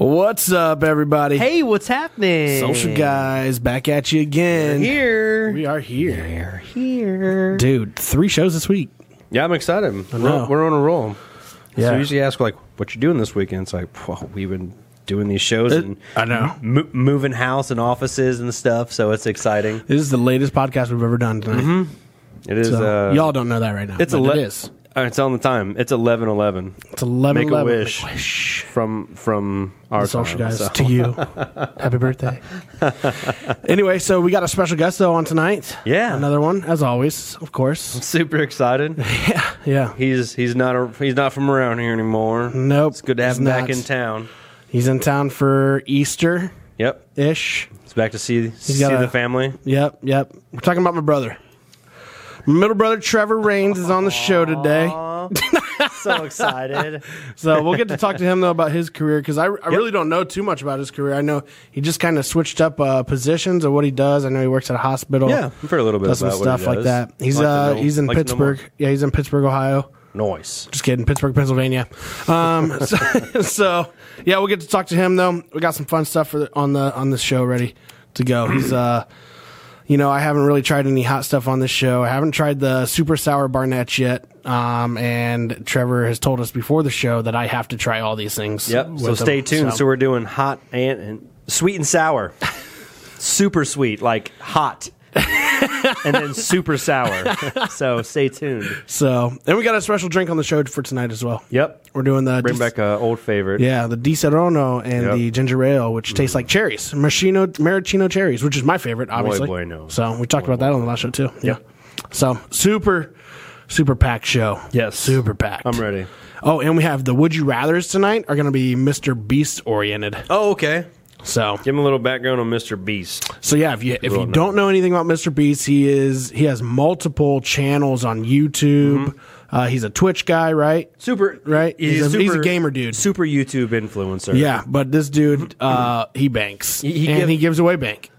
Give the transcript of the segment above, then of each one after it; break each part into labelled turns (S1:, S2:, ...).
S1: What's up, everybody?
S2: Hey, what's happening?
S1: social guys, back at you again.
S2: Here.
S1: We are here,
S2: We're here.
S1: dude. Three shows this week.
S3: Yeah, I'm excited.
S1: know.
S3: We're, we're on a roll.
S1: Yeah.
S3: So we usually ask like, "What you doing this weekend?" It's like, "Well, we've been doing these shows and
S1: I know.
S3: mo- moving house and offices and stuff." So it's exciting.
S1: This is the latest podcast we've ever done tonight.
S3: It is.
S1: So,
S3: Mm-hmm. uh,
S1: y'all don't know that right now.
S3: It's
S1: but
S3: ele-
S1: it is.
S3: Uh, it's on the time. It's eleven eleven
S1: It's eleven.
S3: Make a
S1: 11.
S3: wish.
S1: Make a wish.
S3: from from our
S1: social
S3: time,
S1: guys
S3: so.
S1: to you. Happy birthday. anyway, so we got a special guest though on tonight.
S3: Yeah.
S1: another one as always, of course.
S3: Super excited.
S1: Yeah.
S3: He's he's not a, he's not from around here anymore.
S1: Nope.
S3: It's good to have
S1: he's
S3: him back
S1: not.
S3: in town.
S1: He's in town for Easter
S3: Yep.
S1: ish.
S3: It's back to see see
S1: got a-
S3: the family.
S1: Yep, yep. We're talking about my brother. My middle brother Trevor Rains is on the show today.
S3: so excited.
S1: So we'll get to talk to him though about his career because I, I really don't know too much about his career. I know he just kind of switched up uh, positions of what he does. I know he works at a hospital.
S3: Yeah, I've heard a little bit
S1: does some
S3: about what he
S1: stuff like
S3: does.
S1: that. He's
S3: Like to
S1: uh,
S3: know-
S1: he's in
S3: like to know more.
S1: Pittsburgh. Yeah, he's in Pittsburgh, Ohio.
S3: Noise.
S1: Just kidding, Pittsburgh, Pennsylvania. Um, so, so, yeah, we'll get to talk to him though. We got some fun stuff for the, on the on this show ready to go. He's uh, you know, I haven't really tried any hot stuff on this show. I haven't tried the super sour Barnett yet. Um, and Trevor has told us before the show that I have to try all these things.
S3: Yep.
S1: with
S3: So stay
S1: him.
S3: tuned. So.
S1: So-
S3: we're doing hot and, and sweet and sour, super sweet, like hot, and then super sour. so stay tuned.
S1: so, and we got a special drink on the show for tonight as well.
S3: Yep.
S1: We're doing the
S3: Bring back a old favorite.
S1: Yeah, the Di Serono and
S3: Yep. Mm-hmm.
S1: the ginger ale, which tastes like cherries, maraschino, maraschino cherries, which is my favorite, obviously.
S3: bueno.
S1: So we talked about that on the last show too. Yeah. So super, super packed show.
S3: Yes.
S1: super packed.
S3: I'm ready.
S1: Oh, and we have the Would You Rather's tonight are going to be Mr. Beast oriented.
S3: Oh, okay.
S1: So
S3: Give him a little background on Mr. Beast.
S1: so yeah, if you if you
S3: know.
S1: don't know anything about Mr. Beast, he is he has multiple channels on YouTube.
S3: Mm-hmm.
S1: Uh, he's a Twitch guy, right?
S3: Super.
S1: Right. He's a- he's a gamer dude.
S3: Super YouTube influencer.
S1: Yeah, but this dude, uh, he banks
S3: Mm-hmm. he
S1: and
S3: give-
S1: he gives away bank.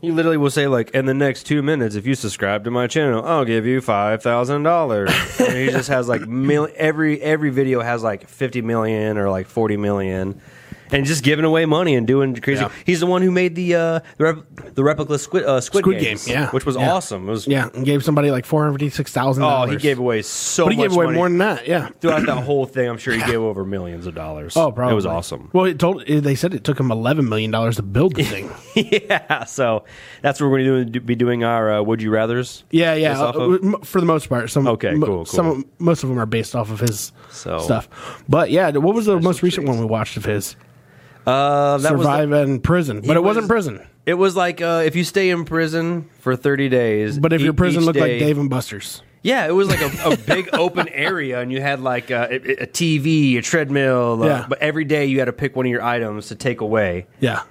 S3: He literally will say like, "In the next two minutes, if you subscribe to my channel, I'll give you five thousand dollars." And he just has like mil- every every video has like fifty million or like forty million, and just giving away money and doing crazy.
S1: Yeah.
S3: He's the one who made the uh, the, rep- the replica Squid uh, Squid,
S1: Squid
S3: Games,
S1: Game, yeah.
S3: which was
S1: Yeah.
S3: awesome. It was
S1: Yeah, and gave somebody like four hundred fifty-six thousand.
S3: oh, he gave away so
S1: but he
S3: much
S1: gave away
S3: money
S1: more than that. Yeah.
S3: throughout that whole thing. I'm sure he gave over millions of dollars.
S1: Oh, probably
S3: it was awesome.
S1: Well, it told they said it took him eleven million dollars to build the thing.
S3: yeah, so that's what we're going to do, be doing our uh, Would You Rather's.
S1: yeah, yeah.
S3: Based off
S1: uh,
S3: of-
S1: m- for the most part, some
S3: Okay,
S1: m-
S3: cool, cool.
S1: Some most of them are based off of his
S3: So-
S1: stuff. But yeah, what was the most recent one we watched of his?
S3: Uh, that was the-
S1: Survive in prison, but it
S3: was-
S1: wasn't prison.
S3: It was like uh, if you stay in prison for 30 days.
S1: But if
S3: e-
S1: your prison
S3: each
S1: looked
S3: day-
S1: like Dave and Buster's,
S3: Yeah, it was like a, a big open area, and you had like uh, a, a TV, a treadmill. uh,
S1: Yeah.
S3: But every day you had to pick one of your items to take away.
S1: yeah,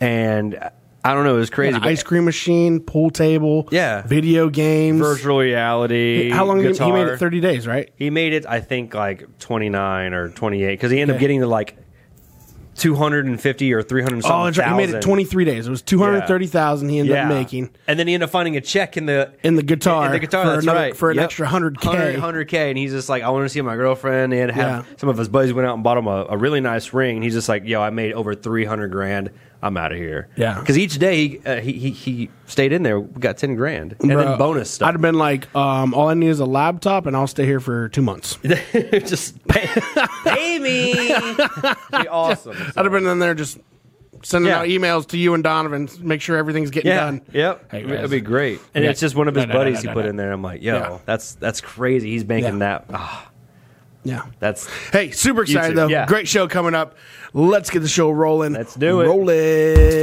S3: And uh, I don't know, it was crazy.
S1: an
S3: but
S1: ice cream machine, pool table,
S3: Yeah.
S1: video games.
S3: virtual reality.
S1: How long did he, he made
S3: guitar.
S1: it? Thirty days, right?
S3: He made it, I think, like 29 or 28, because he ended
S1: Yeah.
S3: up getting to like 250 or 300 and something.
S1: Oh, that's right. He made it
S3: thousand.
S1: twenty three days. It was two hundred thirty thousand. He ended
S3: Yeah.
S1: up making
S3: And then he ended up finding a check in the
S1: in the guitar.
S3: And the guitar,
S1: for
S3: that's
S1: another-
S3: right.
S1: for an
S3: Yep.
S1: extra hundred k.
S3: 100, 100K. And he's just like, I want to see my girlfriend. And have,
S1: Yeah.
S3: some of his buddies went out and bought him a, a really nice ring. And he's just like, yo, I made over 300 grand. I'm out of here.
S1: Yeah.
S3: Because each day uh, he, he, he stayed in there, got 10 grand. And then bonus
S1: I'd
S3: stuff.
S1: have been like, um, all I need is a laptop, and I'll stay here for two months.
S3: just pay, pay me. Be awesome.
S1: I'd have been in there just sending
S3: Yeah.
S1: out emails to you and Donovan, make sure everything's getting
S3: yeah.
S1: done.
S3: Yep.
S1: Hey, guys.
S3: That'd be great. And
S1: Yeah.
S3: it's just one of his
S1: No, no, no,
S3: buddies
S1: no,
S3: he
S1: no,
S3: put
S1: no.
S3: in there. I'm like, yo,
S1: Yeah.
S3: that's that's crazy. He's banking
S1: Yeah.
S3: that. Ah,
S1: Yeah.
S3: that's
S1: Hey, super excited
S3: too.
S1: though.
S3: Yeah.
S1: Great show coming up. Let's get the show rolling.
S3: Let's do it.
S1: Roll it.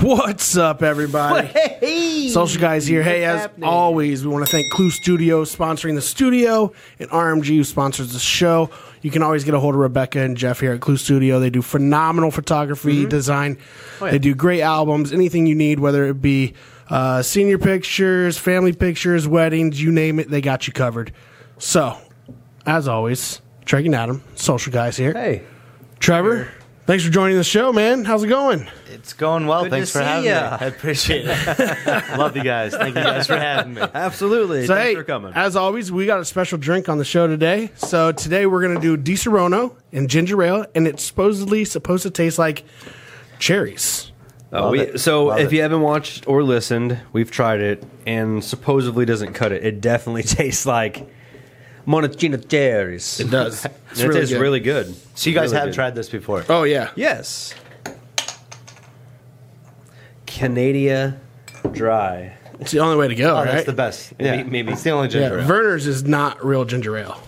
S1: What's up, everybody?
S3: hey.
S1: Social guys here. Hey, as always, we want to thank Clue Studio sponsoring the studio and RMG who sponsors the show. You can always get a hold of Rebecca and Jeff here at Clue Studio. They do phenomenal photography,
S3: Mm-hmm.
S1: design.
S3: Oh,
S1: They do great albums, anything you need, whether it be uh, senior pictures, family pictures, weddings, you name it, they got you covered. So, as always, Trey and Adam, social guys here.
S3: Hey.
S1: Trevor, Thanks for joining the show, man. How's it going?
S4: It's going well.
S3: Good to
S4: Thanks for
S3: see
S4: having me.
S3: ya.
S4: I appreciate it. Love you guys. Thank you guys for having me.
S3: Absolutely.
S1: So,
S3: Thanks
S1: hey,
S3: for coming.
S1: as always, we got a special drink on the show today. So today we're gonna do Di Serono and ginger ale, and it's supposedly supposed to taste like cherries.
S3: Uh, we,
S4: it.
S3: So
S4: Love
S3: if
S4: it.
S3: you haven't watched or listened, we've tried it and supposedly doesn't cut it. It definitely tastes like monocino cherries. It
S1: does. It's
S3: it
S1: really
S3: tastes
S1: good.
S3: really good.
S4: So you guys
S3: Really
S4: have
S3: good.
S4: tried this before.
S1: Oh yeah,
S3: Yes. Canadia Dry.
S1: it's the only way to go,
S4: Oh,
S1: right?
S4: that's the best.
S3: Yeah.
S4: Yeah, maybe it's the only
S1: Yeah,
S4: ginger. ale.
S1: Verner's is not real ginger ale.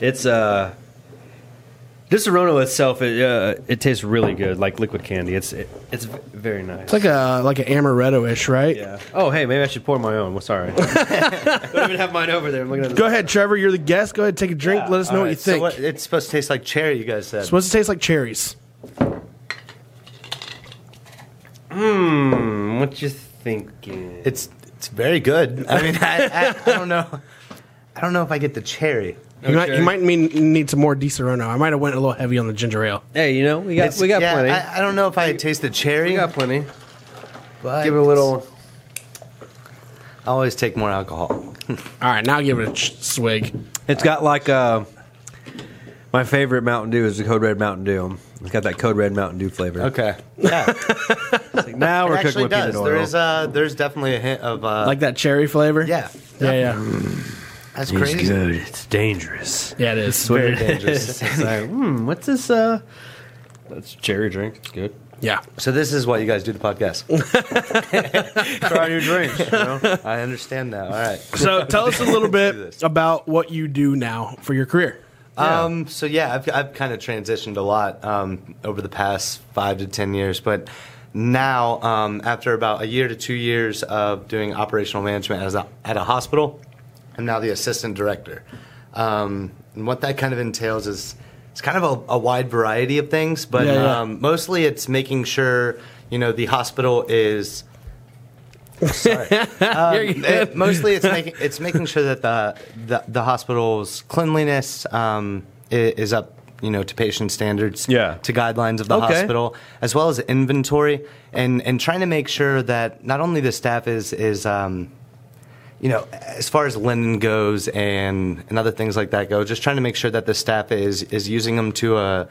S3: It's uh Disaronno itself, it, uh, it tastes really good, like liquid candy. It's it, it's v- very nice.
S1: It's like a like an amaretto ish, right?
S3: yeah. Oh, hey, maybe I should pour my own. Well, sorry. I don't even have mine over there. I'm looking at this.
S1: Go ahead, Trevor. You're the guest. Go ahead, take a drink.
S3: Yeah,
S1: Let us know
S3: all
S1: what you
S3: right,
S1: think.
S4: So what, it's supposed to taste like cherry. You guys said.
S1: supposed to taste like cherries.
S3: Mm, What you thinking?
S4: It's it's very good. I mean, I, I, I don't know. I don't know if I get the cherry.
S1: You might, you
S3: cherry.
S1: might mean, need some more Di Serono. I might have went a little heavy on the ginger ale.
S3: Hey, you know we got
S4: It's-
S3: we got
S4: yeah,
S3: plenty.
S4: I, I don't know if I taste the cherry.
S3: we got plenty.
S4: but
S3: Give it a little.
S4: I always take more alcohol.
S1: All right, now give it a ch- swig.
S3: It's got like uh, my favorite Mountain Dew is the Code Red Mountain Dew. It's got that Code Red Mountain Dew flavor.
S4: Okay. Yeah.
S3: It's like, now
S4: It
S3: we're cooking
S4: actually
S3: with
S4: does.
S3: peanut oil.
S4: There is uh there's definitely a hint of uh
S1: Like that cherry flavor?
S4: yeah.
S1: Yeah, yeah.
S3: it's
S4: That's crazy.
S3: good. It's dangerous.
S1: Yeah, it is.
S4: Very dangerous.
S3: It's like, hmm, what's this? Uh, that's cherry drink. It's good.
S1: Yeah.
S4: so this is what you guys do the podcast.
S3: Try new drinks. You know?
S4: I understand now. All right.
S1: So tell us a little
S4: Do
S1: bit
S4: this.
S1: about what you do now for your career.
S4: Um, so yeah, I've, I've kind of transitioned a lot um, over the past five to ten years, but now um, after about a year to two years of doing operational management as a, at a hospital, I'm now the assistant director. Um, and what that kind of entails is it's kind of a, a wide variety of things, but
S1: Yeah, yeah.
S4: Um, mostly it's making sure you know the hospital is. Sorry. Um, it- mostly, it's making it's making sure that the the, the hospital's cleanliness um, i- is up, you know, to patient standards,
S3: Yeah.
S4: to guidelines of the
S3: Okay.
S4: hospital, as well as inventory, and and trying to make sure that not only the staff is is. Um, you know, as far as linen goes and, and other things like that go, just trying to make sure that the staff is is using them to uh,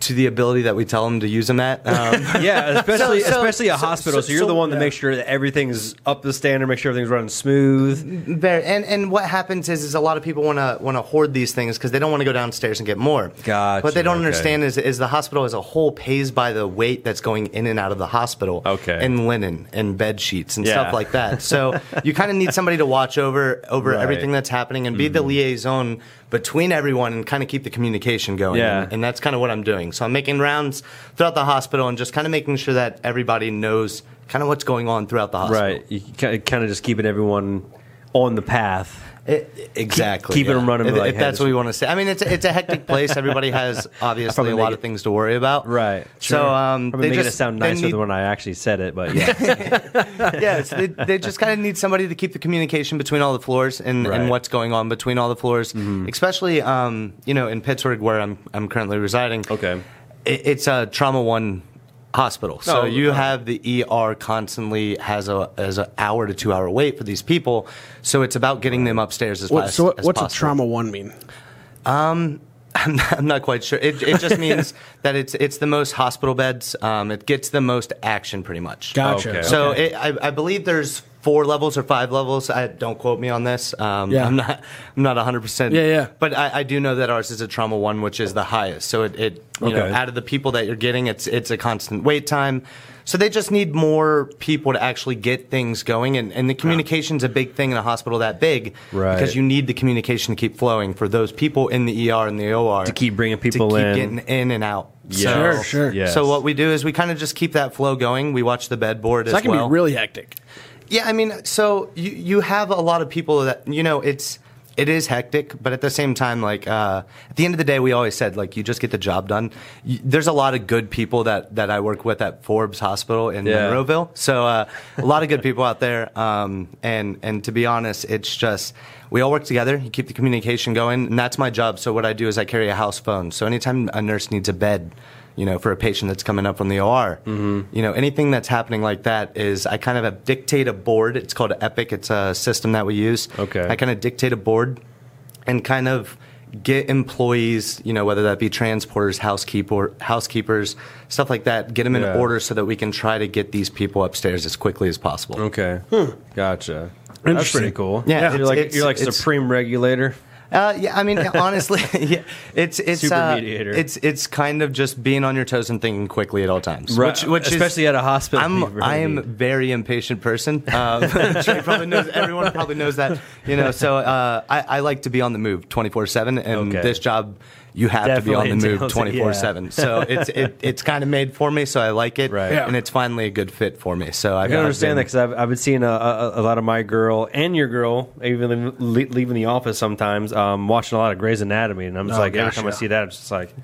S4: to the ability that we tell them to use them at. Um,
S3: Yeah, especially
S4: So- so-
S3: especially a
S4: so-
S3: hospital. So,
S4: so-
S3: you're the
S4: so-
S3: one that
S4: yeah.
S3: makes sure that everything's up to standard, make sure everything's running smooth.
S4: There and and what happens is is a lot of people want to want to hoard these things because they don't want to go downstairs and get more.
S3: Gotcha,
S4: What they don't
S3: okay.
S4: understand is is the hospital as a whole pays by the weight that's going in and out of the hospital.
S3: Okay.
S4: And linen and bed sheets and
S3: Yeah.
S4: stuff like that. So you kind of need somebody to watch over over
S3: Right. Mm-hmm.
S4: everything that's happening and be the liaison between everyone and kind of keep the communication going.
S3: Yeah.
S4: And, and that's kind of what I'm doing. So I'm making rounds throughout the hospital and just kind of making sure that everybody knows kind of what's going on throughout the hospital.
S3: Right. You kind of just keeping everyone on the path.
S4: It, exactly.
S3: keep it running
S4: If,
S3: like
S4: if that's
S3: heads.
S4: what we want to say. I mean, it's a, it's a hectic place. Everybody has obviously
S3: probably
S4: a lot
S3: make
S4: of
S3: it-
S4: things to worry about.
S3: Right.
S4: So um,
S3: Probably
S4: they
S3: making
S4: just,
S3: it sound
S4: they
S3: nicer
S4: need,
S3: than when I actually said it, but yeah.
S4: yeah, so they, they just kind of need somebody to keep the communication between all the floors and,
S3: Right. Mm-hmm.
S4: and what's going on between all the floors, especially um, you know in Pittsburgh where I'm I'm currently residing.
S3: Okay.
S4: It, it's a trauma one hospital, so
S3: Oh,
S4: you
S3: okay.
S4: have the ER constantly has a as an hour to two hour wait for these people, so it's about getting them upstairs as
S1: What,
S4: fast
S1: so what,
S4: as
S1: what's a
S4: possible.
S1: trauma one mean?
S4: I'm not, I'm not quite sure. It, it just means that it's it's the most hospital beds. Um, it gets the most action, pretty much.
S1: Gotcha.
S3: Okay.
S4: So it, I, I believe there's four levels or five levels. I don't quote me on this. Um,
S1: Yeah.
S4: I'm not I'm not 100. percent
S1: Yeah, yeah.
S4: But I, I do know that ours is a trauma one, which is the highest. So it, it you know
S3: Okay.
S4: out of the people that you're getting, it's it's a constant wait time. So they just need more people to actually get things going, and, and the communication's a big thing in a hospital that big,
S3: Right.
S4: Because you need the communication to keep flowing for those people in the ER and the OR
S3: To keep bringing people
S4: to keep
S3: in.
S4: getting in and out.
S3: Yeah.
S1: Sure, sure.
S3: Yes.
S4: So what we do is we kind of just keep that flow going. We watch the bed board
S1: That
S4: as
S1: can
S4: well.
S1: be really hectic.
S4: yeah, I mean, so you you have a lot of people that you know it's it is hectic, but at the same time, like uh, at the end of the day, we always said like you just get the job done. You, there's a lot of good people that that I work with at Forbes Hospital in
S3: Yeah.
S4: Monroeville, so uh, a lot of good people out there. Um, and and to be honest, it's just we all work together. You keep the communication going, and that's my job. So what I do is I carry a house phone. So anytime a nurse needs a bed. You know, for a patient that's coming up from the OR,
S3: Mm-hmm.
S4: you know, anything that's happening like that is I kind of have dictate a board. It's called Epic. It's a system that we use.
S3: Okay.
S4: I kind of dictate a board and kind of get employees, you know, whether that be transporters, housekeeper, housekeepers, stuff like that, get them in
S3: Yeah.
S4: order so that we can try to get these people upstairs as quickly as possible.
S3: Okay. Gotcha. That's
S1: Interesting.
S3: pretty cool.
S4: Hmm. Yeah,
S3: You're like
S4: it's-
S3: you're like
S4: it's-
S3: supreme regulator.
S4: Uh, yeah, I mean, honestly, yeah, it's it's
S3: Super
S4: uh,
S3: mediator.
S4: it's it's kind of just being on your toes and thinking quickly at all times, Which,
S3: Right,
S4: which is-
S3: especially at a hospital.
S4: I'm
S3: you really
S4: I am
S3: need.
S4: a very impatient person. Um, Trey probably knows everyone probably knows that. You know, so uh, I, I like to be on the move 24 seven, and
S3: Okay.
S4: this job you have to be on
S3: Definitely
S4: the move
S3: entails it,
S4: 24 seven. So it's it, it's kind of made for me, so I like it,
S3: Right.
S1: Yeah.
S4: and it's finally a good fit for me. So I,
S3: I can understand that because I've, I've been seeing a, a, a lot of my girl and your girl even le- leaving the office sometimes, um, watching a lot of Grey's Anatomy, and I'm just
S1: Oh,
S3: like every
S1: gosh,
S3: time I
S1: yeah.
S3: see that, I'm just like,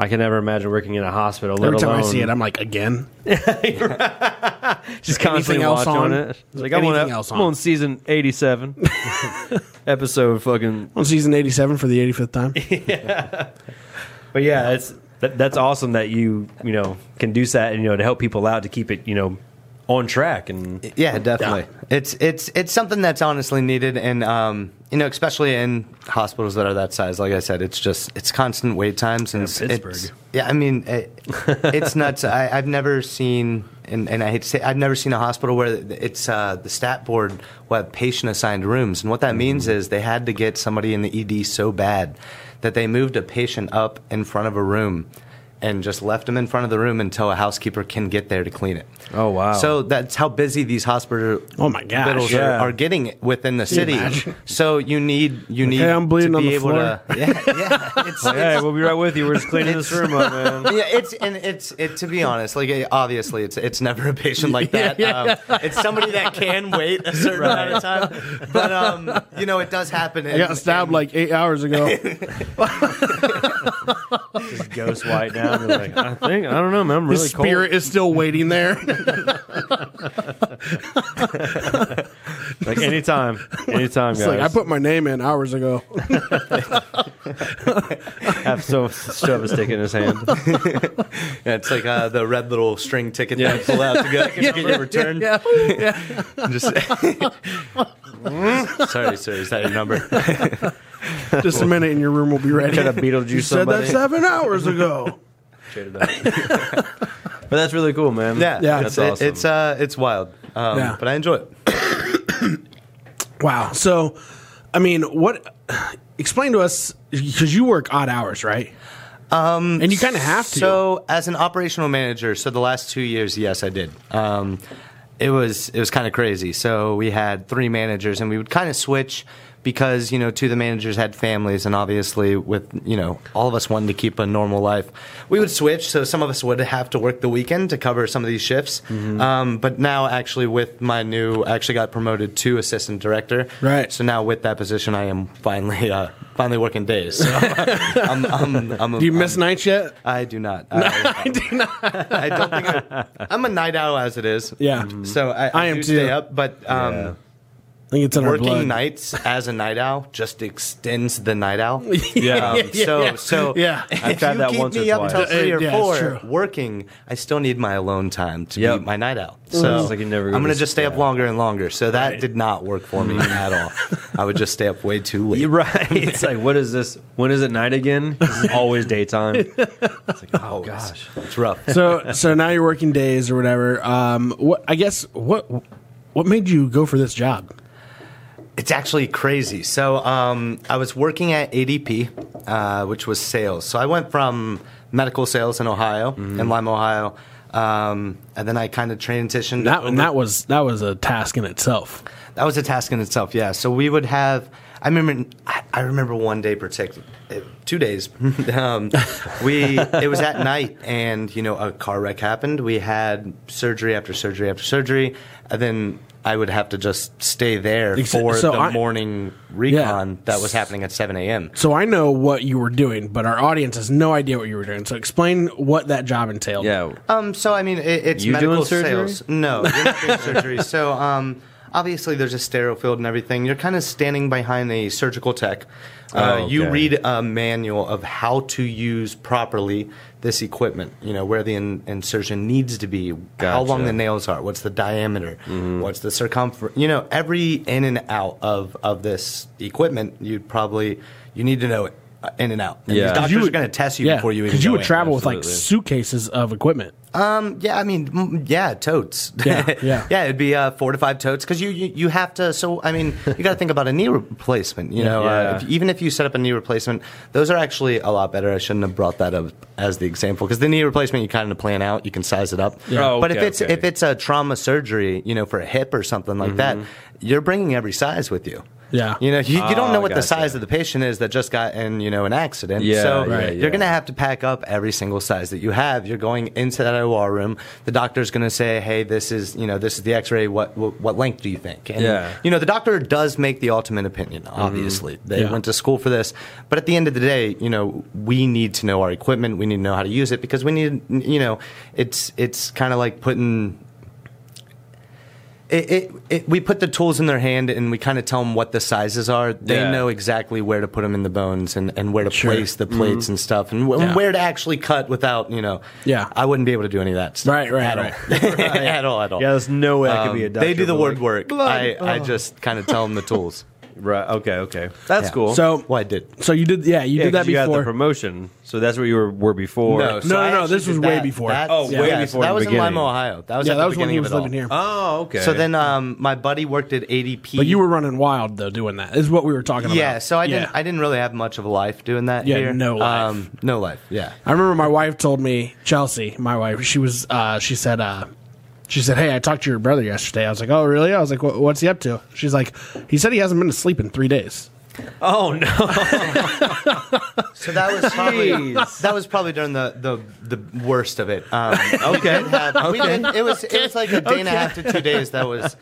S3: I can never imagine working in a hospital. Let
S1: Every time
S3: alone
S1: I see it, I'm like, again.
S3: just constantly
S1: anything else
S3: watching
S1: on?
S3: it. It's Like
S1: Anything
S3: I'm on, ep-
S1: else
S3: I'm
S1: on?
S3: on season 87, episode fucking.
S1: On season 87 for the 85th time.
S3: But yeah, it's that, that's awesome that you you know can do that and you know to help people out to keep it you know on track and
S4: Yeah, definitely. It's it's it's something that's honestly needed, and um, you know, especially in hospitals that are that size. Like I said, it's just it's constant wait times, and it's,
S3: Pittsburgh.
S4: it's- yeah, I mean, it, it's nuts. I, I've never seen, and, and I hate to say, I've never seen a hospital where it's uh, the stat board will have patient assigned rooms, and what that means
S1: Mm-hmm.
S4: is they had to get somebody in the ED so bad that they moved a patient up in front of a room. And just left them in front of the room until a housekeeper can get there to clean it.
S3: Oh, wow.
S4: So that's how busy these hospital
S1: Oh, my gosh.
S4: hospitals
S3: Yeah.
S4: are, are getting within the city.
S1: imagine?
S4: so you need you need
S1: "Hey, I'm bleeding
S4: to
S1: on
S4: be
S1: the
S4: able
S1: floor."
S4: to yeah yeah it's,
S3: hey, we'll be right with you. We're just cleaning this room up, man.
S4: yeah, it's and it's it. To be honest, like eh, obviously, it's it's never a patient like that. Um, it's somebody that can wait a certain amount of time, but um, you know, it does happen.
S1: I got stabbed like eight hours ago.
S3: ghost white down. and like, I think I don't know, man. I'm
S1: His
S3: really cold.
S1: spirit is still waiting there.
S3: Like anytime, anytime, guys.
S1: It's like I put my name in hours ago.
S3: have so still have a stick in his hand.
S4: Yeah, it's like uh, the red little string ticket that you pull out to go get your return.
S1: yeah, yeah.
S4: Just sorry, sir, is that your number?
S1: Just a minute, and your room will be ready.
S3: Could have Beetlejuice
S1: you said
S3: somebody.
S1: that seven hours ago.
S3: but that's really cool, man.
S4: Yeah,
S1: Yeah.
S4: It's,
S3: That's awesome.
S4: it's uh, it's wild, um,
S1: Yeah.
S4: but I enjoy it.
S1: wow. So, I mean, what? Explain to us because you work odd hours, right? Um, and you kind of have to.
S4: So, as an operational manager, so the last two years, yes, I did. Um, it was it was kind of crazy. So we had three managers, and we would kind of switch because you know two of the managers had families, and obviously with you know all of us wanting to keep a normal life, we would switch. So some of us would have to work the weekend to cover some of these shifts.
S1: Mm-hmm.
S4: Um, but now, actually, with my new, I actually got promoted to assistant director.
S1: Right.
S4: So now with that position, I am finally uh, finally working days. So I'm, I'm, I'm a,
S1: do you miss nights yet?
S4: I do not. I,
S1: I do not.
S4: I don't think I, I'm a night owl as it is.
S1: Yeah.
S4: So I, I,
S1: I am
S4: do
S1: too.
S4: stay up, but um,
S1: I think it's in our blood.
S4: working nights as a night owl just extends the night owl.
S3: Yeah.
S4: Um, so
S1: yeah.
S4: so
S1: Yeah.
S3: I've
S4: If
S3: tried
S4: you
S3: that
S4: keep
S3: once or
S4: me up
S3: twice.
S4: until three or
S1: Yeah, it's true.
S4: four working, I still need my alone time to
S3: Yep.
S4: be my night owl.
S3: Mhm.
S4: So
S3: It's like you never go
S4: I'm
S3: to
S4: gonna
S3: s-
S4: just stay up
S3: yeah.
S4: longer and longer. So that did not work for me at all. I would just stay up way too late.
S3: You're right. It's like, what is this? When is it night again? This is always daytime. It's like, oh gosh.
S4: It's rough.
S1: so so now you're working days or whatever. Um, what I guess what what made you go for this job?
S4: It's actually crazy. So um, I was working at ADP, uh, which was sales. So I went from medical sales in Ohio, in Lima, Ohio, um, and then I kind of transitioned.
S1: That
S4: over-
S1: that was that was a task in itself.
S4: that was a task in itself. Yeah. So we would have. I remember. I- I remember one day, particular, eh, two days. um, we it was at night, and you know a car wreck happened. We had surgery after surgery after surgery, and then I would have to just stay there
S1: Exa-
S4: for
S1: so
S4: the
S1: I-
S4: morning recon that was happening at 7 a.m.
S1: So I know what you were doing, but our audience has no idea what you were doing. So explain what that job entailed.
S3: Yeah.
S4: Um, so I mean, it, it's
S3: You
S4: medical
S3: doing surgery?
S4: sales. No, you're not doing surgery. So um, obviously, there's a sterile field and everything. You're kind of standing behind a surgical tech. Uh,
S3: Oh,
S4: You
S3: okay.
S4: read a manual of how to use properly this equipment. You know where the in- insertion needs to be, how long
S3: Gotcha. Mm-hmm.
S4: the nails are, what's the diameter, what's the circumference. You know every in and out of of this equipment. You probably you need to know it uh, in and out. And
S3: Yeah.
S4: these
S3: 'Cause
S4: doctors
S1: you
S4: are
S1: would-
S4: going to test you
S1: Yeah,
S4: before you even
S1: because you
S4: go
S1: would
S4: in.
S1: travel with like
S3: absolutely.
S1: suitcases of equipment.
S4: Um, yeah, I mean, mm, yeah, totes.
S1: Yeah, yeah.
S4: it'd be uh, four to five totes because you, you you have to. So I mean, you got to think about a knee replacement. You know,
S3: Yeah.
S4: uh, if, even if you set up a knee replacement, those are actually a lot better. I shouldn't have brought that up as the example because the knee replacement you kind of plan out, you can size it up.
S3: Oh,
S4: but if
S3: okay,
S4: it's
S3: okay.
S4: if it's a trauma surgery, you know, for a hip or something like that, you're bringing every size with you.
S1: Yeah.
S4: you know, you, you don't
S3: Mm-hmm. Oh,
S4: know what the
S3: gotcha.
S4: size of the patient is that just got in, you know, an accident.
S3: Yeah,
S4: so
S3: right,
S4: you're
S3: yeah.
S4: gonna have to pack up every single size that you have. You're going into that OR room. The doctor's going to say, "Hey, this is you know this is the X-ray. What what, what length do you think?" And,
S3: Yeah.
S4: you know the doctor does make the ultimate opinion. Obviously, they
S1: Yeah.
S4: went to school for this. But at the end of the day, you know we need to know our equipment. We need to know how to use it because we need you know it's it's kind of like putting. It, it, it, we put the tools in their hand and we kind of tell them what the sizes are. They
S3: Yeah.
S4: know exactly where to put them in the bones and, and where to
S1: Sure.
S4: place the plates and stuff and wh-
S1: Mm-hmm. Yeah.
S4: where to actually cut without, you know.
S1: Yeah.
S4: I wouldn't be able to do any of that stuff.
S1: Right, right,
S4: at All. at all, at all.
S3: Yeah, there's no way I could
S4: Um,
S3: be a doctor.
S4: they do the
S3: but,
S4: word
S3: like-
S4: work. I,
S1: Oh.
S4: I just kind of tell them the tools.
S3: Right. Okay. Okay. That's
S4: Yeah.
S3: cool.
S1: So
S4: Well, I did.
S1: So you did, yeah, you
S3: yeah,
S1: did that
S3: 'cause you had the
S1: before.
S3: promotion, so that's where you were, were before.
S1: so- no,
S4: I
S1: no,
S4: actually
S1: this was
S4: did
S1: way
S4: that-
S1: before.
S4: that-
S3: Oh, way
S4: yeah,
S3: before
S4: That
S3: the
S4: was in
S3: beginning.
S4: Lima, Ohio. That was
S1: yeah,
S4: at
S1: that
S4: the
S1: was when
S4: beginning
S1: he
S4: of
S1: was
S4: it all.
S1: living here.
S3: Oh, okay.
S4: So then um, my buddy worked at ADP.
S1: but you were running wild though doing that. Is what we were talking about.
S4: Yeah, so I didn't.
S1: Yeah.
S4: I didn't really have much of a life doing that.
S1: Yeah,
S4: here. Um,
S1: no life.
S4: no life. Yeah,
S1: I remember my wife told me Chelsea, my wife. She was, uh, she said, uh, she said, "Hey, I talked to your brother yesterday." I was like, "Oh, really?" I was like, "What- "What's he up to?" She's like, "He said he hasn't been to sleep in three days."
S3: oh no.
S4: So that was probably
S3: Jeez.
S4: that was probably during the the, the worst of it. Um,
S3: Okay.
S4: we did- it was it was like a day and a half to two days that was.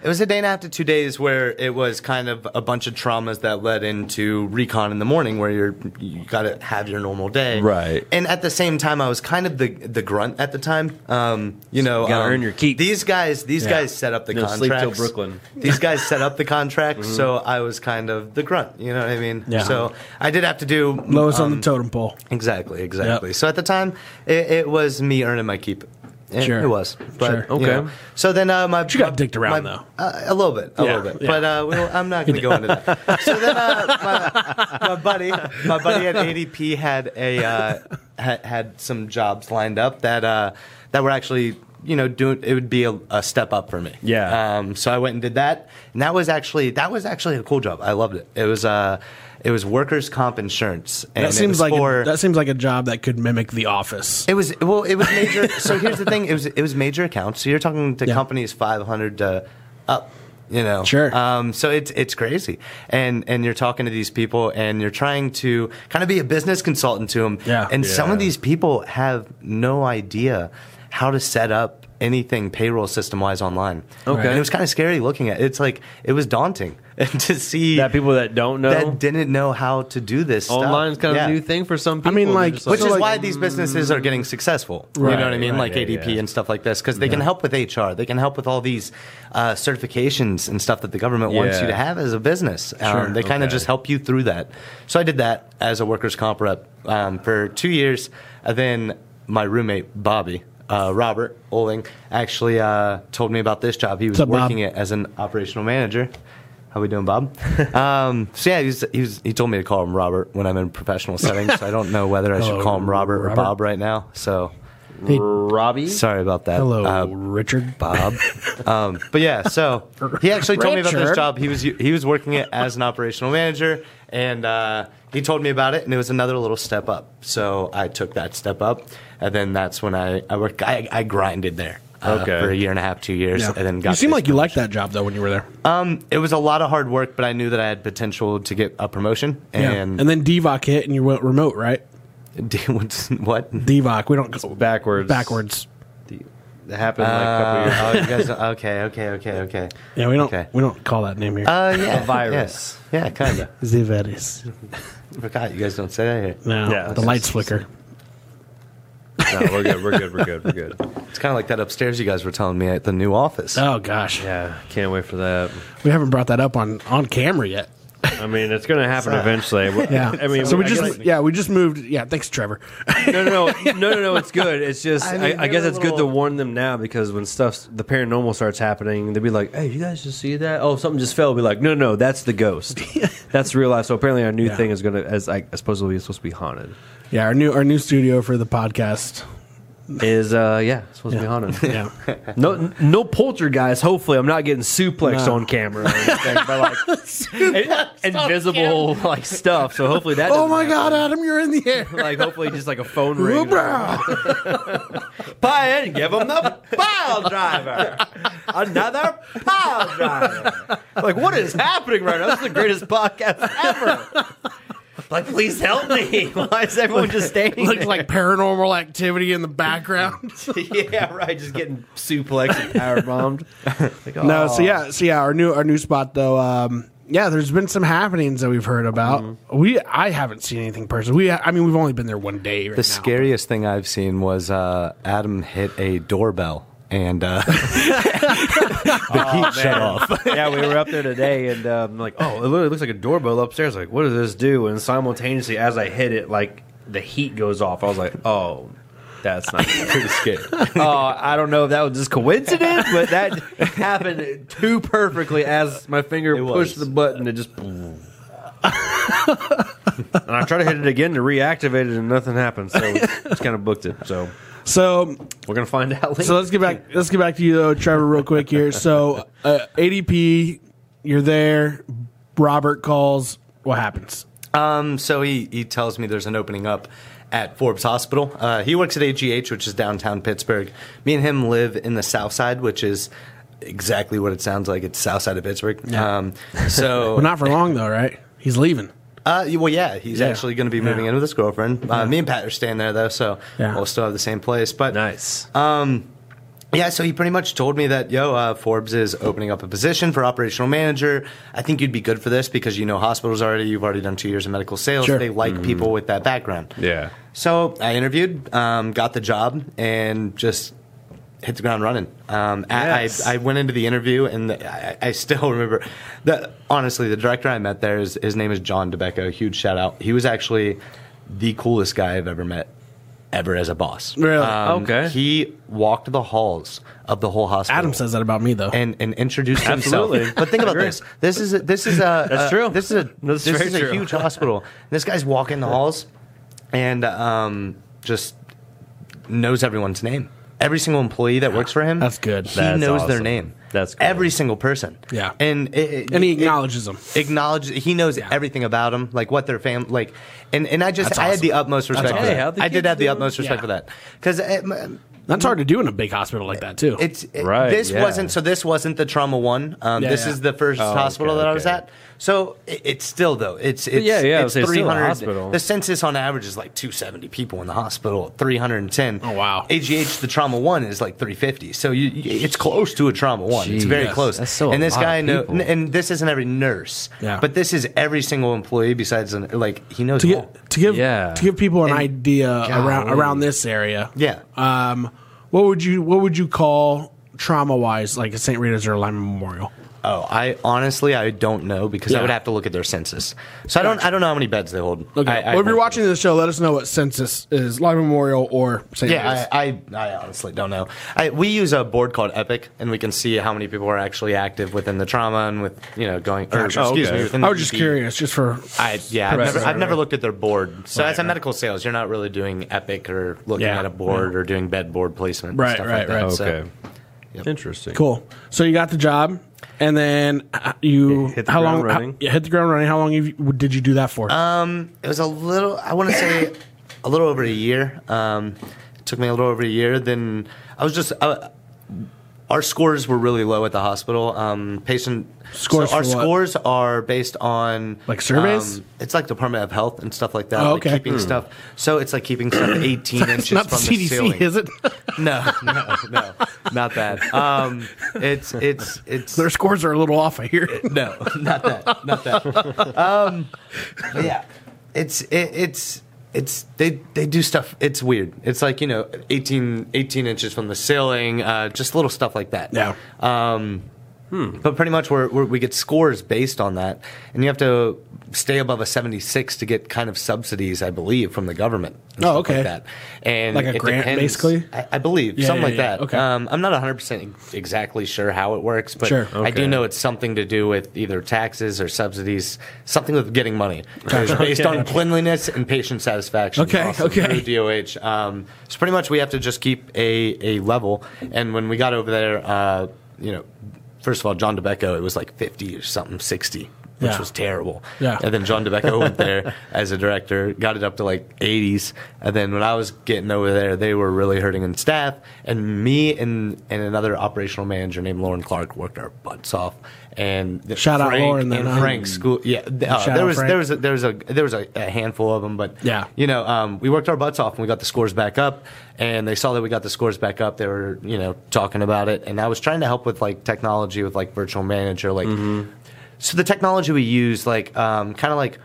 S4: It was a day and a half to two days where it was kind of a bunch of traumas that led into recon in the morning, where you're you got to have your normal day,
S3: Right.
S4: And at the same time, I was kind of the the grunt at the time. Um, you know,
S3: You gotta
S4: um,
S3: earn your keep.
S4: These guys, these
S1: Yeah.
S4: guys set up the
S3: No sleep
S4: contracts.
S3: till Brooklyn. Mm-hmm.
S4: These guys set up the contracts, so I was kind of the grunt. You know what I mean?
S1: Yeah.
S4: So I did have to do
S1: Lowest
S4: um,
S1: on the totem pole.
S4: Exactly, exactly. So at the time, it, it was me earning my keep. It,
S1: Sure.
S4: it was,
S1: Sure.
S4: but
S3: Okay.
S4: okay. So then, uh, my
S1: you got dicked around,
S4: my-
S1: though.
S4: uh, a little bit, a
S1: Yeah,
S4: little bit.
S1: yeah.
S4: But uh, we will I'm not going to go into that. So then, uh, my, my buddy, my buddy at ADP had a uh, had, had some jobs lined up that uh, that were actually you know doing. It would be a, a step up for me.
S3: Yeah.
S4: Um, so I went and did that, and that was actually that was actually a cool job. I loved it. It was uh, it was workers' comp insurance. And
S1: That
S4: it
S1: seems
S4: was
S1: like
S4: for-
S1: a, that seems like a job that could mimic the office.
S4: it was well. It was major. so here's the thing. It was it was major accounts. So you're talking to
S1: Yeah.
S4: companies 500 to up. You know,
S1: Sure.
S4: Um, so it's it's crazy, and and you're talking to these people, and you're trying to kind of be a business consultant to them.
S1: Yeah.
S4: And some of
S3: Yeah.
S4: these people have no idea how to set up anything payroll system wise online.
S1: Okay.
S4: And it was kind of scary looking at. it. It's like it was daunting to see
S3: that people that don't know
S4: that didn't know how to do this.
S3: online's
S4: stuff.
S3: kind of
S4: Yeah.
S3: a new thing for some people.
S1: mean,
S3: They're
S1: like-
S3: just
S1: But
S4: Which
S1: so,
S4: is
S1: like-
S4: why these businesses are getting successful. You know what I
S1: Right,
S4: mean?
S3: right,
S4: like
S3: yeah,
S4: ADP
S3: yeah.
S4: and stuff like this, because they can help with HR. They can help with all these uh, certifications and stuff that the government wants
S3: Yeah.
S4: you to have as a business. Um,
S1: Sure,
S4: they kind of
S3: okay.
S4: just help you through that. So I did that as a workers' comp rep um, for two years. And then my roommate, Bobby. Uh, Robert Oling actually uh, told me about this job. He was
S1: What's up, Bob?
S4: working it as an operational manager. How we doing, Bob? um, so yeah, he, was, he, was, he told me to call him Robert when I'm in professional settings. So I don't know whether I should
S1: Hello,
S4: call him Robert,
S1: Oh, Robert.
S4: or Bob right now. So
S3: Robbie.
S4: sorry about that.
S1: Hello,
S4: uh,
S1: Richard.
S4: Bob. um, but yeah, so he actually told me about this
S1: Richard.
S4: job. He was he was working it as an operational manager, and uh, he told me about it, and it was another little step up. So I took that step up, and then that's when I I worked. I, I grinded there. uh,
S3: Okay.
S4: For a year and a half, two years,
S1: Yeah.
S4: and then got.
S1: you seem
S4: this
S1: like you liked that job though when you were there.
S4: Um, it was a lot of hard work, but I knew that I had potential to get a promotion.
S1: yeah.
S4: And,
S1: and then Divock hit and you went remote, right?
S4: then, what?
S1: Divock. We don't go
S3: backwards.
S1: backwards.
S3: That happened like a couple years ago.
S4: oh, you guys. Okay, okay, okay, okay.
S1: Yeah, we don't
S4: Okay.
S1: we don't call that name here.
S4: Uh, yeah,
S3: A virus.
S4: Yeah, yeah kind of.
S1: Zivetis.
S4: Forgot you guys don't say that here.
S1: No,
S3: Yeah.
S1: the lights flicker.
S3: No, we're good. We're good. We're good. We're good.
S4: It's kind of like that upstairs you guys were telling me at the new office.
S1: Oh gosh,
S3: Yeah, can't wait for that.
S1: we haven't brought that up on on camera yet.
S3: I mean, it's going to happen eventually. We-
S1: Yeah,
S3: I mean,
S1: so we
S3: I
S1: just
S3: guess-
S1: yeah we just moved. Yeah, thanks, Trevor.
S3: no, no, no, no, no, no. It's good. It's just I,
S1: I mean,
S3: I, guess
S1: they're
S3: it's
S1: a
S3: good to
S1: little-
S3: warn them now because when stuff the paranormal starts happening, they'll be like, "Hey, you guys just see that? Oh, something just fell." Be like, "No, no, that's the ghost. that's real life." So apparently, our new
S1: Yeah.
S3: thing is gonna as I supposedly is supposed to be haunted.
S1: yeah, our new our new studio for the podcast.
S3: Is uh yeah, it's supposed to be haunted.
S1: Yeah,
S3: No, n- no poltergeist. Hopefully, I'm not getting suplexed
S1: No.
S3: on camera or anything by like in- invisible like stuff. So hopefully that.
S1: Oh
S3: doesn't
S1: my
S3: happen.
S1: God, Adam, you're in the air.
S3: Like hopefully just like a phone ring.
S1: Hoorah!
S3: Pie and give them the
S4: Pile driver, another pile driver.
S3: Like, what is happening right now? This is the greatest podcast ever. Like, please help me. Why is everyone just standing
S1: Looks like paranormal activity in the background.
S3: yeah, right. Just getting suplexed and power bombed. Oh,
S1: No, so yeah, so yeah, our new our new spot though. Um, yeah, there's been some happenings that we've heard about.
S4: Mm-hmm.
S1: We I haven't seen anything personally. We I mean we've only been there one day. Right
S4: The scariest thing I've seen was uh, Adam hit a doorbell and uh, the
S1: Oh,
S4: heat shut off.
S3: yeah, we were up there today, and um, like, oh, it literally looks like a doorbell upstairs. Like, what does this do? And simultaneously, as I hit it, like the heat goes off. I was like, oh, that's not. good.
S4: Pretty scary.
S3: Oh, I don't know if that was just coincidence, but that happened too perfectly as my finger pushed
S4: was.
S3: the button. It just. and I tried to hit it again to reactivate it, and nothing happened. So it's kind of booked it. So
S1: So
S3: we're gonna find out. Later.
S1: so let's get back let's get back to you though, Trevor, real quick here. So uh, ADP, you're there. Robert calls. What happens?
S4: Um, so he, he tells me there's an opening up at Forbes Hospital. Uh, he works at AGH, which is downtown Pittsburgh. Me and him live in the South Side, which is exactly what it sounds like. It's South Side of Pittsburgh. Um, so
S1: Well, not for long though, right? He's leaving.
S4: uh, y- well, yeah, he's
S1: Yeah.
S4: actually going to be moving
S1: Yeah.
S4: in with his girlfriend. Uh, Me and Pat are staying there though, so
S1: Yeah.
S4: we'll still have the same place. But
S3: nice.
S4: yeah, so he pretty much told me that, yo, uh, Forbes is opening up a position for operational manager. I think you'd be good for this because you know hospitals already. You've already done two years of medical sales.
S1: Sure.
S4: They like people with that background.
S3: yeah.
S4: So I interviewed, um, got the job, and just hit the ground running. Um, I-
S3: Yes.
S4: I, I went into the interview, and the, I, I still remember that. Honestly, the director I met there is his name is John DeBecco. Huge shout out. He was actually the coolest guy I've ever met. Ever as a boss, Um,
S1: Really?
S3: Okay.
S4: He walked the halls of the whole hospital
S1: Adam says that about me though.
S4: and and introduce himself.
S3: Oh. Absolutely.
S4: But think about
S3: Agree.
S4: this. This is a, this is a
S3: That's
S4: a-
S3: true.
S4: This is a
S3: That's
S4: this
S3: very
S4: is a
S3: true.
S4: huge hospital. This guy's walking the halls, and um, just knows everyone's name. Every single employee that works for him.
S1: That's good.
S4: He
S3: That's
S4: knows their
S3: awesome.
S4: name.
S3: That's cool.
S4: every single person.
S1: Yeah.
S4: and it, it-
S1: and he
S4: it-
S1: acknowledges them.
S4: acknowledge he knows
S1: Yeah.
S4: everything about them like what their fam like and and i just
S1: That's
S4: i had
S1: awesome.
S4: the utmost respect
S1: awesome.
S4: for
S1: Hey,
S4: that.
S3: how'd the
S4: i did
S3: kids
S4: have the
S3: do?
S4: utmost respect
S1: Yeah.
S4: for that eh, because
S1: That's hard to do in a big hospital like that too.
S4: it's it-
S3: Right,
S4: This
S3: yeah. Oh,
S4: wasn't so. This wasn't the trauma one. Um,
S1: Yeah,
S4: this
S1: yeah.
S4: is the first hospital
S3: okay,
S4: that I was
S3: okay.
S4: at. So it, it's still though. It's, it's
S3: yeah, yeah, I would
S4: It's
S3: say it's
S4: three
S3: still a
S4: hundred.
S3: hospital.
S4: The census on average is like two seventy people in the hospital. Three hundred and ten.
S1: Oh, wow.
S4: AGH the trauma one is like three fifty. So you, you- it's close to a trauma one. it's very
S1: Jeez.
S4: close.
S3: That's still a
S4: and this
S3: lot of
S4: guy know-
S3: people.
S4: and this isn't every nurse.
S1: Yeah.
S4: But this is every single employee besides an, like he knows.
S1: to
S4: all.
S1: get to give
S3: Yeah.
S1: to give people an idea around
S4: golly.
S1: around this area.
S4: Yeah.
S1: Um, what would you what would you call trauma wise like a St. Rita's or a Lyman Memorial?
S4: Oh, I honestly I don't know because I
S1: Yeah.
S4: would have to look at their census. So I don't I don't know how many beds they hold.
S1: Okay.
S4: I, I
S1: well, if you're
S4: don't-
S1: watching this show, let us know what census is Lyman Memorial or St.
S4: Yeah,
S1: Rita's.
S4: I, I, I honestly don't know. I, we use a board called Epic, and we can see how many people are actually active within the trauma and with you know going. Or,
S1: Gotcha.
S4: excuse
S3: Okay.
S4: me. within
S1: oh, I
S4: the
S1: was just
S4: ED.
S1: curious, just for
S4: I, yeah, I've,
S1: Right,
S4: never,
S1: right,
S4: I've never
S1: right.
S4: looked at their board. So
S1: Right,
S4: as a
S1: right.
S4: medical sales, you're not really doing Epic or looking
S1: Yeah,
S4: at a board or doing bed board placement. and
S1: Right,
S4: stuff
S1: right,
S4: like that.
S1: right.
S4: So-
S3: Okay. Interesting.
S1: cool. So you got the job, and then uh, you
S3: Hit the
S1: how
S3: ground
S1: long how-
S3: running.
S1: yeah, hit the ground running. How long have you, did you do that for?
S4: Uh, It was a little. I want to say a little over a year. Um, it took me a little over a year. Then I was just. I, our scores were really low at the hospital. Um, patient
S1: Scores
S4: so our
S1: for what?
S4: scores are based on
S1: Like surveys?
S4: um, it's like Department of Health and stuff like that.
S1: Oh,
S4: like
S1: okay.
S4: keeping stuff. So it's like keeping stuff 18 inches
S1: It's not the
S4: from
S1: CDC,
S4: ceiling.
S1: is it?
S4: No, no, no, not that. Um, it's it's it's.
S1: Their scores are a little off, I hear.
S4: no, not that, not that. Um, but yeah, it's it, it's it's they they do stuff. It's weird. It's like you know 18, 18 inches from the ceiling, uh, just little stuff like that.
S1: Yeah.
S4: Um, But pretty much we're, we're, we get scores based on that, and you have to stay above a seventy six to get kind of subsidies, I believe, from the government. and
S1: Oh,
S4: stuff
S1: okay.
S4: Like that. And
S1: Like a
S4: it
S1: grant, basically?
S4: I, I believe
S1: Yeah,
S4: something
S1: yeah,
S4: like
S1: yeah.
S4: that.
S1: Okay.
S4: Um, I'm not one hundred percent exactly sure how it works, but
S1: Sure.
S4: I do
S3: Okay.
S4: know it's something to do with either taxes or subsidies, something with getting money. It's based on cleanliness and patient satisfaction.
S1: Okay,
S4: Awesome.
S1: okay.
S4: Through DOH. Um, so pretty much we have to just keep a, a level. And when we got over there, uh, you know, first of all, John DeBecco, it was like 50 or something, 60. Which
S1: Yeah.
S4: was terrible.
S1: Yeah.
S4: And then John DeBecco went there as a director, got it up to like 80s. And then when I was getting over there, they were really hurting in staff. And me and, and another operational manager named Lauren Clark worked our butts off. And the-
S1: Shout out
S4: Frank
S1: Lauren, then,
S4: and
S1: huh?
S4: Frank school. Yeah, th- uh,
S1: Shout
S4: there
S1: out
S4: was
S1: Frank.
S4: there was a, there was a there was a, a handful of them, but
S1: Yeah.
S4: you know, um, we worked our butts off and we got the scores back up. And they saw that we got the scores back up. They were you know talking about it, and I was trying to help with like technology with like virtual manager, like
S3: Mm-hmm.
S4: so the technology we use, like um, kind of like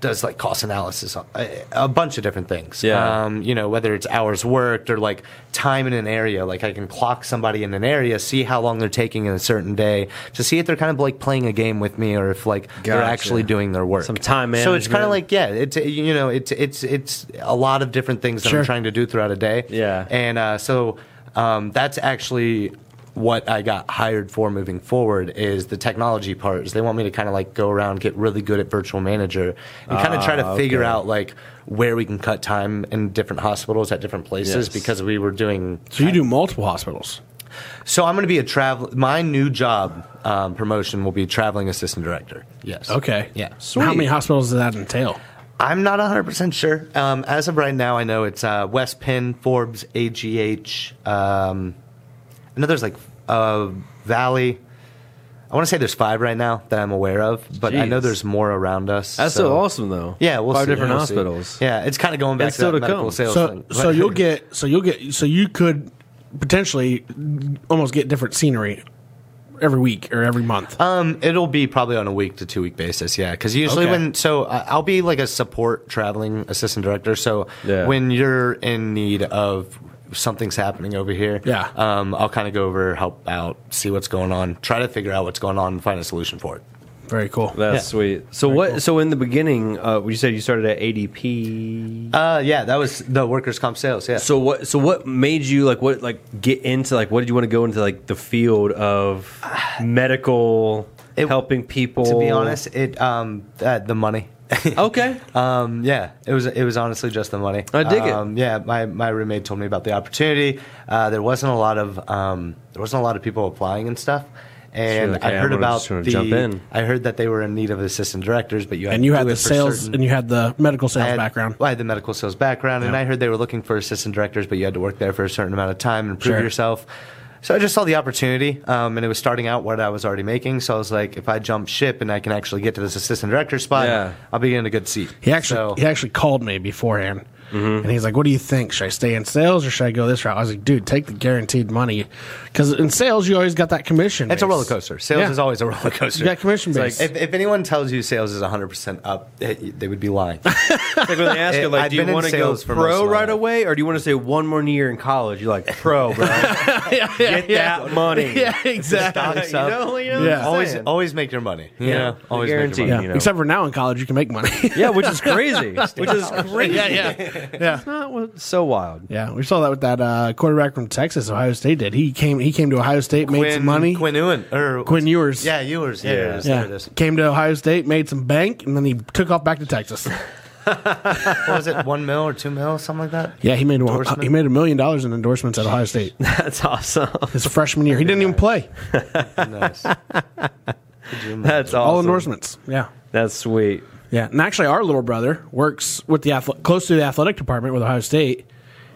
S4: does like cost analysis on a, a bunch of different things.
S3: Yeah.
S4: Um, you know, whether it's hours worked or like time in an area. Like I can clock somebody in an area, see how long they're taking in a certain day to see if they're kind of like playing a game with me or if like they're
S3: Gotcha.
S4: actually doing their work.
S3: Some time
S4: So it's kind
S3: management.
S4: of like yeah, it's you know, it's it's it's a lot of different things that
S1: Sure.
S4: I'm trying to do throughout a day.
S3: Yeah.
S4: And uh, so um, that's actually what I got hired for moving forward is the technology part. Is they want me to kind of like go around, get really good at virtual manager, and kind of try to
S3: Ah,
S4: figure
S3: okay.
S4: out like where we can cut time in different hospitals at different
S3: Yes.
S4: places because we were doing
S1: So you do multiple hospitals.
S4: so I'm going to be a travel. My new job um, promotion will be traveling assistant director. Yes.
S1: Okay.
S4: Yeah.
S1: So How many hospitals does that entail?
S4: I'm not 100% sure. Um, as of right now, I know it's uh, West Penn, Forbes, AGH. Um, I know there's like uh, Valley. I want to say there's five right now that I'm aware of, but I know
S3: Jeez.
S4: there's more around us.
S3: That's so, awesome, though.
S4: Yeah, we'll
S3: five
S4: see.
S3: different
S4: We'll see.
S3: hospitals.
S4: Yeah, it's kind of going back
S3: It's
S4: to
S3: still
S4: that
S3: to
S4: medical
S3: come.
S4: sales
S1: So
S4: thing.
S1: so you'll get so you'll get so you could potentially almost get different scenery every week or every month.
S4: Um, it'll be probably on a week to two week basis, yeah. Because usually
S1: Okay.
S4: when so I- I'll be like a support traveling assistant director. So
S3: Yeah.
S4: when you're in need of something's happening over here,
S1: Yeah.
S4: um, I'll kind of go over, help out, see what's going on, try to figure out what's going on, and find a solution for it.
S1: Very cool.
S3: That's
S4: Yeah.
S3: sweet. So what? So in the beginning, uh, you said you started at ADP.
S4: Uh, yeah, that was the workers' comp sales. Yeah.
S3: So what? So what made you like? What like get into like? What did you want to go into like the field of medical
S4: It-
S3: helping people?
S4: to be honest, it um, uh, the money.
S3: okay.
S4: Um, yeah, it was it was honestly just the money.
S3: I dig it.
S4: um, Yeah, my, my roommate told me about the opportunity. Uh, there wasn't a lot of um, there wasn't a lot of people applying and stuff. And
S3: like,
S4: I
S3: "Hey, I'm
S4: heard
S3: gonna-
S4: about
S3: just gonna
S4: the.
S3: jump in."
S4: I heard that they were in need of assistant directors, but you had
S1: And you
S4: to
S1: had
S4: do
S1: the
S4: it for
S1: sales
S4: certain-
S1: and you had the medical
S4: I
S1: sales
S4: had-
S1: background.
S4: well, I had the medical sales background, and
S1: Yeah.
S4: I heard they were looking for assistant directors, but you had to work there for a certain amount of time and prove
S1: Sure.
S4: yourself. So I just saw the opportunity, um, and it was starting out what I was already making. So I was like, if I jump ship and I can actually get to this assistant director spot,
S3: Yeah.
S4: I'll be in a good seat.
S1: He actually
S4: So-
S1: he actually called me beforehand, and he's like, "What do you think? Should I stay in sales or should I go this route?" I was like, "Dude, take the guaranteed money, because in sales you always got that commission.
S4: It's a
S1: base.
S4: roller coaster. Sales
S1: Yeah.
S4: is always a roller coaster.
S1: You got commission
S4: It's like,
S1: based.
S4: if, if anyone tells you sales is 100% up, eh, they would be lying.
S3: like when they ask you, like,
S4: I've
S3: do you
S4: been in
S3: want to go
S4: sales for most
S3: pro
S4: of my
S3: right
S4: life.
S3: away, or do you want to say one more year in college? You're like pro, bro.
S1: yeah, yeah,
S3: Get that money.
S1: Yeah, exactly.
S4: Stock
S3: You know, you know
S1: Yeah.
S3: what I'm
S4: Always,
S3: saying?
S4: always make your money. You
S3: Yeah.
S4: know?
S3: I
S4: always make
S3: guarantee
S4: your
S3: you.
S4: money.
S1: Yeah. Except for now in college, you can make money.
S3: yeah, which is crazy. which is crazy.
S1: yeah, yeah, yeah.
S3: Not what- so wild.
S1: Yeah, we saw that with that uh, quarterback from Texas, Ohio State did. He came he came to Ohio State, made some money.
S4: Quinn Ewan. Or,
S1: Quinn Ewers.
S4: Yeah, Ewers. Yeah,
S3: Yeah.
S4: Ewers. There it
S1: yeah.
S4: is.
S1: Came to Ohio State, made some bank, and then he took off back to Texas.
S4: What was it? One mil or two mil, something like that?
S1: Yeah, he made one,
S4: Endorsement?
S1: he made a million dollars in endorsements at Ohio State
S3: That's awesome.
S1: his freshman year. He didn't even play.
S4: nice.
S3: That's awesome.
S1: All endorsements. Yeah.
S3: That's sweet.
S1: Yeah. And actually our little brother works with the athle- close to the athletic department with Ohio State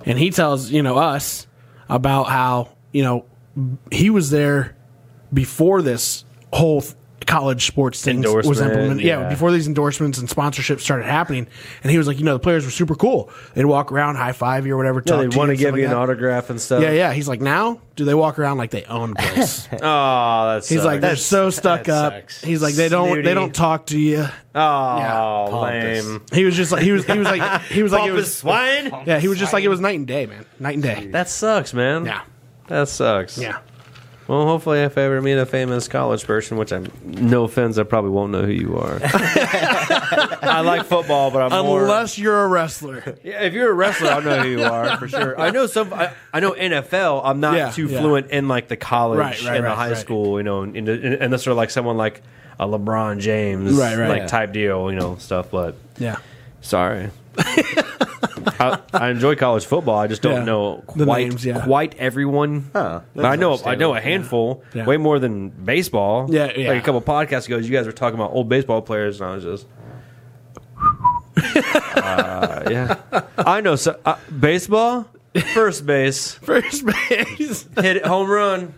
S1: and he tells, you know, us about how, you know, he was there before this whole th- college sports thing was
S3: Endorsement,
S1: implemented. Yeah.
S3: yeah.
S1: before these endorsements and sponsorships started happening, and he was like, you know, the players were super cool. They'd walk around, high five you or whatever.
S3: No,
S1: talk
S3: they
S1: to
S3: want to
S1: and
S3: give
S1: stuff
S3: you
S1: like
S3: an
S1: that.
S3: autograph and stuff.
S1: Yeah, yeah. He's like, now do they walk around like they own the place?
S3: Oh, that's
S1: He's like, they're
S4: That's-
S1: so stuck up.
S4: that sucks.
S1: He's like, they don't, they
S3: Snooty.
S1: don't talk to you.
S3: oh,
S1: Yeah.
S3: lame.
S1: He was just like, he was, he was like, he was like, it
S4: Pompous
S1: was,
S4: swine.
S1: yeah, he was just like, it was night and day, man, night and day.
S3: That sucks, man.
S1: Yeah,
S3: that sucks.
S1: yeah.
S3: Well, hopefully, if I ever meet a famous college person, which I'm no offense, I probably won't know who you are. I like football, but I'm more.
S1: Unless you're a wrestler,
S3: Yeah, if you're a wrestler, I know who you are for sure. I know some. I, I know NFL. I'm not
S1: Yeah,
S3: too
S1: yeah.
S3: fluent in like the college
S1: Right, right,
S3: and the
S1: right,
S3: high
S1: right.
S3: school, you know, and, and, and that's sort of like someone like a LeBron James,
S1: Right, right.
S3: like
S1: Yeah.
S3: type deal, you know, stuff. But
S1: yeah.
S3: sorry, I, I enjoy college football. I just don't
S1: Yeah.
S3: know
S1: The
S3: quite
S1: names, yeah.
S3: quite everyone.
S4: Huh,
S3: But
S4: that's
S3: I know I
S4: understandable.
S3: know a handful,
S1: Yeah.
S3: way more than baseball.
S1: Yeah, yeah.
S3: Like a couple podcasts ago, you guys were talking about old baseball players, and I was just. Uh, yeah, I know. So, uh, baseball, first base,
S1: First base.
S3: hit it, home run.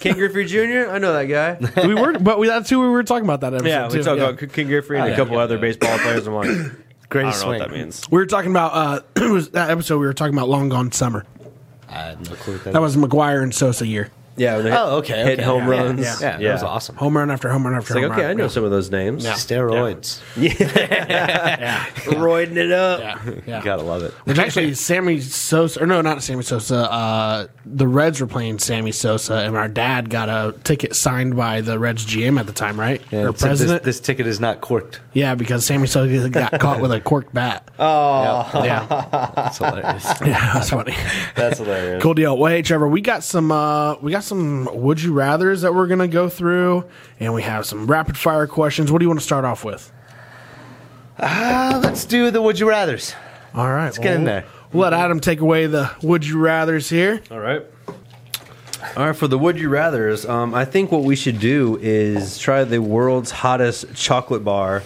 S3: Ken Griffey Jr. I know that guy.
S1: we were, but we, that's who we were talking about that episode.
S3: Yeah, we
S1: too.
S3: talked about Ken Griffey and
S4: Yeah,
S3: a couple
S4: yeah,
S3: other
S4: yeah.
S3: baseball players. I'm like, I don't know
S4: Great
S3: what
S4: swing.
S3: that means.
S1: We were talking about uh, it was that episode. We were talking about Long Gone Summer.
S4: I had no clue what
S1: That was McGuire and Sosa year.
S3: Yeah. when they hit-
S4: Oh, okay,
S3: Hit
S4: okay,
S3: home
S4: yeah,
S3: runs.
S1: yeah,
S4: Yeah, that was awesome.
S1: Home run after home run after
S3: It's
S1: home
S3: like, okay, I
S1: run.
S3: know some of those names.
S4: Steroids.
S3: Roiding it up.
S1: Yeah, yeah.
S4: You gotta love it.
S1: Which actually, Sammy Sosa, or no, not Sammy Sosa. Uh, the Reds were playing Sammy Sosa, and our dad got a ticket signed by the Reds GM at the time, right?
S4: Yeah,
S1: or
S4: it's like this-
S1: president?
S4: this ticket is not corked.
S1: yeah, because Sammy Sosa got caught with a corked bat.
S4: Oh,
S1: Yeah,
S4: that's hilarious.
S1: yeah, that's funny.
S3: That's hilarious.
S1: Cool deal. Well, hey Trevor, we got some uh, we got some would you rather's that we're gonna go through, and we have some rapid fire questions. What do you want to start off with?
S4: Uh, let's do the would you rather's.
S1: All right, let's
S4: get in there.
S1: Let Adam take away the would you rather's here.
S3: All right. All right, for the would you rather's, um, I think what we should do is try the world's hottest chocolate bar,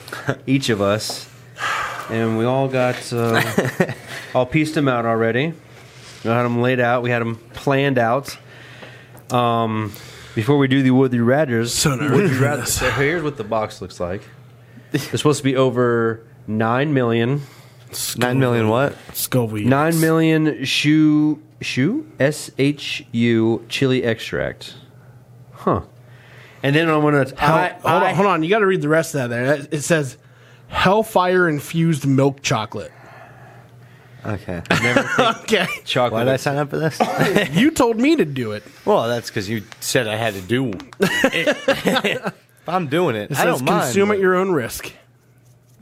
S3: each of us. And we all got, uh, all pieced them out already. We had them laid out, we had them planned out. Um, before we do the would you rather's,
S1: So nervous.
S3: would you rather, so here's what the box looks like. It's supposed to be over 9 million.
S4: Nine million what?
S1: Scoville.
S3: Nine million shoe shoe S H U chili extract, huh? And then I'm gonna
S1: Hell-
S3: I,
S1: hold
S3: I-
S1: on, hold on. You got to read the rest of that. There, That- it says Hellfire infused milk chocolate.
S4: Okay.
S1: Okay,
S4: Why
S3: chocolate.
S4: did I sign up for this?
S1: you told me to do it.
S4: well, that's because you said I had to do. it. if I'm doing it,
S1: It
S4: I
S1: says
S4: don't mind.
S1: consume at your own risk.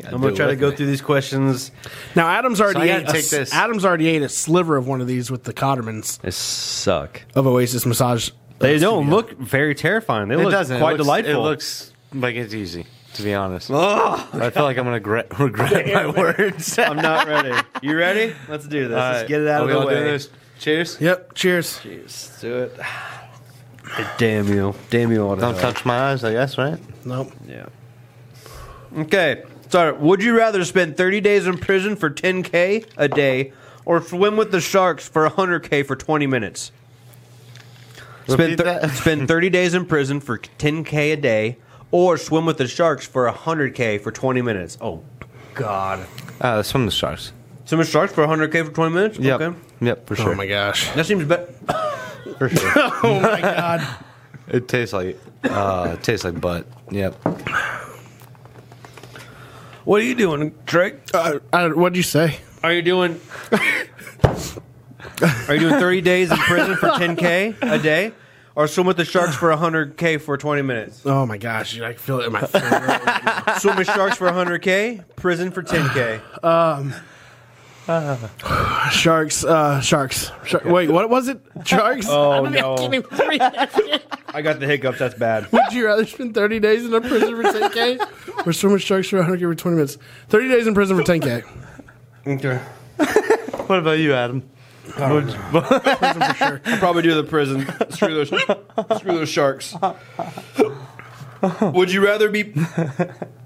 S3: I'm gonna try to go through these questions
S1: Now, Adam's already
S4: I
S1: ate
S4: gotta
S1: a
S4: take
S1: s-
S4: this.
S1: Adam's already ate a sliver of one of these with the Cottermans
S3: They suck.
S1: of Oasis Massage.
S3: They don't look very terrifying. They
S4: It
S3: look
S4: doesn't.
S3: quite
S4: it looks,
S3: delightful.
S4: It looks like it's easy. To be honest, I feel like I'm gonna regret, regret my words.
S3: I'm not ready. You ready? Let's do this. Let's get it out
S4: Are
S3: of
S4: we
S3: the
S4: all
S3: way.
S4: doing this? Cheers.
S1: Yep. Cheers.
S3: Let's do it. Damn you! Damn you! All to
S4: Don't
S3: hell.
S4: touch my eyes, I guess, right?
S1: Nope.
S3: Yeah. Okay. Sorry. Would you rather spend 30 days in prison for 10k a day, or swim with the sharks for 100k for 20 minutes? Spend
S4: Repeat
S3: thir-
S4: that.
S3: spend 30 days in prison for 10k a day, or swim with the sharks for 100k for 20 minutes. Oh, God.
S4: Uh, let's swim the sharks.
S3: Swim with sharks for 100k for 20 minutes.
S4: Yep.
S3: Okay.
S4: Yep, for sure.
S1: Oh my gosh.
S3: That seems better.
S4: For sure.
S1: Oh my god.
S4: it tastes like uh, it tastes like butt. Yep.
S3: What are you doing, Drake?
S1: Uh, I- what'd you say?
S3: Are you doing? are you doing thirty days in prison for ten k a day, or swim with the sharks for hundred k for twenty minutes?
S1: Oh my gosh. dude, I can feel it in my throat.
S3: Swim with sharks for hundred k, prison for ten k.
S1: sharks. Uh, sharks. Shar- Wait. What was it? Sharks.
S3: Oh
S1: I can't
S3: no!
S1: even read that.
S3: I got the hiccups. That's bad.
S1: Would you rather spend 30 days in a prison for 10K or swim with sharks for 100K for 20 minutes? 30 days in prison for 10K.
S3: Okay.
S4: What about you, Adam?
S3: I'll probably do the prison. Screw those. screw those sharks. Would you rather be?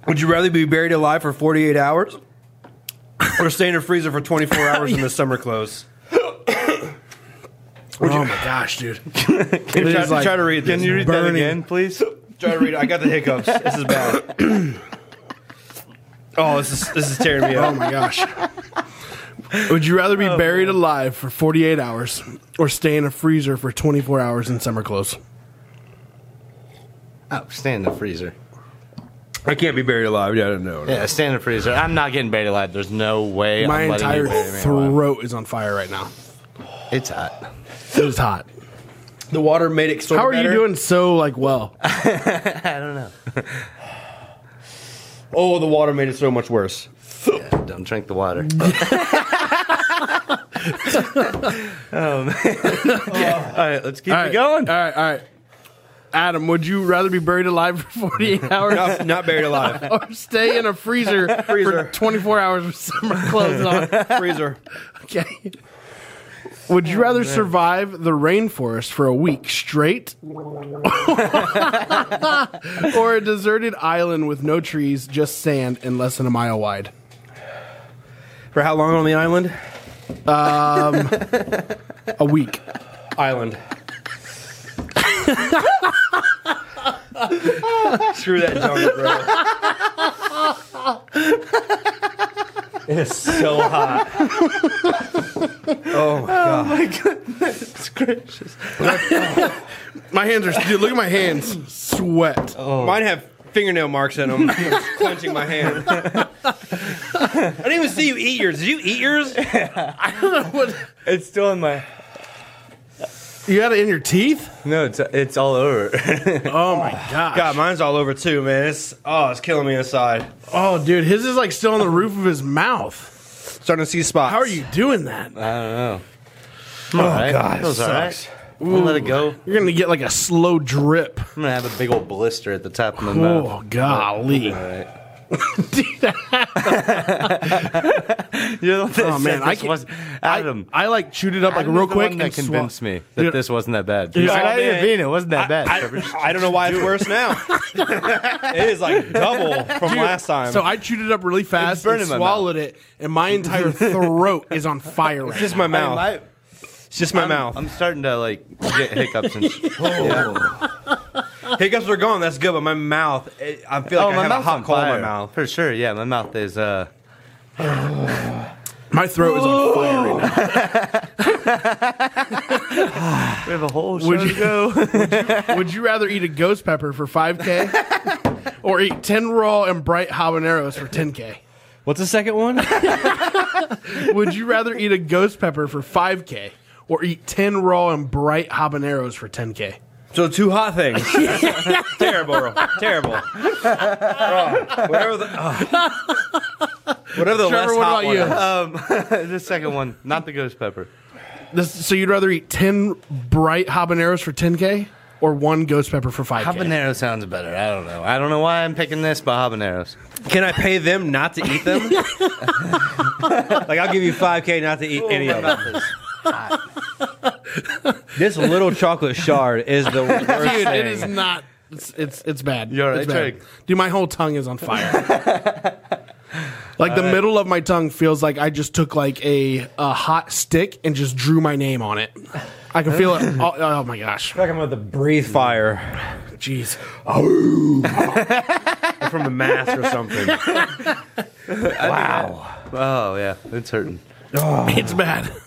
S3: Would you rather be buried alive for forty eight hours, or stay in a freezer for twenty four hours in the summer clothes?
S1: oh my gosh, dude!
S3: Can
S1: It is like-
S3: this.
S1: Can you read that Burning. again,
S3: please? try to read. it. I got the hiccups. This is bad. oh, this is this is tearing me
S1: Oh
S3: up.
S1: my gosh. Would you rather be
S4: Oh,
S1: buried alive for 48 hours or stay in a freezer for 24 hours in summer clothes?
S4: Oh, stay in the freezer.
S3: I can't be buried alive. Yeah, I don't know.
S4: Yeah, stay in the freezer. I'm not getting buried alive. There's no way.
S1: My
S4: I'm letting you
S1: entire
S4: bury me alive.
S1: throat is on fire right now.
S4: It's hot.
S1: It was hot.
S3: The water made it. Sort
S1: How are you doing so like well?
S3: Oh, the water made it so much worse.
S4: Don't drink the water.
S3: All right, let's keep
S1: All
S3: it
S1: right.
S3: going.
S1: All right, all right. Adam, would you rather be buried alive for 48 hours
S3: Not, not buried alive.
S1: or stay in a freezer,
S3: Freezer.
S1: for 24 hours with summer clothes on?
S3: Freezer.
S1: Okay. Would you rather survive the rainforest for a week straight or a deserted island with no trees, just sand and less than a mile wide?
S3: For how long on the island?
S1: A week.
S3: Island. Screw that jungle, bro. It's so hot. Oh my god.
S1: My hands are, dude, look at my hands. Sweat.
S3: Mine have fingernail marks in them. I'm just clenching my hand. I didn't even see you eat yours. Did you eat yours?
S5: It's still in my.
S1: You got it in your teeth?
S5: No, it's it's all over.
S1: Oh my gosh.
S3: God, mine's all over too, man. It's oh, it's killing me inside.
S1: Oh, dude, his is like still on the roof of his mouth.
S3: Starting to see spots.
S1: How are you doing that?
S4: I don't know.
S3: Oh god,
S4: Feels all
S3: sucks.
S4: right. I'm gonna let it go. I'm
S1: You're going to get like a slow drip.
S4: gonna have a big old blister at the top of my mouth.
S1: Oh, golly.
S4: All right.
S1: Oh, man. I,
S4: This was
S1: can, I,
S4: Adam.
S1: I like chewed it up like
S4: Adam
S1: real
S4: was the
S1: quick.
S4: one that
S1: and swa-
S4: convinced me that
S1: Dude,
S4: this wasn't that bad. You
S1: Oh,
S4: said, I didn't
S3: man.
S4: mean it wasn't that bad.
S3: I, I don't know why it's worse now. it is like double from last time.
S1: So I chewed it up really fast
S4: burning
S1: and
S4: my mouth.
S1: swallowed it, and my entire throat is on fire right
S3: just
S1: now.
S3: my mouth.
S4: I-
S3: it's just my
S4: I'm,
S3: mouth.
S4: I'm starting to like get hiccups and. sh-
S3: Hiccups are gone. That's good, but my mouth. It, I feel like I have a
S4: Oh, mouth's
S3: hot
S4: on
S3: cold in Oh, my
S4: fire.
S3: mouth.
S4: For sure, yeah, my mouth is. uh
S1: My throat is on fire.
S4: We have a whole show
S1: Would you, would you- would you rather eat a ghost pepper for 5K or eat 10 raw and bright habaneros for 10K?
S3: What's the second one?
S1: Would you rather eat a ghost pepper for 5K or eat 10 raw and bright habaneros for 10K?
S3: so two hot things. terrible, terrible. Oh, whatever the. oh. Whatever the
S1: Trevor,
S3: less
S1: what
S3: hot
S1: about you?
S3: one is.
S4: Um, the second one, not the ghost pepper.
S1: This, so you'd rather eat 10 bright habaneros for 10K or one ghost pepper for 5K?
S4: Habanero sounds better. I don't know. I don't know why I'm picking this, but habaneros.
S3: Can I pay them not to eat them? like I'll give you five k not to
S1: Oh,
S3: eat any of them.
S4: Oh,
S3: This little chocolate shard is the worst
S1: Dude,
S3: thing.
S1: it is not. It's it's, it's bad.
S4: You're
S1: it's bad.
S4: right, Drake.
S1: Dude, my whole tongue is on fire. like the middle of my tongue feels like I just took like a, a hot stick and just drew my name on it. I can feel it. all- oh my gosh,
S3: like I'm about to breathe fire
S1: jeez.
S3: from a mask or something. wow.
S4: Oh yeah, it's hurting.
S1: It's bad.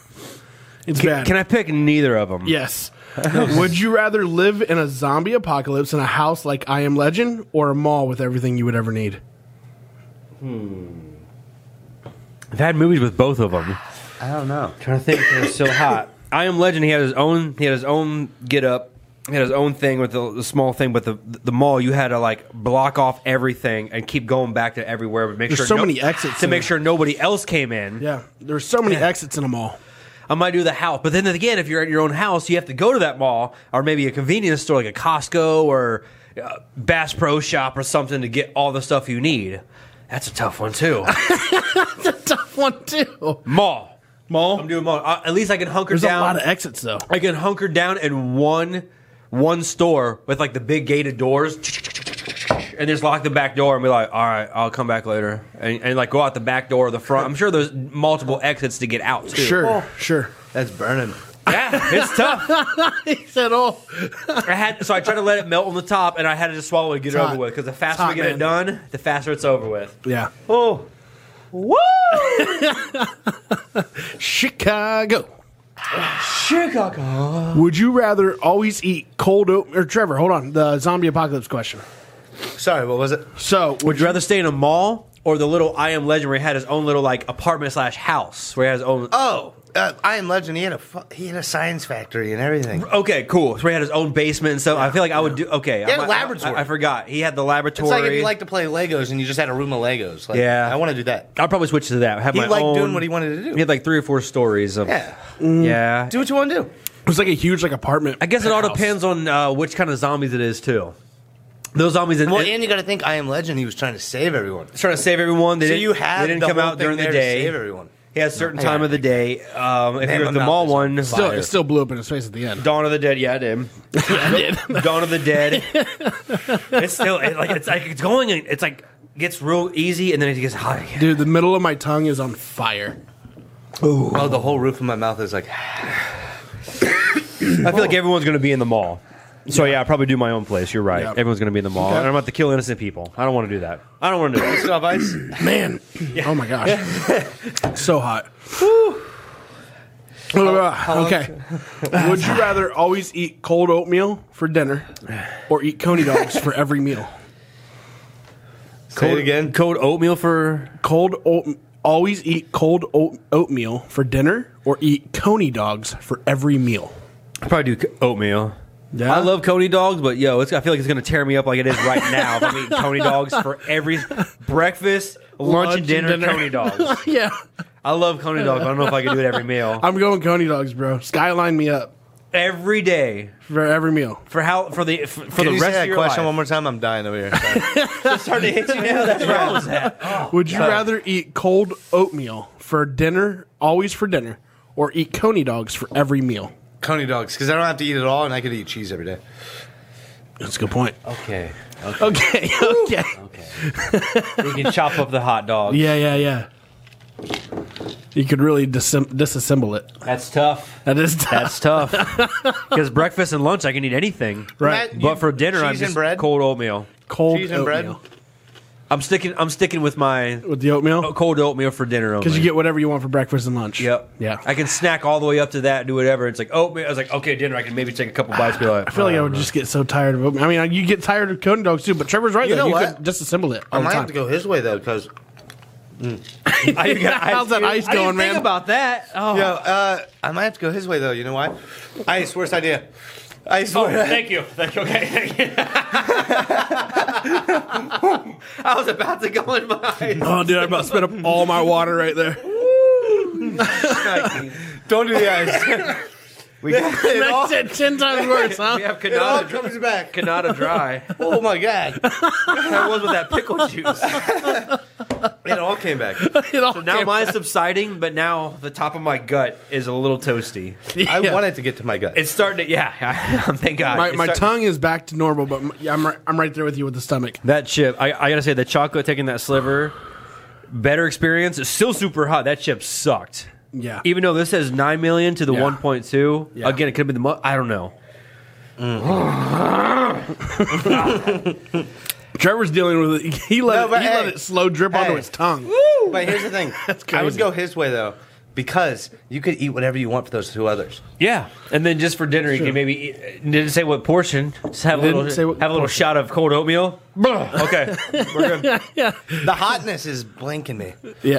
S1: It's bad.
S3: Can I pick neither of them?
S1: Yes. would you rather live in a zombie apocalypse in a house like I Am Legend or a mall with everything you would ever need?
S3: I've had movies with both of them.
S4: I don't know.
S3: trying to think if they're still hot. I am Legend. He had his own. He had his own get up. He had his own thing with the, the small thing, but the the mall you had to like block off everything and keep going back to everywhere, but make
S1: There's
S3: sure
S1: so many exits
S3: to
S1: in
S3: make
S1: it.
S3: sure nobody else came in.
S1: Yeah, there's so many exits in a mall.
S3: I might do the house, but then again, if you're at your own house, you have to go to that mall or maybe a convenience store like a Costco or uh, Bass Pro Shop or something to get all the stuff you need. That's a tough one too.
S1: Tough one too.
S3: mall, mall. I'm doing mall. Uh, at least I can hunker
S1: There's
S3: down.
S1: a lot of exits though.
S3: I can hunker down in one one store with like the big gated doors, and just lock the back door and be like, "All right, I'll come back later," and, and like go out the back door or the front. I'm sure there's multiple exits to get out too.
S1: Sure, sure.
S4: That's burning.
S3: Yeah, it's tough.
S1: he said, "Oh,
S3: I had so I tried to let it melt on the top, and I had to just swallow it, get it
S1: hot.
S3: over with. Because the faster
S1: It's
S3: we
S1: hot,
S3: get it done, the faster it's over with.
S1: yeah,
S3: Oh, woo!
S1: Chicago." Chicago. Would you rather always eat cold oat or Trevor? Hold on, the zombie apocalypse question.
S4: Sorry, what was it?
S1: So,
S3: Would you rather stay in a mall or the little I Am Legend where he had his own little like apartment slash house where he has his own?
S4: Oh, uh, I Am Legend. He had a fu- he had a science factory and everything.
S3: Okay, cool. So he had his own basement and stuff. I feel like I would do. Okay,
S4: had a
S3: I- I-
S4: laboratory.
S3: I, I forgot he had the
S4: It's
S3: laboratory.
S4: like if you like to play Legos and you just had a room of Legos. Like,
S3: Yeah.
S4: I want to do that.
S3: I'll probably switch to that. Have
S4: He
S3: my
S4: liked
S3: own-
S4: doing what he wanted to do.
S3: He had like three or four stories of.
S4: Yeah,
S3: Yeah.
S4: do what you want to do.
S1: it was like a huge like apartment.
S3: I guess it all
S1: house.
S3: depends on uh, which kind of zombies it is too. Those zombies that
S4: Well, and you got to think, I Am Legend. He was trying to save everyone.
S3: trying to save everyone. They
S4: so
S3: didn't,
S4: you had
S3: they didn't
S4: the
S3: come
S4: whole
S3: out
S4: thing
S3: during the
S4: there
S3: day.
S4: To save everyone.
S3: He had a certain
S4: Hang
S3: time
S4: on.
S3: of the day. Um, if
S4: Man,
S3: you're at the
S4: my mouth
S3: mall
S4: is
S3: one,
S1: Still,
S3: fire.
S1: it still blew up in his face at the end.
S3: Dawn of the Dead. Yeah, I did. Dawn of the Dead. it's still it, like it's like it's going. in- It's like gets real easy and then it gets hot again.
S1: Dude, the middle of my tongue is on fire.
S4: Oh, the whole roof of my mouth is like.
S3: I feel like everyone's going to be in the mall. So yeah, I probably do my own place. You're right.
S1: Yeah.
S3: Everyone's going to be in the mall, and I'm about to kill innocent people. I don't want to do that. I don't want to do that.
S4: Still have ice?
S1: Man, oh my gosh, so hot. okay. Would you rather always eat cold oatmeal for dinner, or eat coney dogs for every meal?
S4: Say it again.
S3: Code oatmeal for
S1: Cold oat. Always eat cold oat, oatmeal for dinner, or eat coney dogs for every meal.
S3: I probably do oatmeal.
S1: Yeah?
S3: I love Coney dogs, but yo, it's, I feel like it's gonna tear me up like it is right now. if I'm eating Coney dogs for every breakfast, lunch, and dinner, Coney dogs.
S1: Yeah,
S3: I love Coney dogs. I don't know if I can do it every meal,
S1: I'm going coney dogs, bro. Skyline me up
S3: every day
S1: for every meal.
S3: for how for the for, for
S4: Can
S3: the
S4: you
S3: rest
S4: say
S3: of
S4: that
S3: your
S4: question
S3: life.
S4: one more time? I'm dying over here.
S3: starting to hit you now. That's where I was at.
S1: Would you rather eat cold oatmeal for dinner, always for dinner, or eat coney dogs for every meal?
S4: Coney dogs, because I don't have to eat it all, and I could eat cheese every day.
S1: That's a good point.
S3: Okay,
S1: Okay, okay.
S3: you can chop up the hot dog.
S1: Yeah, yeah, yeah. You could really disem- disassemble it.
S3: That's tough.
S1: That is tough.
S3: That's tough. Because breakfast and lunch, I can eat anything.
S1: Right.
S4: Matt, you-
S3: But for dinner, I'm
S4: cheese and
S3: just
S4: bread?
S3: cold oatmeal.
S1: Cold
S4: Cheese and bread?
S1: oatmeal.
S3: I'm sticking. I'm sticking with my
S1: with the
S4: Oh,
S1: oatmeal
S3: cold oatmeal for dinner only.
S1: because you get whatever you want for breakfast and lunch.
S3: Yep.
S1: Yeah.
S3: I
S1: I,
S3: can snack all the way up to that and do whatever. It's like oatmeal. I was like, okay, dinner. I can maybe take a couple bites. Be like,
S1: feel like I would just get so tired of oatmeal. I mean, you get tired of cone dogs too. But Trevor's right.
S4: You
S1: though.
S4: know
S1: you
S4: what?
S1: could disassemble it.
S4: I
S1: All the
S4: might
S1: time.
S4: have to go his way though, because
S3: I, you got
S1: How's that
S3: dude.
S1: ice
S3: I didn't
S1: going,
S3: think
S1: man?
S3: about that. Oh,
S4: yo, uh, I might have to go his way though. You know why? Ice, worst idea. Ice, worst.
S3: Oh, thank you. Thank you. Okay. Thank you.
S4: I was about to go in my.
S1: Oh, dude, I about spit up all my water right there.
S4: Don't do the ice. we it, all,
S1: That's it. Ten times worse, huh?
S3: We have
S4: it all
S3: canada,
S4: comes back.
S3: canada dry.
S4: Oh my god!
S3: that was with that pickle juice.
S4: It all came back.
S1: It all
S3: Now
S1: came-
S3: mine's subsiding, but now the top of my gut is a little toasty.
S4: I
S1: Yeah.
S4: wanted to get to my gut.
S3: It's starting to. Yeah. Thank God.
S1: my,
S3: It's
S1: my
S3: starting-
S1: tongue is back to normal, but my, yeah, I'm right, I'm right there with you with the stomach.
S3: That chip, I, I gotta say, the chocolate taking that sliver, better experience. It's still super hot. That chip sucked.
S1: Yeah.
S3: Even though this says nine million to the
S1: Yeah.
S3: one point two,
S1: Yeah.
S3: again, it could have been the mo- I don't know.
S1: Trevor's dealing with it. He let,
S4: No,
S1: it,
S4: but
S1: he let
S4: hey,
S1: it slow drip onto
S4: hey.
S1: his tongue.
S4: But here's the thing. I would
S1: crazy.
S4: go his way though, because you could eat whatever you want for those two others.
S3: Yeah, and then just for dinner, you can maybe eat, didn't say what portion. Just have a
S1: Didn't
S3: little,
S1: say what
S3: have a little
S1: portion.
S3: shot of cold oatmeal. okay, we're good.
S4: The hotness is blinking me.
S1: Yeah.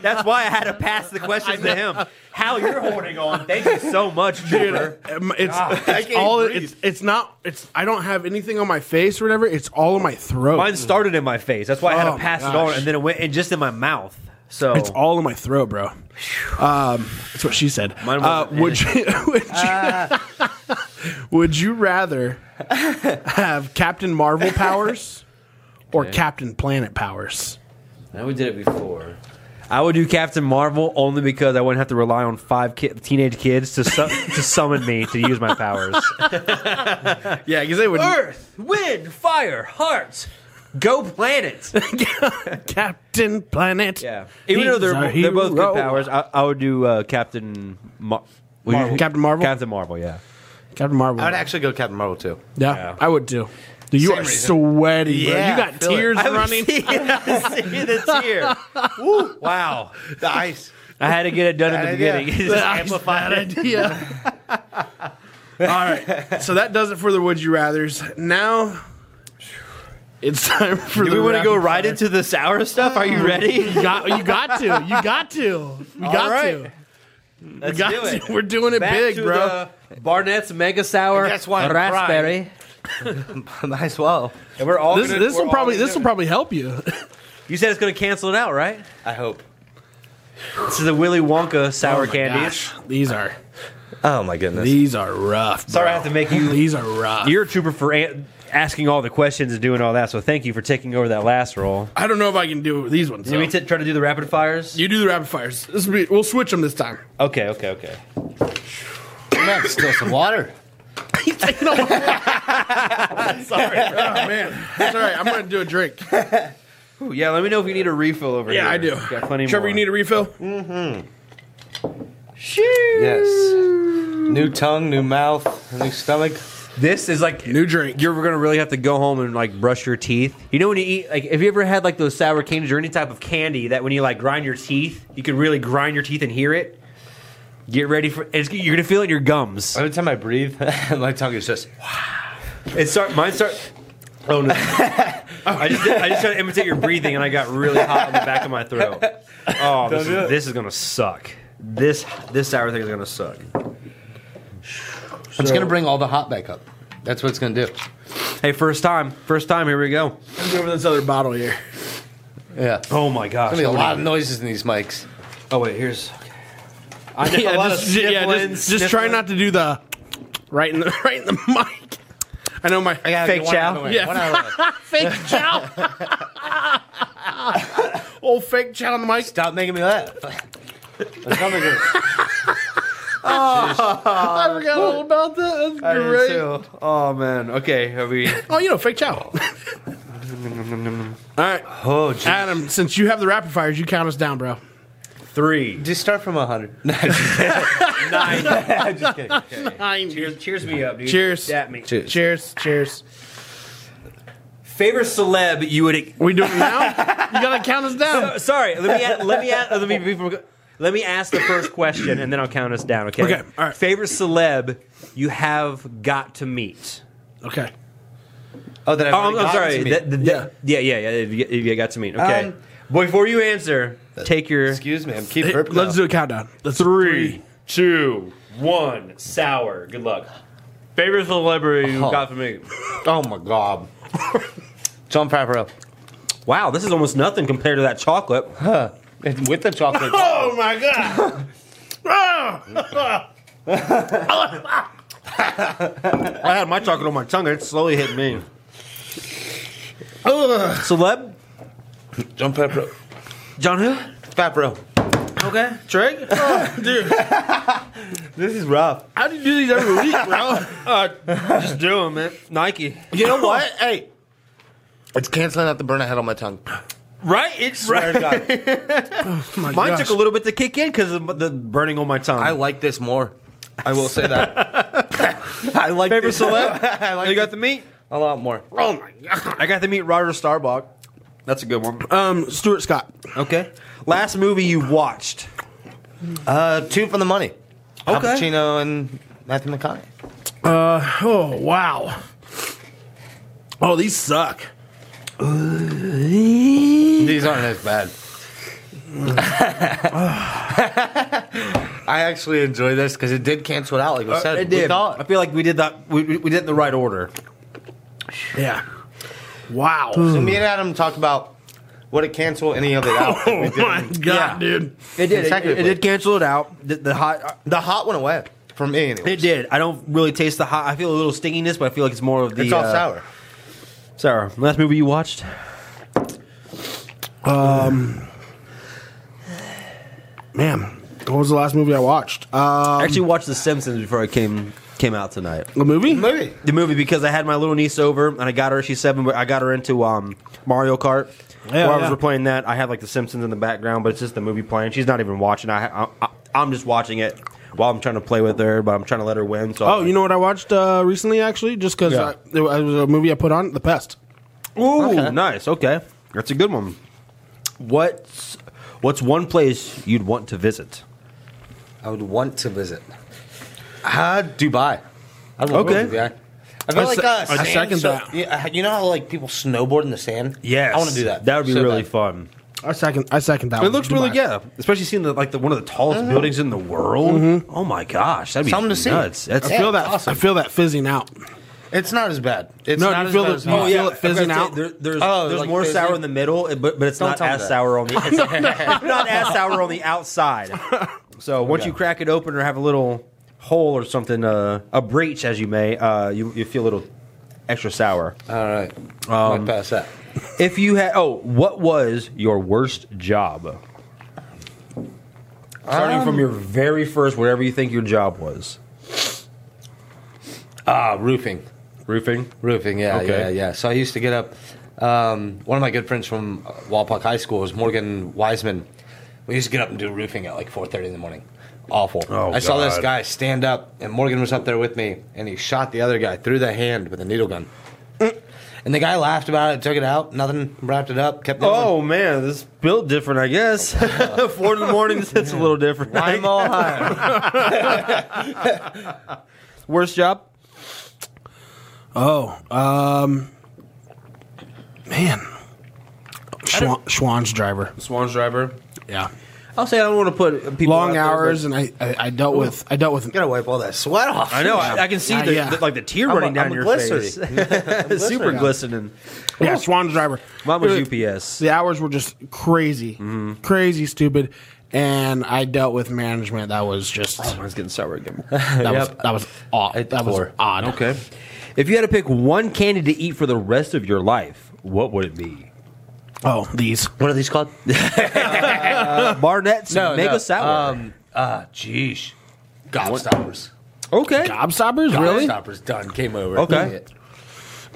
S3: That's why I had to pass the questions to him. Hal, you're holding on. Thank you so much, Trevor.
S1: Um, it's
S4: I
S1: it's
S4: can't
S1: all
S4: breathe.
S1: it's it's not it's I don't have anything on my face or whatever. It's all in my throat.
S3: Mine started in my face. That's why I had
S1: Oh,
S3: to pass it
S1: gosh.
S3: on, and then it went in just in my mouth. So
S1: it's all in my throat, bro. Um, that's what she said.
S3: Mine
S1: uh,
S3: wasn't.
S1: would you would you, would you rather have Captain Marvel powers or Captain Planet powers?
S3: Now we did it before. I would do Captain Marvel only because I wouldn't have to rely on five ki- teenage kids to su- to summon me to use my powers.
S1: Yeah, because they would.
S3: Earth, wind, fire, hearts. Go planet.
S1: Captain Planet.
S3: Yeah.
S6: Even though they're,
S1: He's our
S6: they're both
S1: hero.
S6: good powers, I, I would do uh, Captain Mar-
S1: Marvel. Captain Marvel?
S6: Captain Marvel, yeah.
S1: Captain Marvel.
S4: I would actually go Captain Marvel too.
S1: yeah,
S6: Yeah.
S1: I would too. Dude, you
S4: Same
S1: are
S4: reason.
S1: sweaty,
S4: Yeah,
S1: bro. You got
S4: feel it.
S1: tears
S3: I was
S1: running.
S3: seeing- I was seeing the tear. Woo, wow.
S4: The ice.
S6: I had to get it done at
S4: Bad
S6: the
S4: idea.
S6: beginning. Just amplify
S1: Bad
S6: it.
S1: idea. All right. So that does it for the Would You Rathers. Now it's time for
S3: Do
S1: the.
S3: we want to go
S1: rapid
S3: right
S1: fire.
S3: into the sour stuff? Are you ready?
S1: You got, you got to. You got to. We got
S3: right.
S1: to.
S3: Let's
S1: Got
S3: do it.
S1: to. We're doing it
S3: Back
S1: big,
S3: to
S1: bro.
S3: the Barnett's Mega Sour
S4: And guess what? I'm
S3: Raspberry.
S4: Might as well.
S3: And we're all
S1: This,
S3: gonna-
S1: this
S3: we're
S1: will
S3: all
S1: probably
S3: gonna
S1: this
S3: do
S1: will probably help you.
S3: it. You said it's going to cancel it out, right?
S4: I hope.
S3: This is the Willy Wonka
S6: Oh
S3: sour candies.
S1: Oh Gosh, these are
S4: Oh my goodness.
S1: these are rough. Bro.
S3: Sorry, I have to make you.
S1: These are rough.
S3: You're a trooper for an- asking all the questions and doing all that. So thank you for taking over that last role.
S1: I don't know if I can do these ones.
S3: Did we
S1: though.
S3: t- try to do the rapid fires?
S1: you do the rapid fires. This will be, we'll switch them this time.
S3: Okay, okay, okay.
S4: Man, still some water.
S1: Oh man, that's all right. I'm gonna do a drink.
S3: Ooh, yeah, let me know if you need a refill over
S1: Yeah, I do.
S3: here. Got plenty
S1: Trevor,
S3: more.
S1: you need a refill?
S4: Yes. New tongue, new mouth, new stomach.
S3: This is like
S1: New drink.
S3: You're gonna really have to go home and like brush your teeth. You know when you eat like have you ever had like those sour candies or any type of candy that when you like grind your teeth, you can really grind your teeth and hear it. Get ready for it's, you're gonna feel it in your gums.
S4: Every time I breathe, my tongue is just.
S3: It start mine start. Oh no! I just did, I just tried to imitate your breathing and I got really hot on the back of my throat. Oh, this is, this is gonna suck. This this sour thing is gonna suck.
S4: It's gonna bring all the hot back up. That's what it's gonna do.
S3: Hey, first time, first time. Here we go.
S1: I'm doing this other bottle here.
S4: Yeah.
S3: Oh my gosh!
S4: There's gonna be a lot of noises in these mics.
S3: Oh wait, here's. I know
S1: Yeah,
S3: a lot
S1: just,
S3: of
S1: yeah,
S3: sniffling,
S1: just, just try
S3: sniffling.
S1: not to do the right in the right in the mic. I know my
S3: Fake chow?
S1: Yeah. fake chow. Old fake chow on the mic.
S4: Stop making me laugh. My stomach hurts.
S1: I forgot all about that. That's
S3: Great.
S1: great.
S3: Oh man. Okay. Are we?
S1: Oh, you know, fake chow. all right,
S4: Oh, geez.
S1: Adam. Since you have the rapid fires, you count us down, bro.
S3: Three.
S4: Just start from 100.
S3: Nine.
S4: I'm just kidding.
S3: cheers, cheers me up, dude.
S1: Cheers.
S3: Dap me.
S4: Cheers.
S1: Cheers, cheers.
S3: Favorite celeb you would
S1: We doing it now? you gotta count us down.
S3: Uh, sorry. Let me add, let me add, let me before- let me ask the first question and then I'll count us down. Okay.
S1: Okay, all right.
S3: Favorite celeb you have got to meet.
S1: Okay.
S4: Oh, that I've
S3: Oh, I'm,
S4: already
S3: I'm
S4: gotten
S3: sorry.
S4: to me.
S3: That- that-
S1: Yeah.
S3: yeah, yeah, yeah. if You, if you got to meet. Okay.
S4: Um,
S3: Boy, before you answer, take your
S4: Uh, Excuse me. I'm keep
S1: Hey,
S4: burping.
S1: let's do a countdown. Let's three.
S3: two, one, sour. Good luck. Favorite celebrity you
S4: Oh.
S3: got to meet.
S4: Oh my god. John Favreau.
S3: Wow, this is almost nothing compared to that chocolate.
S4: And with the chocolate.
S1: Oh my god. Ah.
S3: I had my chocolate on my tongue. It slowly hit me. Celeb?
S4: John Favreau.
S3: John who?
S4: Favreau.
S3: Okay. Drake?
S4: This is rough.
S1: How do you do these every week, bro?
S3: Uh, Just do him, man. Nike.
S4: You know what? hey. It's canceling out the burn I had on my tongue.
S3: Right? It's right.
S1: Oh My
S3: Mine
S1: gosh.
S3: took a little bit to kick in because of the burning on my tongue.
S4: I like this more. I will say that. I like
S3: Favorite
S4: this
S3: celeb?
S4: I like
S3: you got
S4: this
S3: the meat?
S4: a lot more.
S1: Oh my god.
S3: I got to meet Roger Starbuck. That's a good one.
S1: Um, Stuart Scott.
S3: Okay. Last movie you watched.
S4: Uh, two for the money. Al
S3: Okay.
S4: Pacino and Matthew McConaughey.
S1: Oh wow. Oh, these suck.
S4: These aren't as bad. I actually enjoy this because it did cancel it out, like we said. We
S3: I
S4: thought.
S3: feel like we did that. Uh, We, we we did it in the right order.
S1: Yeah. Wow.
S4: So me and Adam talked about would it cancel any of it out.
S1: Oh my god,
S3: Yeah.
S1: dude.
S3: It did. It,
S4: Technically.
S3: it did cancel it out. The, the hot.
S4: The hot went away from me. Anyway.
S3: It did. I don't really taste the hot. I feel a little stinginess, but I feel like it's more of the.
S4: It's all
S3: uh,
S4: sour.
S3: Sour. Last movie you watched?
S1: Man, what was the last movie I watched? Uh,
S3: I actually watched The Simpsons before I came came out tonight.
S1: The movie?
S4: Movie.
S3: The movie because I had my little niece over and I got her. She's seven, but I got her into um, Mario Kart.
S1: Yeah,
S3: While I
S1: yeah.
S3: was playing that, I had like The Simpsons in the background, but it's just the movie playing. She's not even watching. I, I, I I'm just watching it while I'm trying to play with her, but I'm trying to let her win. So
S1: Oh, you know what I watched uh, recently? Actually, just because
S3: Yeah.
S1: it was a movie I put on, The Pest.
S3: Ooh, nice. Okay, that's a good one. What's what's one place you'd want to visit?
S4: I would want to visit. Uh, Dubai. I would
S3: Okay.
S4: love Dubai. I feel
S1: I
S4: like
S1: se-
S4: uh,
S1: I
S4: sand
S1: second
S4: so-
S1: that.
S4: yeah, uh, You know how like people snowboard in the sand? I want to do that.
S3: That would be
S4: so
S3: really
S4: bad.
S3: fun.
S1: I second. I second that.
S3: It
S1: one.
S3: looks really
S1: Dubai.
S3: yeah, especially seeing the, like the one of the tallest buildings in the world. Oh my gosh, that'd be
S4: Uh-huh. Something to see.
S3: nuts. That's
S1: I feel that.
S4: awesome.
S1: I feel that fizzing out.
S4: It's not as bad. It's
S1: No,
S4: not
S1: you
S4: as
S1: feel
S4: bad
S1: the-
S4: as
S1: you
S4: mine.
S1: feel it fizzing
S3: Oh, I was gonna
S1: out?
S3: say, There, there's
S4: Oh,
S3: there's
S4: like
S3: more sour
S4: fizzing?
S3: in the middle, it- but but it's not
S4: tell me
S3: as
S4: that.
S3: sour on the it's not as sour on the outside. So once you crack it open or have a little hole or something, uh, a breach as you may, uh, you you feel a little extra sour.
S4: All right. Um, pass that.
S3: If you had oh, what was your worst job? Starting from your very first, whatever you think your job was,
S4: Ah, roofing.
S3: roofing.
S4: Roofing, yeah,
S3: Okay.
S4: yeah, yeah. So I used to get up. Um, one of my good friends from uh, Walpock High School was Morgan Wiseman. We used to get up and do roofing at like 4.30 in the morning. Awful.
S3: Oh,
S4: I saw this
S3: God.
S4: guy stand up, and Morgan was up there with me, and he shot the other guy through the hand with a needle gun. And the guy laughed about it, took it out, nothing, wrapped it up, kept going.
S3: Oh man, this is built different, I guess. Four in the morning, it's a little different.
S4: I'm all high.
S3: Worst job?
S1: Oh, um, man, Schwa- Schwann's driver.
S3: Swan's driver.
S1: Yeah,
S3: I'll say I don't want to put people out
S1: long
S3: there,
S1: hours, and I, I, I dealt with I dealt with
S4: Gotta wipe all that sweat off.
S3: but- I know. I, I can see
S1: Yeah,
S3: the,
S1: yeah.
S3: the- like the tear
S4: I'm
S3: running
S4: a-
S3: down
S4: I'm
S3: your
S4: glistery.
S3: face.
S4: I'm
S3: Super glistening.
S4: glistening.
S1: yeah Schwann's driver.
S3: Mine was
S1: Really,
S3: UPS.
S1: The hours were just crazy, crazy stupid, and I dealt with management that was just
S3: Mine's getting sour again.
S1: that was that was odd.
S4: It's
S1: That was
S4: poor.
S1: odd.
S3: Okay. If you had to pick one candy to eat for the rest of your life, what would it be?
S1: Oh, these.
S4: What are these called?
S3: Uh, Barnett's
S4: No,
S3: Mega
S4: no.
S3: Sour.
S4: Um, ah, jeez. Gobstoppers.
S3: okay.
S1: Gobstoppers, really?
S4: Gobstoppers done. Came over.
S3: Okay.
S4: Idiot.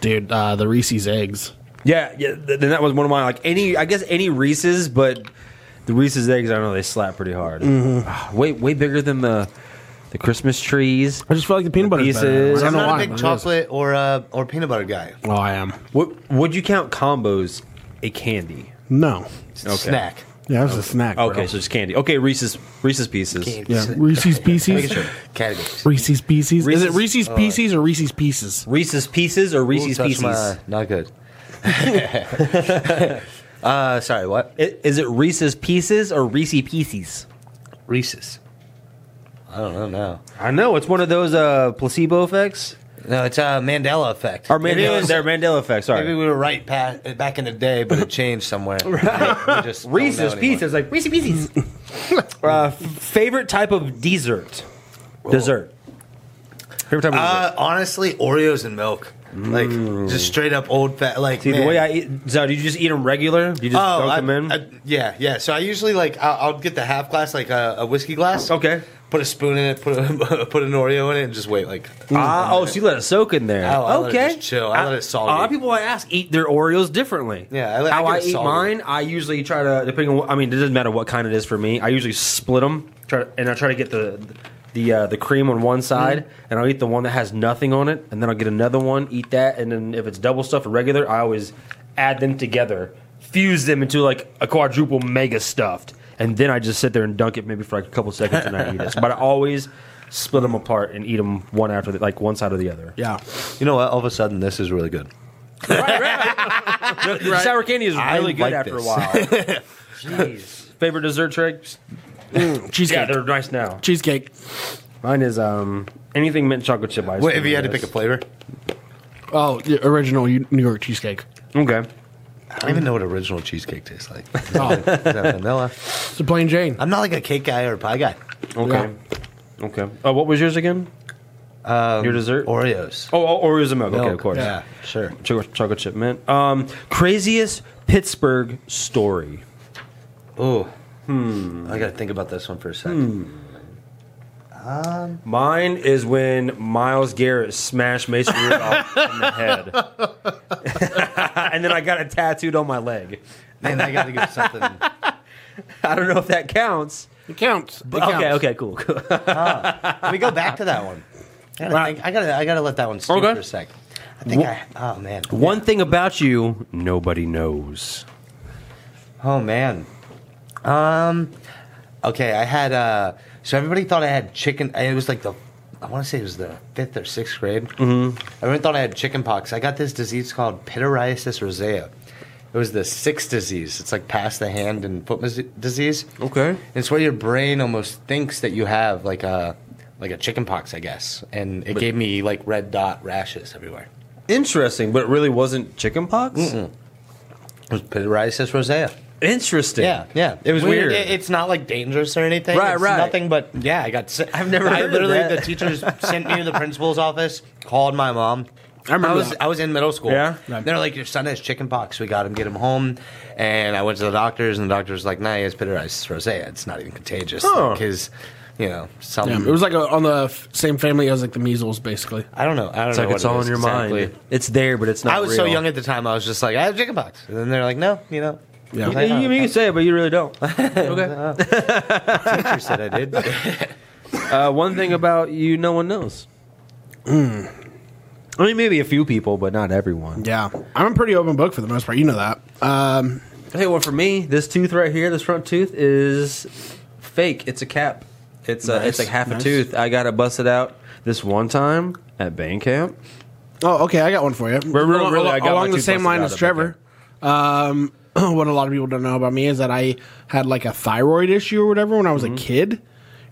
S1: Dude, uh, the Reese's eggs.
S3: Yeah, yeah. th- Then that was one of my like any. I guess any Reese's, but the Reese's eggs. I don't know they slap pretty hard.
S1: Mm-hmm.
S3: Ah, Way way bigger than the the Christmas trees.
S1: I just feel like the peanut butter is better.
S3: pieces.
S1: I
S4: I'm
S1: don't know
S4: not
S1: why. but
S4: a big
S1: it is.
S4: chocolate or uh, or peanut butter guy.
S1: Oh, I am.
S3: What would you count combos a candy?
S1: No.
S3: Okay.
S4: Snack.
S1: Yeah, that was a snack. bro.
S3: Okay, so it's candy. Okay, Reese's Reese's pieces.
S1: Yeah, Reese's Pieces.
S4: Categories.
S1: Reese's Pieces. Is it
S3: Reese's-
S1: Reese's
S3: uh,
S1: Pieces or Reese's Pieces?
S3: Reese's pieces or Reese's
S4: Ooh, touch
S3: pieces?
S4: my-
S3: I-
S4: not good. uh, sorry, what?
S3: Is it Reese's pieces or Reese pieces?
S4: Reese's. I don't know now.
S3: I know it's one of those uh, placebo effects
S4: No, it's a Mandela effect.
S3: or
S4: Maybe it
S3: Mandela.
S4: was-
S3: They're Mandela effects. Sorry.
S4: Maybe we were right pa- back in the day, but it changed somewhere. We just don't know
S3: Reese's
S4: anymore.
S3: Pieces, like Reese's Pieces. uh, f- favorite type of dessert? Dessert. Favorite type of
S4: Uh,
S3: dessert.
S4: honestly, Oreos and milk. Like, just straight up old fat. Like,
S3: See the
S4: man.
S3: way I eat. So do you just eat them regular? Do you just
S4: Oh,
S3: dunk
S4: I,
S3: them in?
S4: I- yeah, yeah. So I usually like I'll, I'll get the half glass, like a, a whiskey glass.
S3: Okay.
S4: Put a spoon in it. Put a, put an Oreo in it, and just wait. Like
S3: Ah, oh, so you let it soak in there.
S4: Oh, I let it
S3: okay,
S4: just chill. I let it
S3: A
S4: soggy.
S3: lot of people I ask eat their Oreos differently.
S4: Yeah, I let- I
S3: how
S4: get
S3: I,
S4: it
S3: eat
S4: soggy.
S3: mine, I usually try to depending on. What, I mean, it doesn't matter what kind it is for me. I usually split them, try and I try to get the the uh, the cream on one side, and I'll eat the one that has nothing on it, and then I'll get another one, eat that, and then if it's double stuff or regular, I always add them together, fuse them into like a quadruple mega stuffed, and then I just sit there and dunk it maybe for like a couple seconds and I eat it. But I always. Split them apart and eat them one after the, like one side or the other.
S1: Yeah.
S4: You know what? All of a sudden, this is really good.
S3: The- the sour candy is
S4: I
S3: really good
S4: like
S3: after a
S4: this.
S3: while. Jeez. Favorite dessert trick? Mm, Yeah,
S1: Cheesecake.
S3: they're nice now.
S1: Cheesecake.
S3: Mine is um anything mint chocolate chip ice.
S4: Wait,
S3: cream,
S4: if you
S3: I
S4: had to
S3: guess.
S4: pick a flavor,
S1: Oh, the original U- New York cheesecake.
S3: Okay.
S4: I don't even know what original cheesecake tastes like. Is
S1: Oh,
S4: that vanilla?
S1: it's a plain Jane.
S4: I'm not like a cake guy or a pie guy.
S3: Okay. Okay. Oh, what was yours again?
S4: Um,
S3: Your dessert?
S4: Oreos.
S3: Oh, oh Oreos and milk. Okay,
S4: Milk.
S3: of course.
S4: Yeah, sure.
S3: Cho- chocolate chip mint. Um, craziest Pittsburgh story.
S4: Hmm. Oh, hmm. I gotta think about this one for a second.
S3: Mine is when Miles Garrett smashed Mason Rudolph in the head, and then I got it tattooed on my leg.
S4: Man, I got to give something.
S3: I don't know if that counts.
S1: It counts. It
S3: okay,
S1: counts.
S3: okay, cool. cool.
S4: Can we go back to that one? I gotta, think, I gotta, I gotta let that one stew
S3: Okay.
S4: for a sec. I think I. Oh man.
S3: One thing about you, nobody knows.
S4: Oh man. Um. Okay, I had. uh So everybody thought I had chicken. It was like the. I want to say it was the fifth or sixth grade. Mm-hmm. Everyone thought I had chicken pox. I got this disease called pityriasis rosea. It was the sixth disease. It's like past the hand and foot mis- disease.
S3: Okay.
S4: It's where your brain almost thinks that you have like a like a chicken pox, I guess. And it gave me like red dot rashes everywhere.
S3: Interesting, but it really wasn't chickenpox.
S4: It was pityriasis rosea.
S3: Interesting.
S4: Yeah, yeah. It was weird.
S3: Weird.
S4: It- it's not like dangerous or anything.
S3: Right,
S4: It's
S3: right.
S4: Nothing but yeah. I got. Sick. I've never. I
S3: heard of
S4: literally
S3: that.
S4: the teachers sent me to the principal's office. Called my mom. I
S1: remember
S4: was I was in middle school.
S3: Yeah?
S4: They're like, your son has chicken pox. We got him. Get him home. And I went to the doctors, and the doctor was like, Nah, he has pityriasis rosea. It's not even contagious.
S3: Huh.
S4: Like his, you know, some.
S1: Yeah, it was like a, on the f- same family as like the measles, basically.
S4: I don't know. I don't
S3: It's
S4: know.
S3: like
S4: what
S3: it's
S4: it
S3: all
S4: is
S3: in your
S4: exactly.
S3: mind. It's there, but it's not.
S4: I was so
S3: real.
S4: young at the time. I was just like, I have chicken pox. And then they're like, No, you know.
S1: Yeah.
S4: I was like,
S3: You, you can say it, but you really don't.
S4: "Oh, teacher said I did.
S3: Uh, one thing about you, no one knows.
S4: Hmm.
S3: I mean, maybe a few people, but not everyone.
S1: Yeah, I'm a pretty open book for the most part. You know that. Um,
S3: Hey, well, for me, this tooth right here, this front tooth, is fake. It's a cap. It's a,
S1: Nice,
S3: it's like half
S1: nice.
S3: a tooth. I got it busted out this one time at band camp.
S1: oh, okay, I got one for you.
S3: really, really, I got my
S1: along the
S3: tooth
S1: same
S3: busted
S1: line
S3: out
S1: as
S3: of it,
S1: Trevor. Um, what a lot of people don't know about me is that I had like a thyroid issue or whatever when I
S3: Mm-hmm.
S1: was a kid,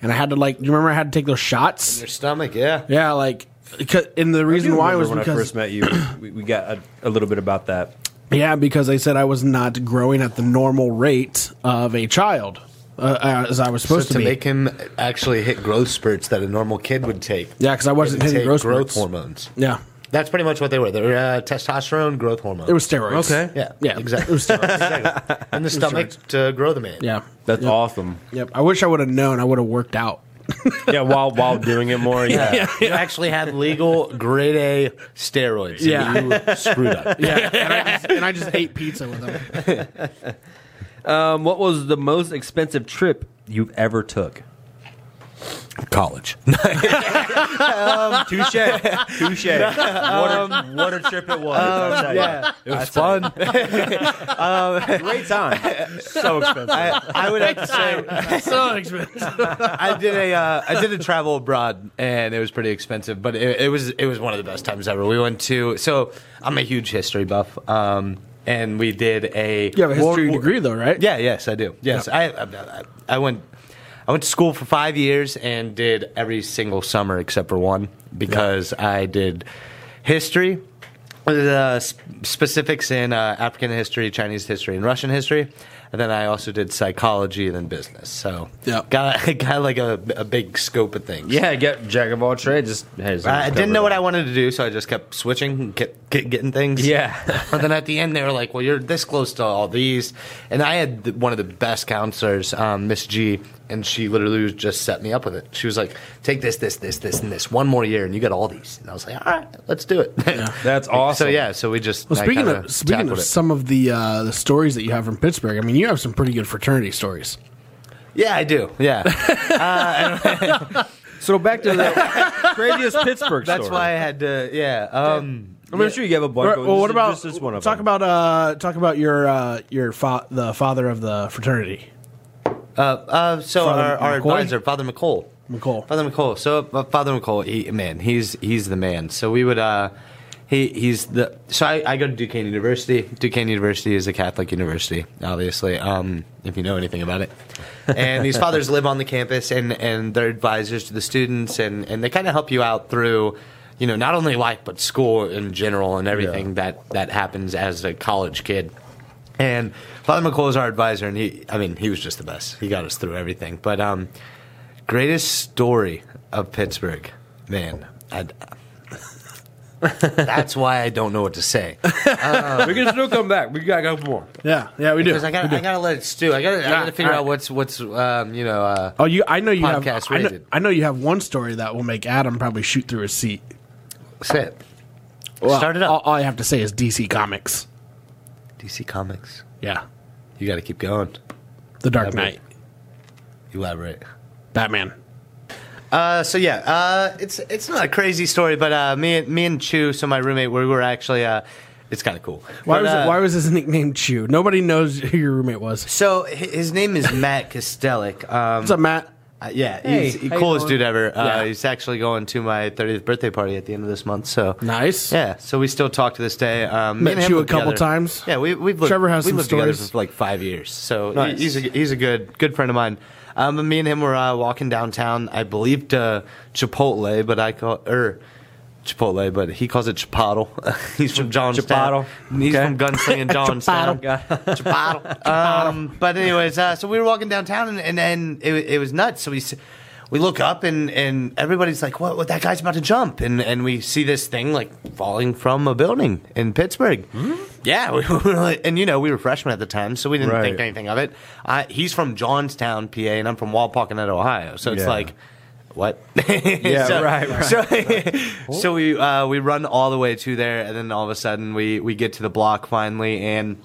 S1: and I had to like. Do you remember I had to take those shots?
S4: Your stomach, yeah.
S1: Yeah, like. Because, and the reason why was
S3: when
S1: because
S3: I first met you, we, we got a, a little bit about that.
S1: Yeah, because they said I was not growing at the normal rate of a child uh, as I was
S4: So
S1: supposed
S4: to,
S1: to, be.
S4: make him actually hit growth spurts that a normal kid would take.
S1: yeah, because I wasn't
S4: They
S1: hitting
S4: take
S1: growth,
S4: growth
S1: spurts.
S4: hormones.
S1: Yeah,
S4: That's pretty much what they were. They were uh, testosterone growth hormones.
S1: it was steroids.
S3: Okay.
S4: yeah,
S1: yeah,
S4: exactly.
S1: It was steroids.
S4: In the stomach to grow the man.
S1: yeah,
S3: That's awesome.
S1: yep. I wish I would have known. I would have worked out.
S3: Yeah, while while doing it more. Yeah.
S4: you actually had legal grade A steroids. and you screwed up.
S1: Yeah, and I just, and I just ate pizza with them.
S3: Um, what was the most expensive trip you've ever took?
S4: College.
S1: Um,
S3: Touche. Touche. What, a, what a trip it was. I'll tell you.
S7: It was fun.
S3: Great time. So expensive.
S7: I, I would have to say
S1: so expensive.
S7: I did a uh,
S4: I did a travel abroad, and it was pretty expensive, but it, it was it was one of the best times ever. We went to so I'm a huge history buff, um, and we did a
S1: You have a
S4: World
S1: history
S4: War-
S1: degree though, right?
S4: Yeah, yes, I do. Yes, I, I, I went, I went to school for five years and did every single summer except for one because I did history, uh, s- specifics in uh, African history, Chinese history, and Russian history, and then I also did psychology and then business. So
S1: Yeah.
S4: got got like a, a big scope of things.
S3: Yeah, get jack of all trades. Just has
S4: I I didn't know what I wanted to do, so I just kept switching, kept, kept getting things.
S3: Yeah.
S4: but then at the end, they were like, "Well, you're this close to all these," and I had the, one of the best counselors, um, Miss G, and she literally was just set me up with it. She was like, "Take this, this, this, this, and this one more year, and you got all these." And I was like, "All right, let's do it."
S3: That's awesome.
S4: So yeah, so we just
S1: Well,
S4: I
S1: speaking
S4: kinda
S1: of speaking
S4: tackled
S1: of
S4: it.
S1: some of the uh, the stories that you have from Pittsburgh, I mean, you have some pretty good fraternity stories.
S4: yeah, I do. Yeah,
S3: So back to the craziest Pittsburgh
S4: that's
S3: story.
S4: why I had to. Yeah, um,
S3: I mean, I'm sure you have a bunch. but
S1: well, what
S3: just-
S1: about
S3: just this one of
S1: talk
S3: them.
S1: about uh, talk about your uh, your fa- the father of the fraternity,
S4: uh, uh, so
S1: Father
S4: our, our
S1: McCoy?
S4: advisor, Father McColl.
S1: McCall.
S4: Father McCall. So uh, Father McCall, he, man, he's he's the man. So we would uh, he he's the. So I, I go to Duquesne University. Duquesne University is a Catholic university, obviously. Um, if you know anything about it, and these fathers live on the campus, and and they're advisors to the students, and and they kind of help you out through. You know, not only life but school in general, and everything that that happens as a college kid. And Father McCall is our advisor, and he—I mean, he was just the best. He got us through everything. But um, greatest story of Pittsburgh, man. I, That's why I don't know what to say
S8: we can still come back. We got a couple more.
S1: Yeah, yeah, we do.
S4: because I got I got to let it stew. I got to I got to figure out what's what's um, you know. Uh,
S1: oh, you. I know you have.
S4: Podcast
S1: I know,
S4: rated.
S1: I know you have one story that will make Adam probably shoot through his seat.
S4: sit.
S1: Well,
S4: Start it up.
S1: All, all I have to say is DC Comics.
S4: DC Comics.
S1: Yeah,
S4: You got to keep going.
S1: The Dark
S4: Elaborate.
S1: Knight,
S4: Elaborate.
S1: Batman.
S4: Uh, so yeah, uh, it's it's not a crazy story, but uh, me and me and Chu, so my roommate, we were actually uh, it's kind of cool.
S1: Why
S4: But,
S1: was
S4: uh,
S1: it, why was his nickname Chew? Nobody knows who your roommate was.
S4: so hi- his name is Matt Kostelic. Um,
S1: What's up, Matt?
S4: Uh, yeah, he's
S2: Hey, how
S4: the
S2: you
S4: coolest
S2: doing?
S4: dude ever. Uh,
S1: Yeah.
S4: He's actually going to my 30th birthday party at the end of this month. So
S1: Nice.
S4: Yeah, so we still talk to this day. Um, me
S1: Met
S4: and him
S1: you a
S4: lived
S1: couple
S4: together.
S1: times.
S4: Yeah, we, we've lived,
S1: Trevor has
S4: we
S1: some
S4: lived together
S1: stories.
S4: for like five years. So he-
S8: Nice.
S4: he's a, he's a good good friend of mine. Um, but me and him were uh, walking downtown. I believe to Chipotle, but I call er Chipotle, but he calls it Chipotle. he's from Johnstown. Chipotle. He's from Gunslinging Johnstown. Chipotle. Um, but anyways, uh, so we were walking downtown, and and, and it, it was nuts. So we s- we look up, and and everybody's like, "What? What? That guy's about to jump!" And and we see this thing like falling from a building in Pittsburgh.
S8: Hmm?
S4: Yeah, we were like, and you know we were freshmen at the time, so we didn't
S8: Right.
S4: think anything of it. I, he's from Johnstown, PA, and I'm from Walpocanet, Ohio. So it's
S8: Yeah.
S4: like. What?
S8: Yeah,
S4: so,
S8: right, right.
S4: So, so we uh, we run all the way to there, and then all of a sudden we we get to the block finally, and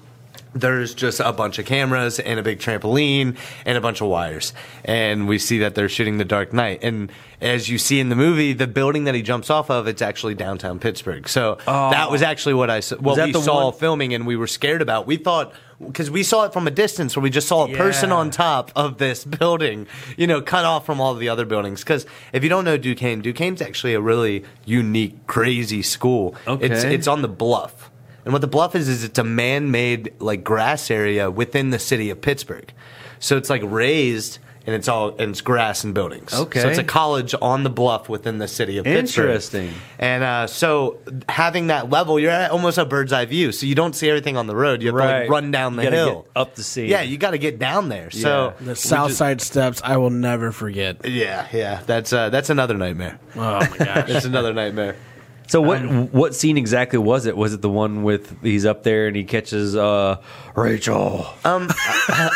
S4: there's just a bunch of cameras and a big trampoline and a bunch of wires, and we see that they're shooting The Dark Knight, and as you see in the movie, the building that he jumps off of, it's actually downtown Pittsburgh. So that was actually what I s- what
S8: Oh. that
S4: we
S8: the
S4: saw
S8: one-
S4: filming, and we were scared about. We thought. Because we saw it from a distance, where we just saw a person
S8: Yeah.
S4: on top of this building, you know, cut off from all the other buildings. Because if you don't know Duquesne, Duquesne's actually a really unique, crazy school. It's
S8: Okay.
S4: it's on the bluff. And what the bluff is is it's a man-made like grass area within the city of Pittsburgh. So it's like raised and it's all and it's grass and buildings. So
S8: Okay.
S4: it's a college on the bluff within the city of Pittsburgh.
S8: Interesting.
S4: And uh, so having that level, you're at almost a bird's eye view. So you don't see everything on the road. You have to like
S8: Right.
S4: run down the
S8: You gotta
S4: hill.
S8: get up to see.
S4: Yeah, you gotta get down there. So
S1: The South Side Steps. I will never forget.
S4: yeah, yeah. That's uh, that's another nightmare.
S1: Oh my gosh.
S4: That's another nightmare.
S8: So what what scene exactly was it? Was it the one with he's up there and he catches uh, Rachel
S4: Um,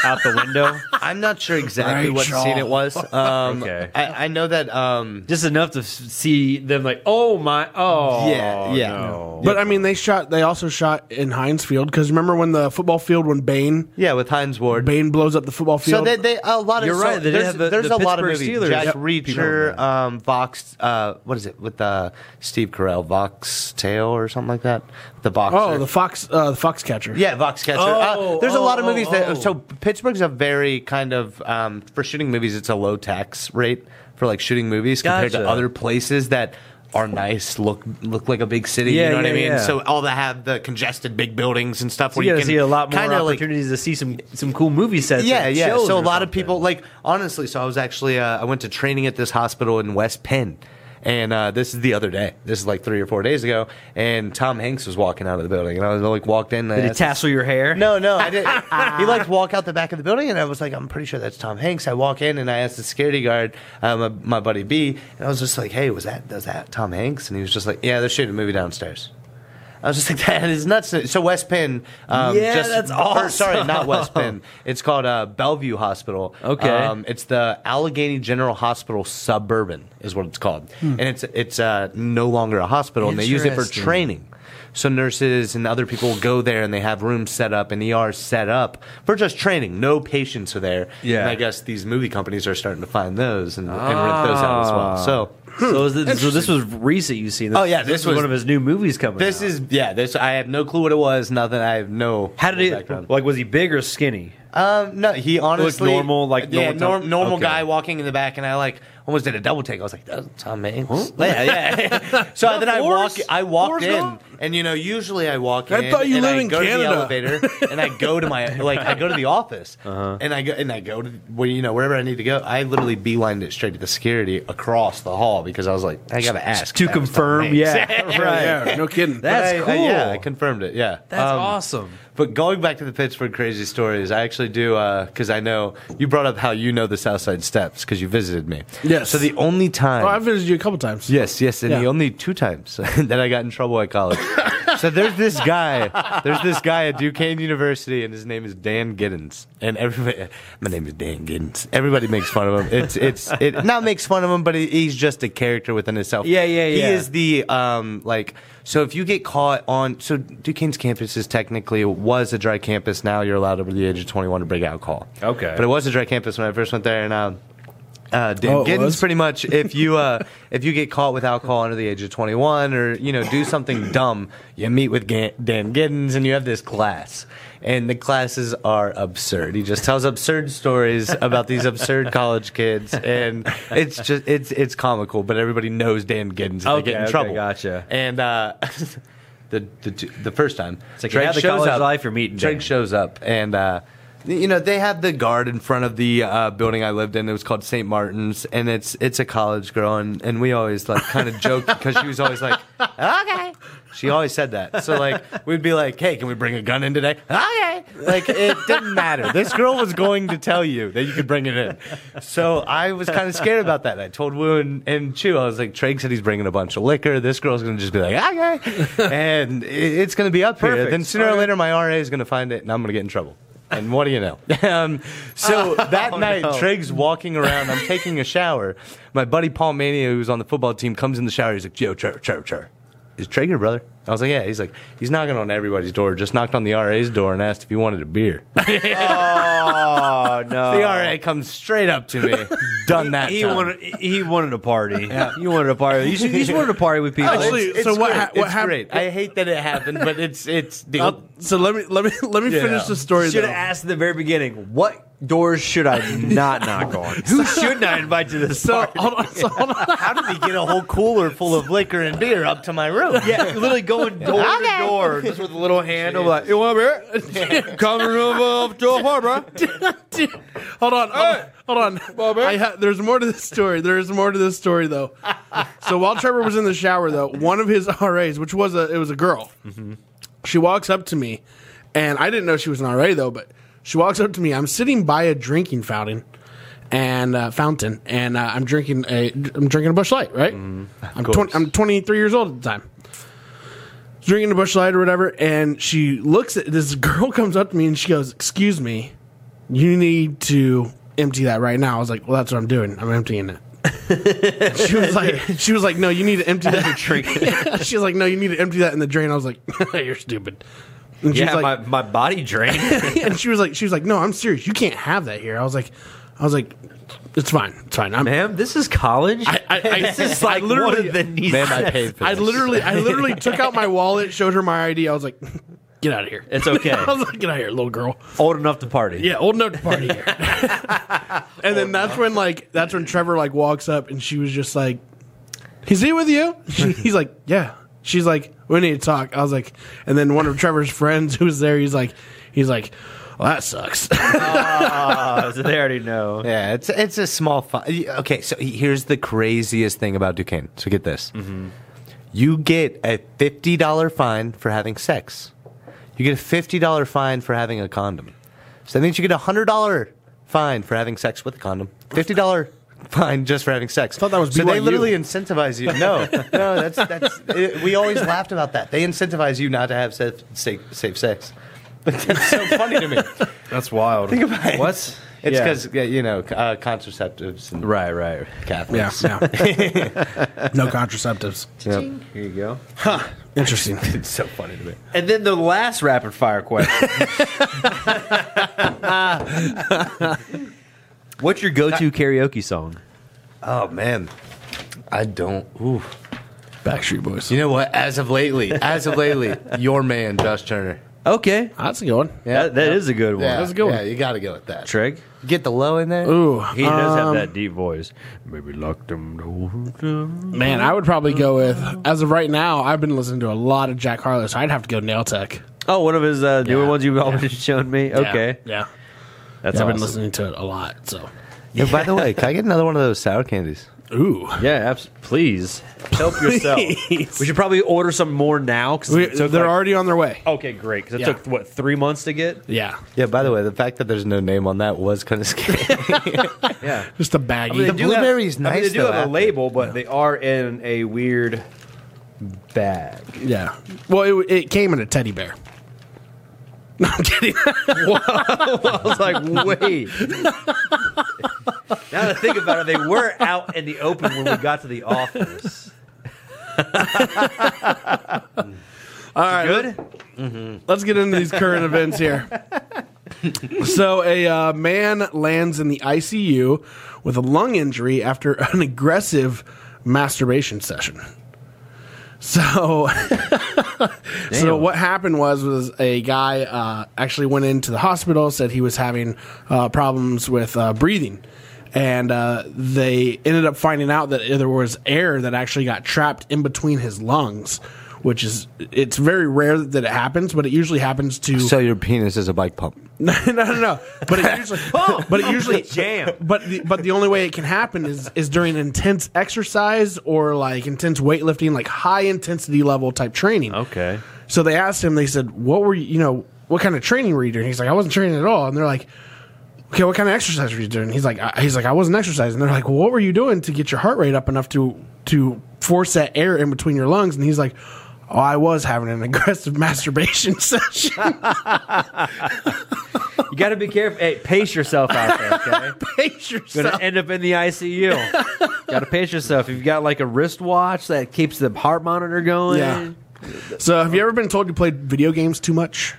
S8: out the window?
S4: I'm not sure exactly what
S1: Rachel.
S4: scene it was. Um,
S8: Okay.
S4: I, I know that. Um,
S8: Just enough to s- see them like, oh my, oh
S4: Yeah, yeah.
S8: no.
S1: But I mean, they shot. They also shot in Heinz Field because remember when the football field when Bane
S4: yeah, with Heinz Ward.
S1: Bane blows up the football
S4: so
S1: field.
S4: they, they a lot of
S8: You're
S4: so
S8: right, they did
S4: there's
S8: have the-
S4: there's a
S8: the
S4: lot of movies.
S8: Pittsburgh Steelers
S4: Jack
S8: Yep.
S4: Reacher,
S8: people.
S4: um, Vox. Uh, what is it with uh, Steve Carell? Vox Tail or something like that. The boxer.
S1: oh, the fox. Uh, the fox catcher.
S4: Yeah, Vox Catcher.
S8: Oh,
S4: uh, there's a
S8: oh,
S4: lot of
S8: oh,
S4: movies that.
S8: oh.
S4: So Pittsburgh's a very kind of um, for shooting movies. It's a low tax rate for like shooting movies compared
S8: Gotcha.
S4: to other places that are nice, look look like a big city.
S8: Yeah,
S4: you know what
S8: yeah,
S4: I mean.
S8: yeah.
S4: So all that have the congested big buildings and stuff
S8: So
S4: where
S8: you
S4: you,
S8: gotta
S4: can
S8: see a lot more
S4: kinda, like,
S8: opportunities to see some some cool movie sets.
S4: yeah,
S8: and
S4: yeah.
S8: shows
S4: So a
S8: or
S4: lot of
S8: something.
S4: people like honestly. So I was actually uh, I went to training at this hospital in West Penn, and uh, this is the other day. This is like three or four days ago, and Tom Hanks was walking out of the building, and I was like walked in. and I
S8: Did it
S4: asked this-
S8: tassel your hair?
S4: no, no, I didn't. he like walk out the back of the building, and I was like, I'm pretty sure that's Tom Hanks. I walk in and I asked the security guard, uh, my, my buddy B, and I was just like, Hey, was that was that Tom Hanks? And he was just like, Yeah, they're shooting a movie downstairs. I was just like, that is nuts. So West Penn, um,
S8: Yeah,
S4: just,
S8: that's
S4: or, sorry,
S8: awesome.
S4: not West Penn. It's called uh, Bellevue Hospital.
S8: Okay.
S4: um, it's the Allegheny General Hospital Suburban is what it's called, and it's it's uh, no longer a hospital, and they use it for
S8: Hmm. Interesting.
S4: training. So nurses and other people go there, and they have rooms set up and ERs set up for just training. No patients are there.
S8: Yeah.
S4: and I guess these movie companies are starting to find those and, and rent those out as well.
S8: Ah.
S4: So
S8: So, is this, so this was recent. You see? This,
S4: Oh, yeah, this
S8: was
S4: was-
S8: one of his new movies coming.
S4: this
S8: out.
S4: is yeah. This I have no clue what it was. Nothing. I have no.
S8: how did
S4: no
S8: he
S4: background.
S8: like? Was he big or skinny?
S4: Um, no, he honestly
S8: normal, like,
S4: yeah,
S8: normal
S4: norm,
S8: Tom-
S4: normal
S8: okay.
S4: guy walking in the back, and I like almost did a double take. I was like, "That's Tom Hanks." Yeah, yeah. so then I walk,
S8: Forrest?
S4: I walked
S8: Forrest
S4: in,
S8: Gump?
S4: and you know, usually I walk
S1: I
S4: in,
S1: thought you
S4: and
S1: lived
S4: I
S1: in
S4: go to
S1: Canada.
S4: the elevator, and I go to my like, I go to the office,
S8: Uh-huh.
S4: and I go and I go to where you know wherever I need to go. I literally beelined it straight to the security across the hall because I was like, I gotta ask
S8: to
S4: if that was Tom
S8: confirm,
S4: Hanks.
S8: yeah, right.
S1: Yeah, no kidding.
S4: But
S8: That's
S4: I- I-
S8: cool.
S4: yeah, I confirmed it. Yeah,
S8: That's
S4: Um,
S8: awesome.
S4: but going back to the Pittsburgh crazy uh, stories, I actually do because I know you brought up how you know the South Side Steps because you visited me.
S1: Yes.
S4: So the only time.
S1: Oh, I've visited you a couple times.
S4: Yes, yes, and
S1: Yeah.
S4: the only two times that I got in trouble at college. so there's this guy, there's this guy at Duquesne University, and his name is Dan Giddens. And everybody, my name is Dan Giddens. Everybody makes fun of him. It's it's it not makes fun of him, but he, he's just a character within himself.
S8: Yeah, yeah, yeah.
S4: He is the um like so if you get caught on so Duquesne's campus is technically was a dry campus. Now you're allowed over the age of 21 to bring alcohol.
S8: Okay.
S4: but it was a dry campus when I first went there, and uh, uh, Dan
S1: Oh, it
S4: Giddens
S1: was?
S4: pretty much if you uh, if you get caught with alcohol under the age of 21 or you know do something dumb, you meet with Gan- Dan Giddens and you have this class. And the classes are absurd. He just tells absurd stories about these absurd college kids, and it's just it's it's comical. But everybody knows Dan Giddens. If
S8: Okay,
S4: they get in
S8: okay,
S4: trouble.
S8: gotcha.
S4: And uh, the, the two- the first time, it's
S8: like you have the college life, you're meeting
S4: Drake
S8: Dan.
S4: shows up, and uh, you know they had the guard in front of the uh, building I lived in. It was called St. Martin's, and it's it's a college girl, and, and we always like kind of joke because she was always like, okay. She always said that. So like we'd be like, hey, can we bring a gun in today? Okay. Like it didn't matter. This girl was going to tell you that you could bring it in. So I was kind of scared about that. I told Wu and, and Chu, I was like, Treg said he's bringing a bunch of liquor. This girl's gonna just be like, okay, and it, it's gonna be up here.
S8: Perfect.
S4: Then sooner or later, my RA is gonna find it, and I'm gonna get in trouble. And what do you know? Um, so that night, Treg's walking around. I'm taking a shower. My buddy Paul Mania, who's on the football team, comes in the shower. He's like, "Yo, Treg, Treg, Treg, is Treg your brother?" I was like, "Yeah." He's like, "He's knocking on everybody's door. Just knocked on the RA's door and asked if he wanted a beer."
S8: Oh no.
S4: the RA comes straight up to me. Done that.
S8: He
S4: time.
S8: wanted he wanted a party. You wanted a party. You, should, you just wanted a party with people.
S1: Actually,
S4: It's-
S1: so
S4: it's
S1: what?
S4: great.
S1: Ha- what
S4: It's
S1: happened?
S4: great. I hate that it happened, but it's it's the
S1: So let me let me let me finish the story.
S8: should
S1: Though.
S8: have asked at the very beginning. What doors should I not knock on? Who shouldn't I invite to this
S1: so
S8: party?
S1: hold on. So hold on.
S4: how did he get a whole cooler full of liquor and beer up to my room?
S8: Yeah, literally going door to door, just with a little handle, like you want a beer? Come over to a bar, bro.
S1: hold on. Hold on. Hold
S8: Bobby?
S1: on. I ha- there's more to this story. There is more to this story though. so while Trevor was in the shower though, one of his RAs, which was a it was a girl, she walks up to me, and I didn't know she was an RA though, but she walks up to me. I'm sitting by a drinking fountain. And uh, fountain, and uh, I'm drinking a I'm drinking a Bush Light, right? I'm 20, I'm 23 years old at the time. drinking a bush light or whatever, and she looks at this girl comes up to me and she goes, "Excuse me, you need to empty that right now." I was like, "Well, that's what I'm doing. I'm emptying it." she was like, "She was like, no, you need to empty that drink." she was like, "No, you need to empty that in the drain." I was like, "You're stupid." And she
S8: Yeah,
S1: was like,
S8: my, my body drained.
S1: and she was like, "She was like, no, I'm serious. You can't have that here." I was like, "I was like, it's fine, it's fine. I'm."
S8: Ma'am, this is college.
S1: I, I, I, I literally,
S4: Man, I paid for
S1: I
S4: this.
S1: literally, I literally took out my wallet, showed her my ID. I was like, "Get out of here."
S8: It's okay.
S1: I was like, "Get out of here, little girl."
S8: Old enough to party.
S1: Yeah, old enough to party here. and then that's when like that's when Trevor like walks up and she was just like, "Is he with you?" She, he's like, "Yeah." She's like, "We need to talk." I was like, and then one of Trevor's friends who was there, he's like, he's like, well, "That sucks."
S8: Oh, so they already know.
S4: Yeah, it's it's a small. Fi- okay, so here's the craziest thing about Duquesne. So get this:
S1: Mm-hmm.
S4: you get a fifty dollar fine for having sex. You get a fifty dollar fine for having a condom. So that means you get a hundred dollar fine for having sex with a condom. Fifty dollar fine just for having sex.
S1: thought that was
S4: so they
S1: BYU.
S4: literally incentivize you. No, no, that's that's. It, we always laughed about that. They incentivize you not to have safe safe, safe sex. But that's so funny to me.
S8: That's wild. Think about
S4: it.
S8: What?
S4: It's
S8: Yeah.
S4: because you know uh, contraceptives and
S8: Right, right.
S1: yeah,
S4: Catholics.
S1: yeah. no contraceptives.
S8: Here you go.
S1: Interesting.
S4: It's so funny to me.
S8: And then the last rapid fire question. What's your go-to karaoke song?
S4: Oh man, I don't. Ooh.
S1: Backstreet Boys.
S4: You know what? As of lately, as of lately, your man Josh Turner.
S8: Okay,
S1: That's a good one.
S4: Yeah,
S8: that, that is a good one.
S1: a good one.
S4: Yeah, you got to go with that.
S8: Trig,
S4: Get the low in there.
S1: Ooh,
S8: he does
S1: um,
S8: have that deep voice. Maybe lock them doors.
S1: Man, I would probably go with as of right now. I've been listening to a lot of Jack Harlow, so I'd have to go Nail Tech.
S8: Oh, one of his uh, newer ones you've already shown me.
S1: Yeah,
S8: Okay,
S1: yeah,
S8: that's
S1: I've
S8: awesome.
S1: been listening to it a lot. So
S4: Yo, by the way, can I get another one of those sour candies?
S1: Ooh.
S8: Yeah, abs- please help yourself. We
S1: Please.
S8: should probably order some more now because
S1: We,
S8: it took
S1: they're
S8: like-
S1: already on their way.
S8: okay, great because it
S1: Yeah.
S8: took what three months to get.
S1: Yeah.
S4: Yeah, by the way, the fact that there's no name on that was kind of scary.
S8: Yeah,
S1: Just a baggie.
S8: They
S4: The
S8: do have-
S4: blueberry's
S8: I mean,
S4: nice,
S8: they do
S4: though,
S8: have
S4: after.
S8: a label, but they are in a weird bag.
S1: yeah. Well, it, it came in a teddy bear. No, I'm kidding.
S8: I was like, wait. now that I think about it, they were out in the open when we got to the office.
S1: All right.
S8: Good.
S1: Let's get into these current events here. So, a uh, man lands in the ICU with a lung injury after an aggressive masturbation session. So, so what happened was was a guy uh, actually went into the hospital, said he was having uh, problems with uh, breathing, and uh, they ended up finding out that there was air that actually got trapped in between his lungs, which is it's very rare that it happens, but it usually happens to
S4: your penis is a bike pump.
S1: no, no, no, no. But it usually, but it usually
S8: jam.
S1: But the, but the only way it can happen is is during intense exercise or like intense weightlifting, like high intensity level type training.
S8: Okay.
S1: So they asked him. They said, "What were you? You know, what kind of training were you doing?" He's like, "I wasn't training at all." And they're like, "Okay, what kind of exercise were you doing?" He's like, I, "He's like, I wasn't exercising." They're like, well, "What were you doing to get your heart rate up enough to to force that air in between your lungs?" And he's like. Oh, I was having an aggressive masturbation session.
S8: You got to be careful. Hey, pace yourself out there, okay?
S1: Pace
S8: You're going
S1: yourself.
S8: to end up in the ICU. got to pace yourself. If you've got like a wristwatch that keeps the heart monitor going,
S1: Yeah. So, have you ever been told you played video games too much?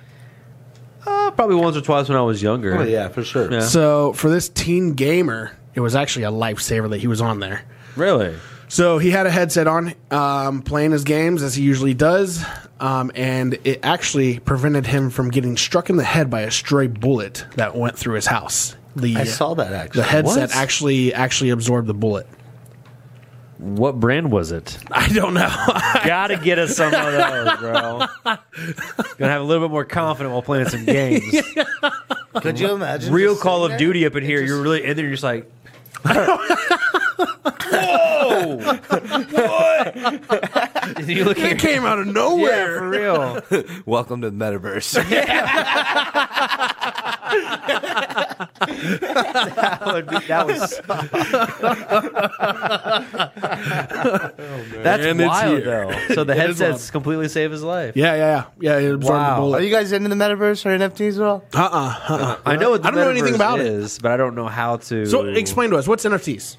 S8: uh, probably once or twice when I was younger.
S4: Oh, yeah, for sure.
S8: Yeah.
S1: So, for this teen gamer, it was actually a lifesaver that he was on there.
S8: Really?
S1: So, he had a headset on, um, playing his games as he usually does, um, and it actually prevented him from getting struck in the head by a stray bullet that went through his house. The,
S4: I saw that actually.
S1: The headset
S8: What?
S1: actually actually absorbed the bullet.
S8: What brand was it?
S1: I don't know.
S8: Gotta get us some of those, bro. Gonna have a little bit more confident while playing some games.
S4: Could you imagine?
S8: Real
S4: just
S8: Call
S4: sitting
S8: of
S4: there?
S8: Duty up in here. you're really in there. You're just like, whoa, what? you look
S1: it
S8: at
S1: came out of
S8: yeah,
S1: nowhere.
S8: for real.
S4: Welcome to the metaverse.
S8: That would be, that was. That's
S1: And it's
S8: wild,
S1: here.
S8: though. So the
S1: It is
S8: headset's completely saved his life.
S1: Yeah, yeah, yeah. Yeah, it absorbed
S8: Wow.
S1: the
S4: Are
S1: bullet.
S4: you guys into the metaverse or NFTs at all?
S1: Uh-uh, uh-uh.
S8: I know. What the
S1: I don't know anything
S8: metaverse
S1: about it.
S8: is, but I don't know how to.
S1: So, explain to us what's NFTs.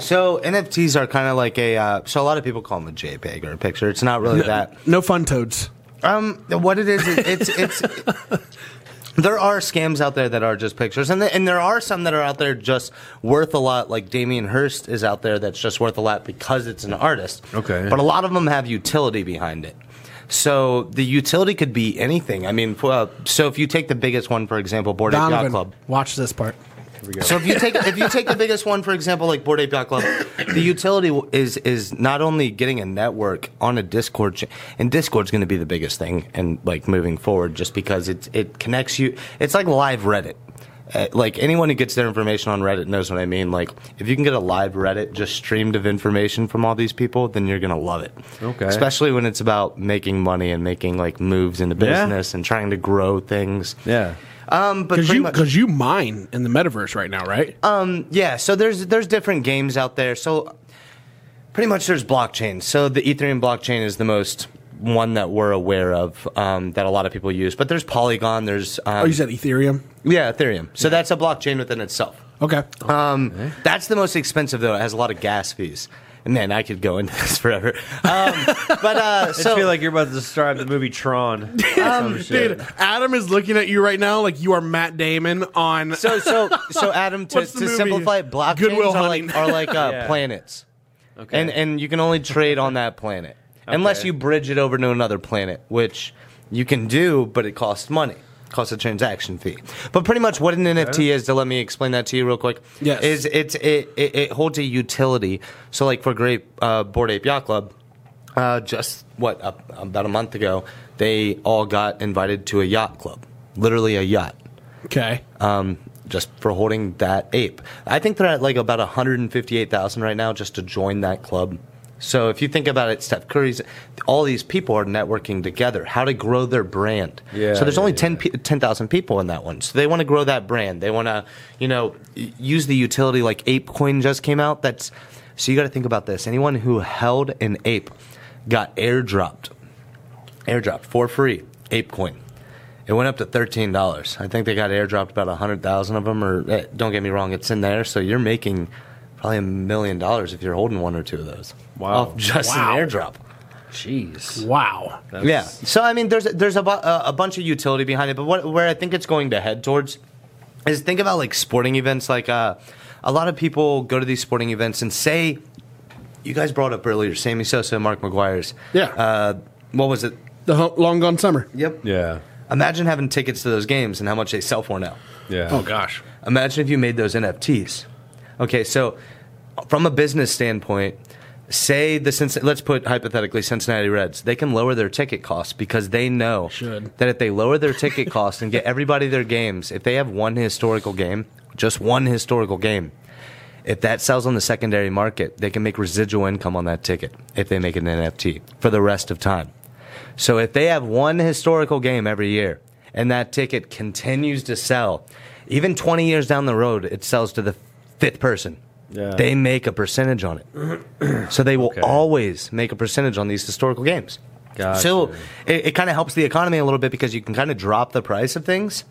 S4: So NFTs are kind of like a. Uh, so a lot of people call them a JPEG or a picture. It's not really that.
S1: No fun toads.
S4: Um, what it is, it, it's it's. There are scams out there that are just pictures, and, the, and there are some that are out there just worth a lot. Like Damien Hirst is out there that's just worth a lot because it's an artist.
S8: Okay.
S4: But a lot of them have utility behind it. So the utility could be anything. I mean, for, uh, so if you take the biggest one, for example, Board Ape Yacht Club.
S1: Donovan, watch this part.
S4: So if you take if you take the biggest one, for example, like Board Ape Yacht Club, the utility w- is is not only getting a network on a Discord, cha- and Discord's going to be the biggest thing, and like moving forward, just because it it connects you. It's like live Reddit. Uh, like anyone who gets their information on Reddit knows what I mean. Like if you can get a live Reddit just streamed of information from all these people, then you're gonna love it.
S8: Okay.
S4: Especially when it's about making money and making like moves into
S8: Yeah.
S4: business and trying to grow things.
S8: Yeah.
S4: Um, but
S1: Because
S4: pretty
S1: you,
S4: much-
S1: 'cause you mine in the metaverse right now, right?
S4: yeah so there's there's different games out there so pretty much there's blockchain so the ethereum blockchain is the most one that we're aware of um, that a lot of people use but there's polygon there's um,
S1: oh, you said Ethereum.
S4: yeah ethereum so that's a blockchain within itself
S1: Okay.
S4: um, that's the most expensive though it has a lot of gas fees and man i could go into this forever um, but uh,
S8: I just
S4: so
S8: feel like you're about to describe the movie Tron.
S1: Um, Dude, Adam is looking at you right now like you are Matt Damon on.
S4: so so so Adam to,
S1: What's the
S4: to
S1: movie?
S4: simplify it, blockchains
S1: Goodwill
S4: are
S1: Hunting.
S4: like are like uh,
S8: Yeah.
S4: planets, and and you can only trade on that planet unless
S8: Okay.
S4: you bridge it over to another planet, which you can do, but it costs money, costs a transaction fee. But pretty much what an NFT is, to let me explain that to you real quick,
S1: Yes.
S4: is it's it it, it holds a utility. So like for Great uh, Board Ape Yacht Club, uh, just what uh, about a month ago, they all got invited to a yacht club, literally a yacht
S1: okay.
S4: um, just for holding that ape. I think they're at like about 158,000 right now just to join that club. So if you think about it, Steph Curry's, all these people are networking together, how to grow their brand.
S8: Yeah,
S4: so there's only
S8: yeah,
S4: 10 pe- 10,000 people in that one. So they want to grow that brand. They want to, you know, y- use the utility like ApeCoin just came out. That's so you got to think about this. Anyone who held an ape got airdropped airdropped for free apecoin it went up to $13 i think they got airdropped about 100000 of them or eh, don't get me wrong it's in there so you're making probably a million dollars if you're holding one or two of those wow off just
S1: Wow.
S4: an airdrop
S8: Jeez.
S1: Wow.
S4: yeah so i mean there's there's a, bu- a, a bunch of utility behind it but what, where i think it's going to head towards is think about like sporting events like uh, a lot of people go to these sporting events and say you guys brought up earlier sammy sosa and mark mcguire's
S1: Yeah.
S4: uh, what was it
S1: The ho- long gone summer.
S4: yep
S8: Yeah.
S4: Imagine having tickets to those games and how much they sell for now.
S8: Yeah.
S1: Oh gosh.
S4: Imagine if you made those NFTs. Okay, so from a business standpoint, say the Cinc- let's put hypothetically Cincinnati Reds, they can lower their ticket costs because they know
S1: Should.
S4: that if they lower their ticket costs and get everybody their games, if they have one historical game, just one historical game, if that sells on the secondary market, they can make residual income on that ticket if they make an NFT for the rest of time. So if they have one historical game every year and that ticket continues to sell, even 20 years down the road, it sells to the fifth person.
S8: Yeah.
S4: They make a percentage on it. so they will
S8: Okay.
S4: always make a percentage on these historical games.
S8: Gotcha.
S4: So it, it kind of helps the economy a little bit because you can kind of drop the price of things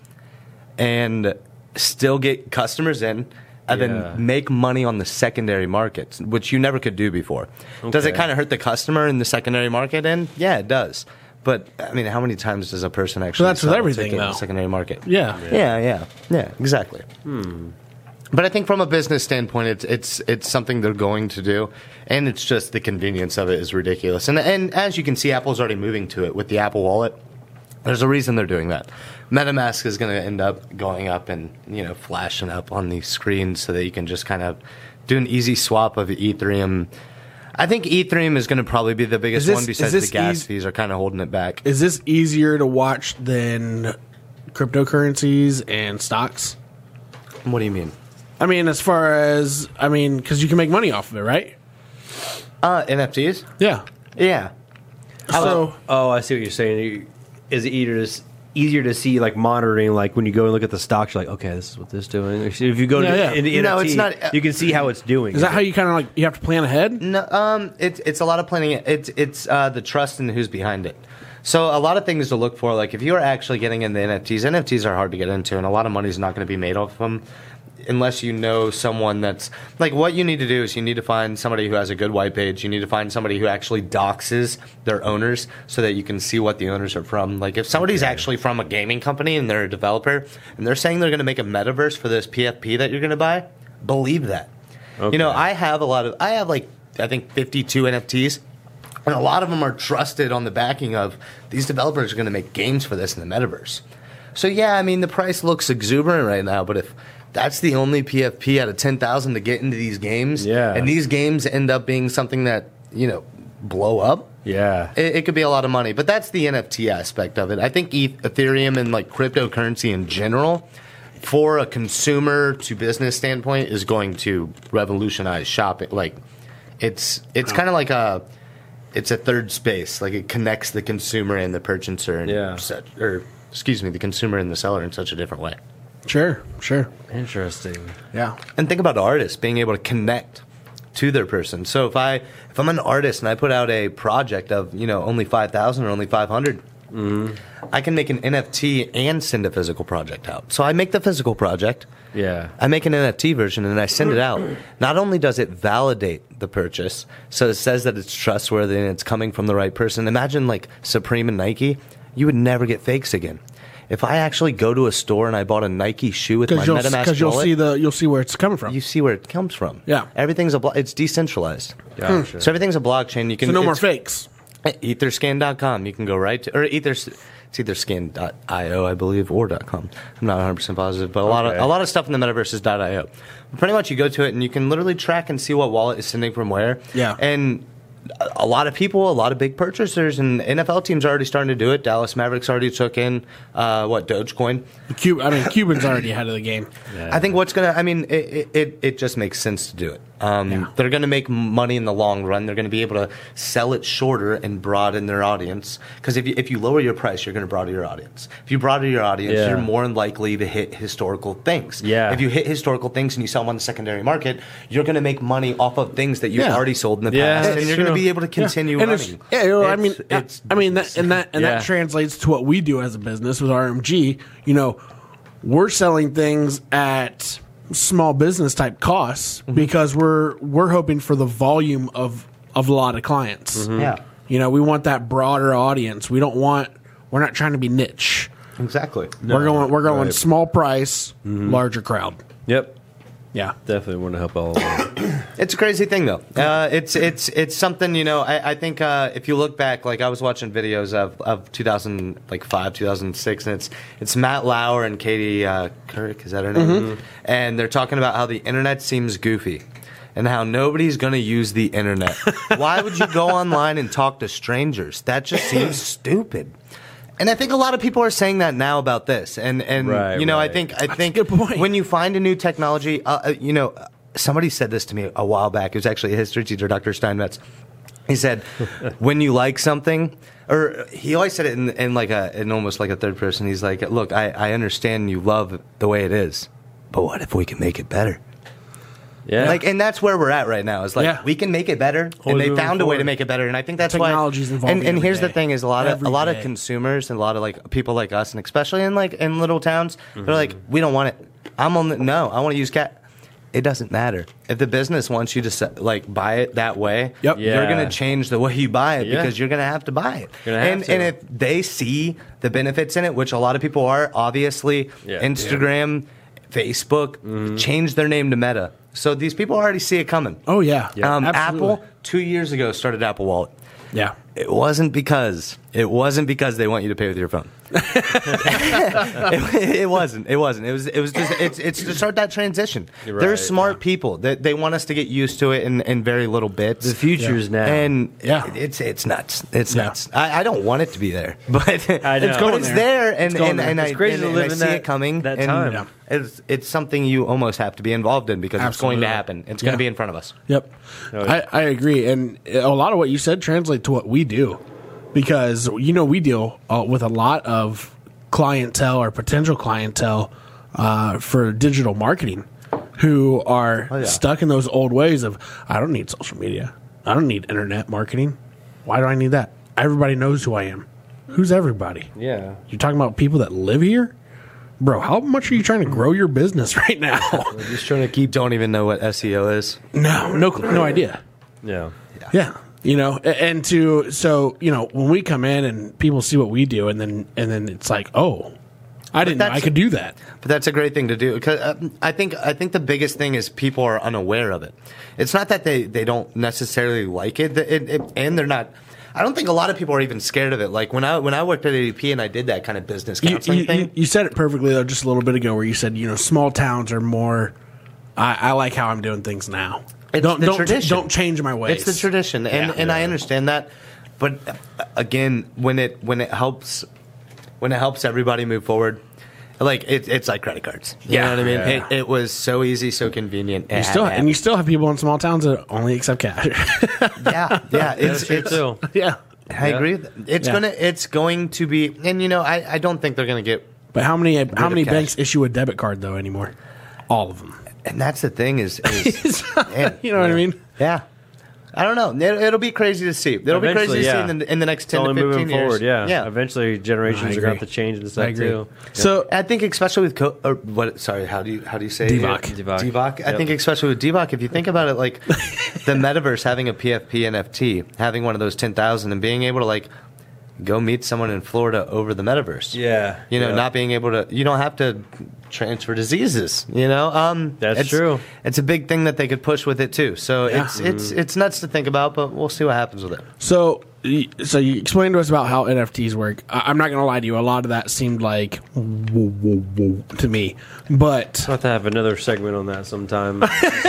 S4: and still get customers in and
S8: Yeah.
S4: then make money on the secondary markets, which you never could do before. Does it
S8: Okay.
S4: kind of hurt the customer in the secondary market? And yeah, it does. But I mean, how many times does a person actually?
S1: that's with
S4: sell a
S1: everything,
S4: ticket in the
S1: though.
S4: secondary market.
S1: Yeah. Hmm.
S4: Yeah, yeah, yeah, exactly. But I think from a business standpoint, it's it's it's something they're going to do, and it's just the convenience of it is ridiculous. And and as you can see, Apple's already moving to it with the Apple Wallet. There's a reason they're doing that. MetaMask is going to end up going up and you know flashing up on the screen so that you can just kind of do an easy swap of Ethereum. I think Ethereum is going to probably be the biggest
S1: Is this-
S4: one
S1: is
S4: besides
S1: this E-
S4: the gas
S1: eas-
S4: fees are kind of holding it back.
S1: Is this easier to watch than cryptocurrencies and stocks?
S4: What do you mean?
S1: I mean, as far as I mean, because you can make money off of it, right?
S4: Uh, NFTs?
S1: Yeah.
S4: Yeah.
S1: So
S8: Oh, I see what you're saying. You- Is it easier to, s- easier to see like monitoring like when you go and look at the stocks? You're like, okay, this is what this is doing. If you go
S1: Yeah,
S8: to
S1: yeah.
S8: in the
S4: No,
S8: NFT,
S4: it's not-
S8: you can see how it's doing.
S1: is that how you kind of like you have to plan ahead?
S4: No, um, it's it's a lot of planning. It's it's uh, the trust and who's behind it. So a lot of things to look for. Like if you are actually getting into NFTs, NFTs are hard to get into, and a lot of money's not going to be made off them unless you know someone that's like what you need to do is you need to find somebody who has a good white page you need to find somebody who actually doxes their owners so that you can see what the owners are from like if somebody's actually from a gaming company and they're a developer and they're saying they're going to make a metaverse for this pfp that you're going to buy believe that you know, I have a lot of, I have like, I think 52 NFTs, and a lot of them are trusted on the backing of these developers are going to make games for this in the metaverse. So, yeah, I mean, the price looks exuberant right now, but if that's the only PFP out of 10,000 to get into these games,
S8: Yeah.
S4: and these games end up being something that, you know, blow up.
S8: yeah.
S4: It, it could be a lot of money, but that's the NFT aspect of it. I think ETH, Ethereum and like cryptocurrency in general, for a consumer to business standpoint, is going to revolutionize shopping. Like, it's it's kind of like a it's a third space. Like it connects the consumer and the purchaser, and
S8: Yeah.
S4: such, or excuse me, the consumer and the seller in such a different way.
S1: Sure, sure.
S8: Interesting.
S1: Yeah.
S4: And think about artists being able to connect to their person. So if I if I'm an artist and I put out a project of you know only five thousand or only five I can make an NFT and send a physical project out. So I make the physical project.
S8: Yeah.
S4: I make an NFT version and I send it out. Not only does it validate the purchase, so it says that it's trustworthy and it's coming from the right person. Imagine like Supreme and Nike, you would never get fakes again. If I actually go to a store and I bought a Nike shoe with my
S1: Because you'll
S4: MetaMask
S1: because you'll
S4: wallet,
S1: see the you'll see where it's coming from.
S4: you see where it comes from.
S1: Yeah.
S4: everything's a blo- it's decentralized.
S8: Gotcha.
S4: So everything's a blockchain. You can
S1: so no more
S4: it's-
S1: fakes.
S4: Etherscan.com. You can go right to or ethers. It's etherscan.io, I believe, or .com. I'm not 100 percent positive, but a lot
S8: Okay.
S4: of a lot of stuff in the metaverse is .io. Pretty much, you go to it and you can literally track and see what wallet is sending from where.
S1: Yeah.
S4: and a- a lot of people, a lot of big purchasers, and NFL teams are already starting to do it. Dallas Mavericks already took in uh, what Dogecoin.
S1: The Cub- I mean, Cuban's already ahead of the game.
S4: I think what's gonna. I mean, it it, it, it just makes sense to do it. Um, They're gonna make money in the long run. They're gonna be able to sell it shorter and broaden their audience. Because if you if you lower your price, you're gonna broaden your audience. If you broaden your audience,
S8: Yeah.
S4: you're more likely to hit historical things.
S8: Yeah.
S4: If you hit historical things and you sell them on the secondary market, you're gonna make money off of things that you've
S1: Yeah.
S4: already sold in the
S8: Yeah,
S4: past, and
S8: that's
S4: you're gonna
S8: true.
S4: be able to continue
S1: And it's-
S4: running.
S1: yeah, you know, I mean,
S4: It's-
S1: I-
S4: it's-
S1: I mean that, and that and
S8: Yeah.
S1: that translates to what we do as a business with RMG. You know, we're selling things at small business type costs
S4: Mm-hmm.
S1: because we're we're hoping for the volume of of a lot of clients.
S4: yeah,
S1: You know, we want that broader audience. We don't want we're not trying to be niche.
S4: exactly.
S1: we're going we're going small price,
S4: Mm-hmm.
S1: larger crowd.
S8: Yep.
S1: Yeah.
S8: Definitely want to help all.
S4: It's a crazy thing, though. Uh, it's it's it's something you know. I, I think uh, if you look back, like I was watching videos of, of 2000 like five, 2006, and it's it's Matt Lauer and Katie uh, Kirk. Is that her name?
S8: Mm-hmm.
S4: And they're talking about how the internet seems goofy, and how nobody's going to use the internet. Why would you go online and talk to strangers? That just seems stupid. And I think a lot of people are saying that now about this, and and
S8: Right,
S4: you know I
S8: right.
S4: think I think
S1: good point.
S4: when you find a new technology, uh, uh, you know, uh, somebody said this to me a while back. It was actually a history teacher, Dr. Steinmetz. He said, when you like something, or he always said it in, in like a, in almost like a third person. He's like, look, I, I understand you love the way it is, but what if we can make it better?
S8: Yeah.
S4: Like, and that's where we're at right now. Is like
S1: Yeah.
S4: we can make it better,
S8: Always
S4: and they
S8: moving
S4: found a way to
S8: forward.
S4: make it better. And I think that's why
S1: Technology's evolving
S4: And, and
S1: every
S4: here's the
S1: day.
S4: thing: is a lot of
S1: Every
S4: a lot
S1: day.
S4: of consumers and a lot of like people like us, and especially in like in little towns,
S8: Mm-hmm.
S4: they're like, we don't want it. I'm on the no. I want to use cat. It doesn't matter if the business wants you to se- like buy it that way.
S1: Yep.
S8: Yeah.
S4: You're gonna change the way you buy it
S8: Yeah.
S4: because you're gonna have to buy it.
S8: You're gonna have
S4: and
S8: to.
S4: and if they see the benefits in it, which a lot of people are obviously
S8: Yeah.
S4: Instagram, Facebook
S8: Mm-hmm.
S4: changed their name to Meta. So these people already see it coming.
S1: Oh yeah.
S4: um,
S1: Absolutely.
S4: Apple two years ago started Apple Wallet.
S1: Yeah.
S4: It wasn't because it wasn't because they want you to pay with your phone. it, it wasn't. It wasn't. It was. It was just. It's. It's to start that transition.
S8: You're
S4: They're
S8: right,
S4: smart people. They, they want us to get used to it in, in very little bits.
S8: the future's now.
S4: And
S1: Yeah.
S4: it- it's it's nuts. It's
S1: Yeah.
S4: nuts. I, I don't want it to be there, but
S8: I know.
S4: it's going it's there, and
S1: going
S4: and,
S1: there.
S4: and
S8: It's
S4: I
S8: crazy
S4: and,
S8: to
S4: and
S8: live
S4: I
S8: in
S4: see
S8: that-
S4: it coming.
S8: that
S4: and
S8: time.
S1: Yeah.
S4: It's it's something you almost have to be involved in because it's going
S1: Absolutely.
S4: to happen. It's going
S1: Yeah.
S4: to be in front of us.
S1: Yep. I, I agree. And a lot of what you said translate to what we do because, you know, we deal uh, with a lot of clientele or potential clientele uh, for digital marketing who are
S4: yeah.
S1: stuck in those old ways of, I don't need social media. I don't need internet marketing. Why do I need that? Everybody knows who I am. Who's everybody?
S8: yeah.
S1: You're talking about people that live here? Bro, how much are you trying to grow your business right now?
S4: Just trying to keep. Don't even know what SEO is.
S1: no, no, no idea.
S8: Yeah.
S1: Yeah. You know, a- and to so you know when we come in and people see what we do, and then and then it's like, oh, I didn't know I
S4: that's-
S1: could do that.
S4: But that's a great thing to do because um, I think I think the biggest thing is people are unaware of it. It's not that they, they don't necessarily like it, it, it, and they're not. I don't think a lot of people are even scared of it. Like when I when I worked at ADP and I did that kind of business
S1: You,
S4: counseling
S1: you-
S4: thing.
S1: you- you said it perfectly though, just a little bit ago, where you said you know small towns are more. I, I like how I'm doing things now.
S4: It's
S1: don't
S4: the
S1: don't
S4: tradition.
S1: don't change my ways.
S4: It's the tradition, and
S1: Yeah.
S4: and I understand that. But uh, again, when it when it helps when it helps everybody move forward, like it, it's like credit cards. You
S1: Yeah.
S4: know what I mean?
S1: Yeah.
S4: It, it was so easy, so convenient.
S1: You still and you still have people in small towns that only accept cash.
S4: yeah, yeah. It's it's.
S8: too.
S1: yeah,
S4: I agree. with that. It's
S1: Yeah.
S4: gonna it's going to be, and you know, I, I don't think they're gonna get.
S1: but how many how
S4: of
S1: many
S4: cash.
S1: banks issue a debit card though anymore? All of them.
S4: And that's the thing is, is man,
S1: You know what I mean?
S4: Yeah. I don't know. It, it'll be crazy to see. It'll be
S8: Eventually,
S4: crazy to
S8: yeah.
S4: see in the, in the next
S8: It's
S4: ten to
S8: only
S4: fifteen
S8: moving
S4: years.
S8: forward. Yeah.
S4: yeah.
S8: Eventually,
S1: I
S8: generations are going
S1: agree.
S8: to have to change and
S1: I
S8: stuff
S1: agree.
S8: too.
S1: So
S4: I think especially with co- or what? Sorry, how do you how do you say it?
S1: Divac.
S8: Divac.
S4: Divac. I
S8: Yep.
S4: think especially with Divac, if you think about it, like the metaverse having a PFP NFT, having one of those ten thousand, and being able to like go meet someone in Florida over the metaverse.
S8: Yeah.
S4: You know,
S8: Yeah.
S4: not being able to, you don't have to transfer diseases. You know, um,
S8: That's
S4: it's-
S8: true.
S4: It's a big thing that they could push with it too. So it's it's it's nuts to think about, but we'll see what happens with it.
S1: So y- so you explained to us about how NFTs work. I, I'm not gonna lie to you. A lot of that seemed like whoa, whoa, whoa to me, but
S8: I'll have to have another segment on that sometime. Explaining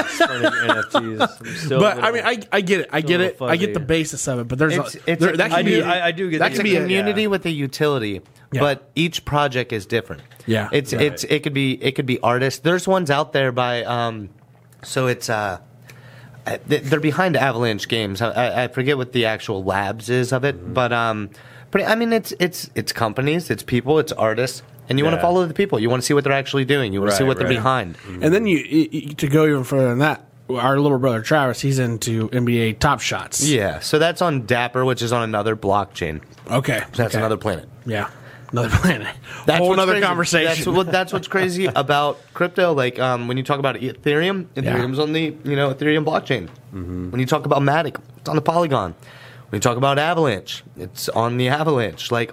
S8: NFTs. I'm still a
S1: but
S8: little-
S1: I mean, I, I get it. I get it. I get the
S8: fuzzy.
S1: basis of it. But there's
S4: It's-
S1: a,
S4: it's
S1: there-
S4: a
S1: that can
S4: community.
S1: be,
S8: I- I do get
S1: that
S8: the
S1: could be
S4: it's a
S1: a-
S4: community with a utility,
S1: Yeah.
S4: but each project is different.
S1: Yeah.
S4: it's
S1: Right.
S4: it's it could be it could be artists. There's ones out there by um, so it's uh, uh, th- they're behind Avalanche Games. I- I, I forget what the actual labs is of it, but um, pretty. I mean, it's it's it's companies, it's people, it's artists, and you want
S8: Yeah.
S4: to follow the people. You want to see what they're actually doing. You want to see
S8: Right,
S4: what
S8: right.
S4: they're behind.
S1: And then you, you you- to go even further than that. Our little brother Travis, he's into NBA Top Shots.
S4: Yeah, so that's on Dapper, which is on another blockchain.
S1: Okay.
S4: That's
S1: Okay.
S4: another planet.
S1: Yeah. Another planet. That's
S4: what's
S1: Whole another
S4: crazy.
S1: conversation.
S4: That's what that's what's crazy about crypto. Like um, when you talk about Ethereum, Ethereum's on the you know Ethereum blockchain.
S1: Mm-hmm.
S4: When you talk about Matic, it's on the Polygon. When you talk about Avalanche, it's on the Avalanche. Like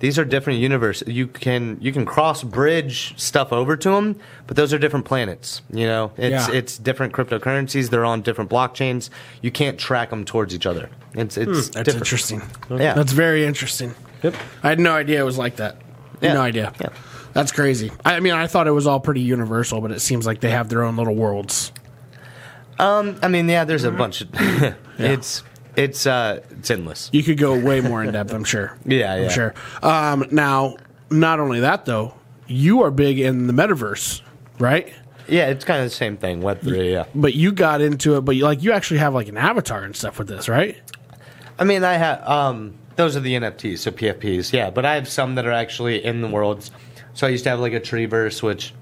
S4: these are different universes. You can you can cross bridge stuff over to them, but those are different planets. You know, it's
S1: Yeah.
S4: it's different cryptocurrencies. They're on different blockchains. You can't track them towards each other. It's it's
S1: Hmm, That's
S4: different.
S1: interesting.
S4: Yeah.
S1: That's very interesting. Yep. I had no idea it was like that.
S4: Yeah.
S1: No idea.
S4: Yeah.
S1: That's crazy. I I mean, I thought it was all pretty universal, but it seems like they have their own little worlds.
S4: Um, I mean, yeah, there's a bunch of it's it's uh it's endless.
S1: You could go way more in depth, I'm sure.
S4: Yeah,
S1: I'm
S4: yeah.
S1: sure. Um, now, not only that, though, you are big in the metaverse, right?
S4: Yeah, it's kind of the same thing. Web three. Yeah.
S8: Mm-hmm.
S1: But you got into it, but you, like you actually have like an avatar and stuff with this, right?
S4: I mean, I have um, those are the NFTs, so PFPs. Yeah, but I have some that are actually in the world. So I used to have like a Treeverse, which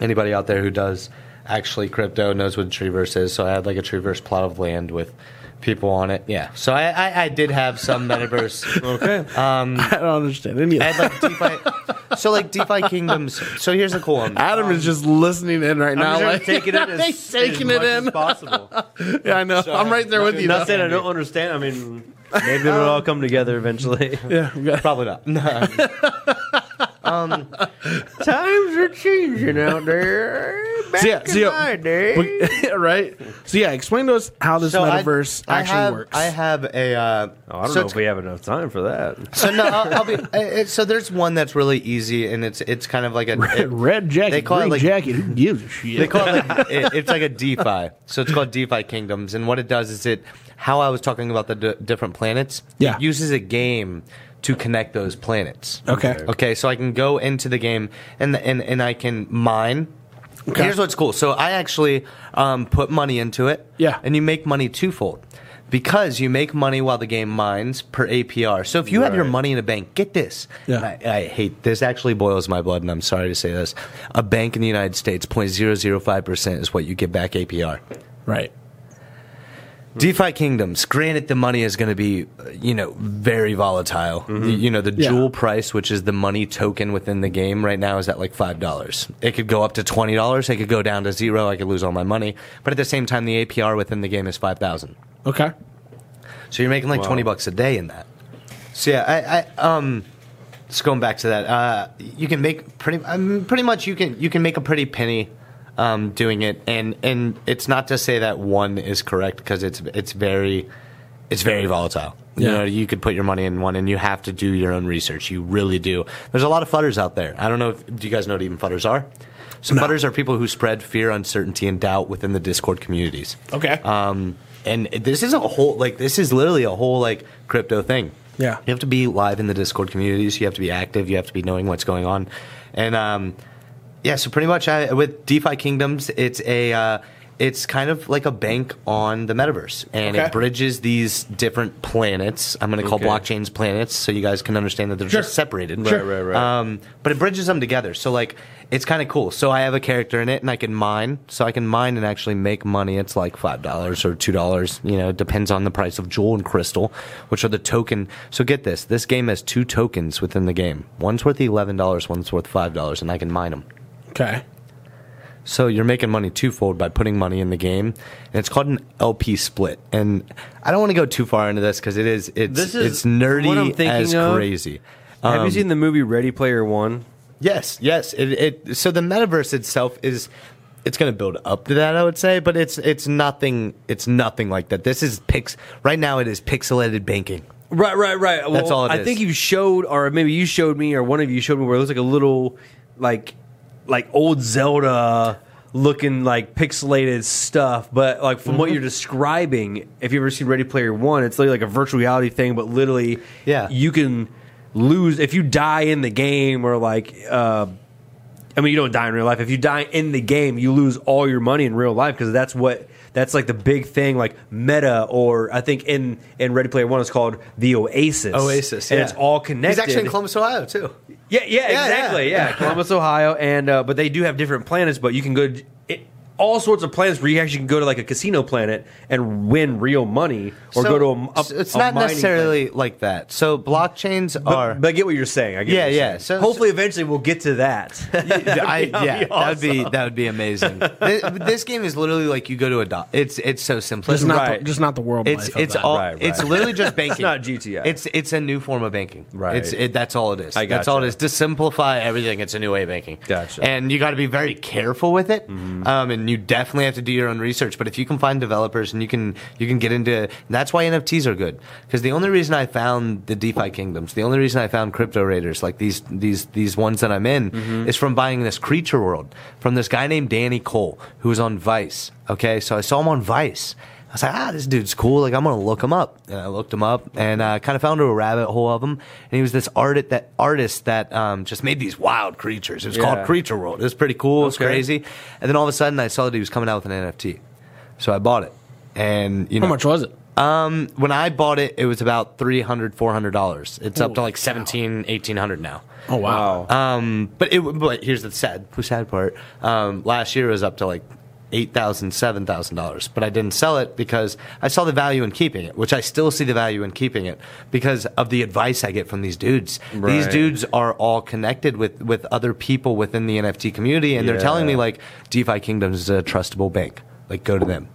S4: anybody out there who does actually crypto knows what a Treeverse is. So I had like a Treeverse plot of land with people on it. Yeah. So I I, I did have some metaverse.
S8: okay.
S1: I don't understand any of
S4: I
S1: that.
S4: had like DeFi. So like DeFi kingdoms. So here's the cool one.
S1: Adam is just listening in right now.
S8: um, I'm
S1: Like,
S8: just like, taking it as,
S1: He's taking it
S8: as much
S1: in.
S8: As possible.
S1: yeah, I know. I'm right there with you.
S8: Not
S1: though.
S8: saying I don't understand. I mean, maybe it'll all come together eventually.
S1: Yeah, we got-
S4: Probably not. No.
S2: Times are changing out there. Back
S1: So, yeah, so,
S2: in
S1: yeah,
S2: my day.
S1: we- right? So yeah, explain to us how this
S4: So I-
S1: metaverse
S4: I
S1: actually
S4: have-
S1: works.
S4: I have a. Uh,
S8: Oh, I don't
S4: so
S8: know
S4: it's
S8: if we have enough time for that.
S4: So no, I'll, I'll be. I- I- So there's one that's really easy, and it's it's kind of like a it-
S1: Red jacket,
S4: They call it
S1: green
S4: like-
S1: jacket. Who gives a
S4: they
S1: shit?
S4: call it like it, it's like a DeFi. So it's called DeFi Kingdoms, and what it does is it how I was talking about the d- different planets.
S1: Yeah.
S4: it uses a game to connect those planets.
S1: Okay.
S4: Okay, so I can go into the game and and and I can mine.
S1: Okay.
S4: Here's what's cool. So I actually um, put money into it.
S1: Yeah.
S4: And you make money twofold. Because you make money while the game mines per APR. So if you have your
S8: Right.
S4: money in a bank, get this.
S1: Yeah.
S4: And I, I hate this. Actually, boils my blood, and I'm sorry to say this. A bank in the United States, 0.005 percent is what you get back APR.
S1: Right.
S4: DeFi kingdoms. Granted, the money is going to be, uh, you know, very volatile. You, you know, the
S1: Yeah.
S4: jewel price, which is the money token within the game right now, is at like five dollars. It could go up to twenty dollars. It could go down to zero. I could lose all my money. But at the same time, the APR within the game is five thousand.
S1: Okay.
S4: So you're making like twenty bucks a day in that. So yeah, I, I um, just going back to that, uh, you can make pretty I mean, pretty much you can you can make a pretty penny um, doing it, and and it's not to say that one is correct because it's it's very it's very volatile. You
S1: Yeah.
S4: know, you could put your money in one, and you have to do your own research. You really do. There's a lot of fudders out there. I don't know if do you guys know what even fudders are. So fudders are people who spread fear, uncertainty, and doubt within the Discord communities.
S1: Okay.
S4: Um, and this is a whole like this is literally a whole like crypto thing.
S1: Yeah.
S4: you have to be live in the Discord communities. You have to be active. You have to be knowing what's going on, and um, yeah. So pretty much I, with DeFi Kingdoms, it's a uh, it's kind of like a bank on the metaverse, and
S1: Okay.
S4: it bridges these different planets. I'm going to call
S8: Okay.
S4: blockchains planets, so you guys can understand that they're
S1: Sure.
S4: just separated.
S1: Sure.
S8: Right, right, right.
S4: Um, but it bridges them together. So like it's kind of cool. So I have a character in it, and I can mine. So I can mine and actually make money. It's like five dollars or two dollars. You know, it depends on the price of jewel and crystal, which are the token. So get this: this game has two tokens within the game. One's worth eleven dollars. One's worth five dollars, and I can mine them.
S1: Okay.
S4: So you're making money twofold by putting money in the game, and it's called an LP split. And I don't want to go too far into this because it is it's
S8: This is
S4: it's nerdy
S8: what I'm thinking
S4: as
S8: of.
S4: crazy. Um,
S8: have you seen the movie Ready Player One?
S4: Yes, yes. It, it so the metaverse itself is it's going to build up to that, I would say, but it's it's nothing it's nothing like that. This is pix right now. It is pixelated banking.
S8: Right, right, right. Well,
S4: That's all it
S8: I
S4: is.
S8: think you showed, or maybe you showed me, or one of you showed me where it looks like a little, like, like old Zelda looking like pixelated stuff. But like from
S4: Mm-hmm.
S8: what you're describing, if you ever seen Ready Player One, it's literally like a virtual reality thing. But literally,
S4: Yeah.
S8: you can lose if you die in the game, or like. Uh, I mean, you don't die in real life. If you die in the game, you lose all your money in real life because that's what that's like the big thing, like meta, or I think in in Ready Player One, it's called the Oasis.
S4: Oasis,
S8: and
S4: yeah.
S8: it's all
S4: He's
S8: connected.
S4: actually in Columbus, Ohio, too.
S8: Yeah, yeah,
S4: Yeah,
S8: exactly. Yeah,
S4: yeah.
S8: Columbus, Ohio, and uh, but they do have different planets. But you can go to it, all sorts of planets where you actually can go to like a casino planet and win real money, or
S4: So,
S8: go to a, m-
S4: so it's
S8: a
S4: not
S8: mining planet.
S4: necessarily like that. So blockchains are.
S8: But, but I get what you're saying. I get
S4: Yeah,
S8: what you're
S4: yeah.
S8: saying.
S4: So-
S8: hopefully, eventually, we'll get to that.
S4: I, yeah,
S8: be
S4: that'd be
S8: awesome.
S4: that would be amazing. this, this game is literally like you go to a dot. It's it's so simplistic.
S1: Just not,
S8: Right.
S1: the, just not the world.
S4: It's
S1: life of
S4: it's
S1: that.
S4: all
S8: Right, right.
S4: it's literally just banking.
S8: not GTA.
S4: It's it's a new form of banking.
S8: Right.
S4: It's it, that's all it is.
S8: I
S4: That's all
S8: gotcha.
S4: it is. To simplify everything, it's a new way of banking.
S8: Gotcha. Mm-hmm.
S4: And you got to be very careful with it. Um, and you definitely have to do your own research. But if you can find developers and you can you can get into that's why NFTs are good because the only reason I found the DeFi kingdoms, the only reason I found crypto raiders like these these these ones that I'm in
S8: Mm-hmm.
S4: is from buying this creature world from this guy named Danny Cole who was on Vice. Okay, so I saw him on Vice. I was like, ah, this dude's cool. Like, I'm gonna look him up, and I looked him up, and uh, kind of found a rabbit hole of him. And he was this art that artist that um, just made these wild creatures. It was
S8: Yeah.
S4: called Creature World. It was pretty cool. It was
S8: Okay.
S4: crazy. And then all of a sudden, I saw that he was coming out with an NFT, so I bought it. And you know,
S1: How much was it?
S4: Um, when I bought it, it was about 300 400 dollars. It's up to like 17 1800 now.
S1: Oh wow.
S4: Um, but it but here's the sad the sad part. Um, last year it was up to like eight thousand, seven thousand dollars, but I didn't sell it because I saw the value in keeping it, which I still see the value in keeping it because of the advice I get from these dudes. These
S8: Right.
S4: dudes are all connected with with other people within the NFT community, and they're telling me
S8: Yeah.
S4: like DeFi Kingdoms is a trustable bank. Like go to them.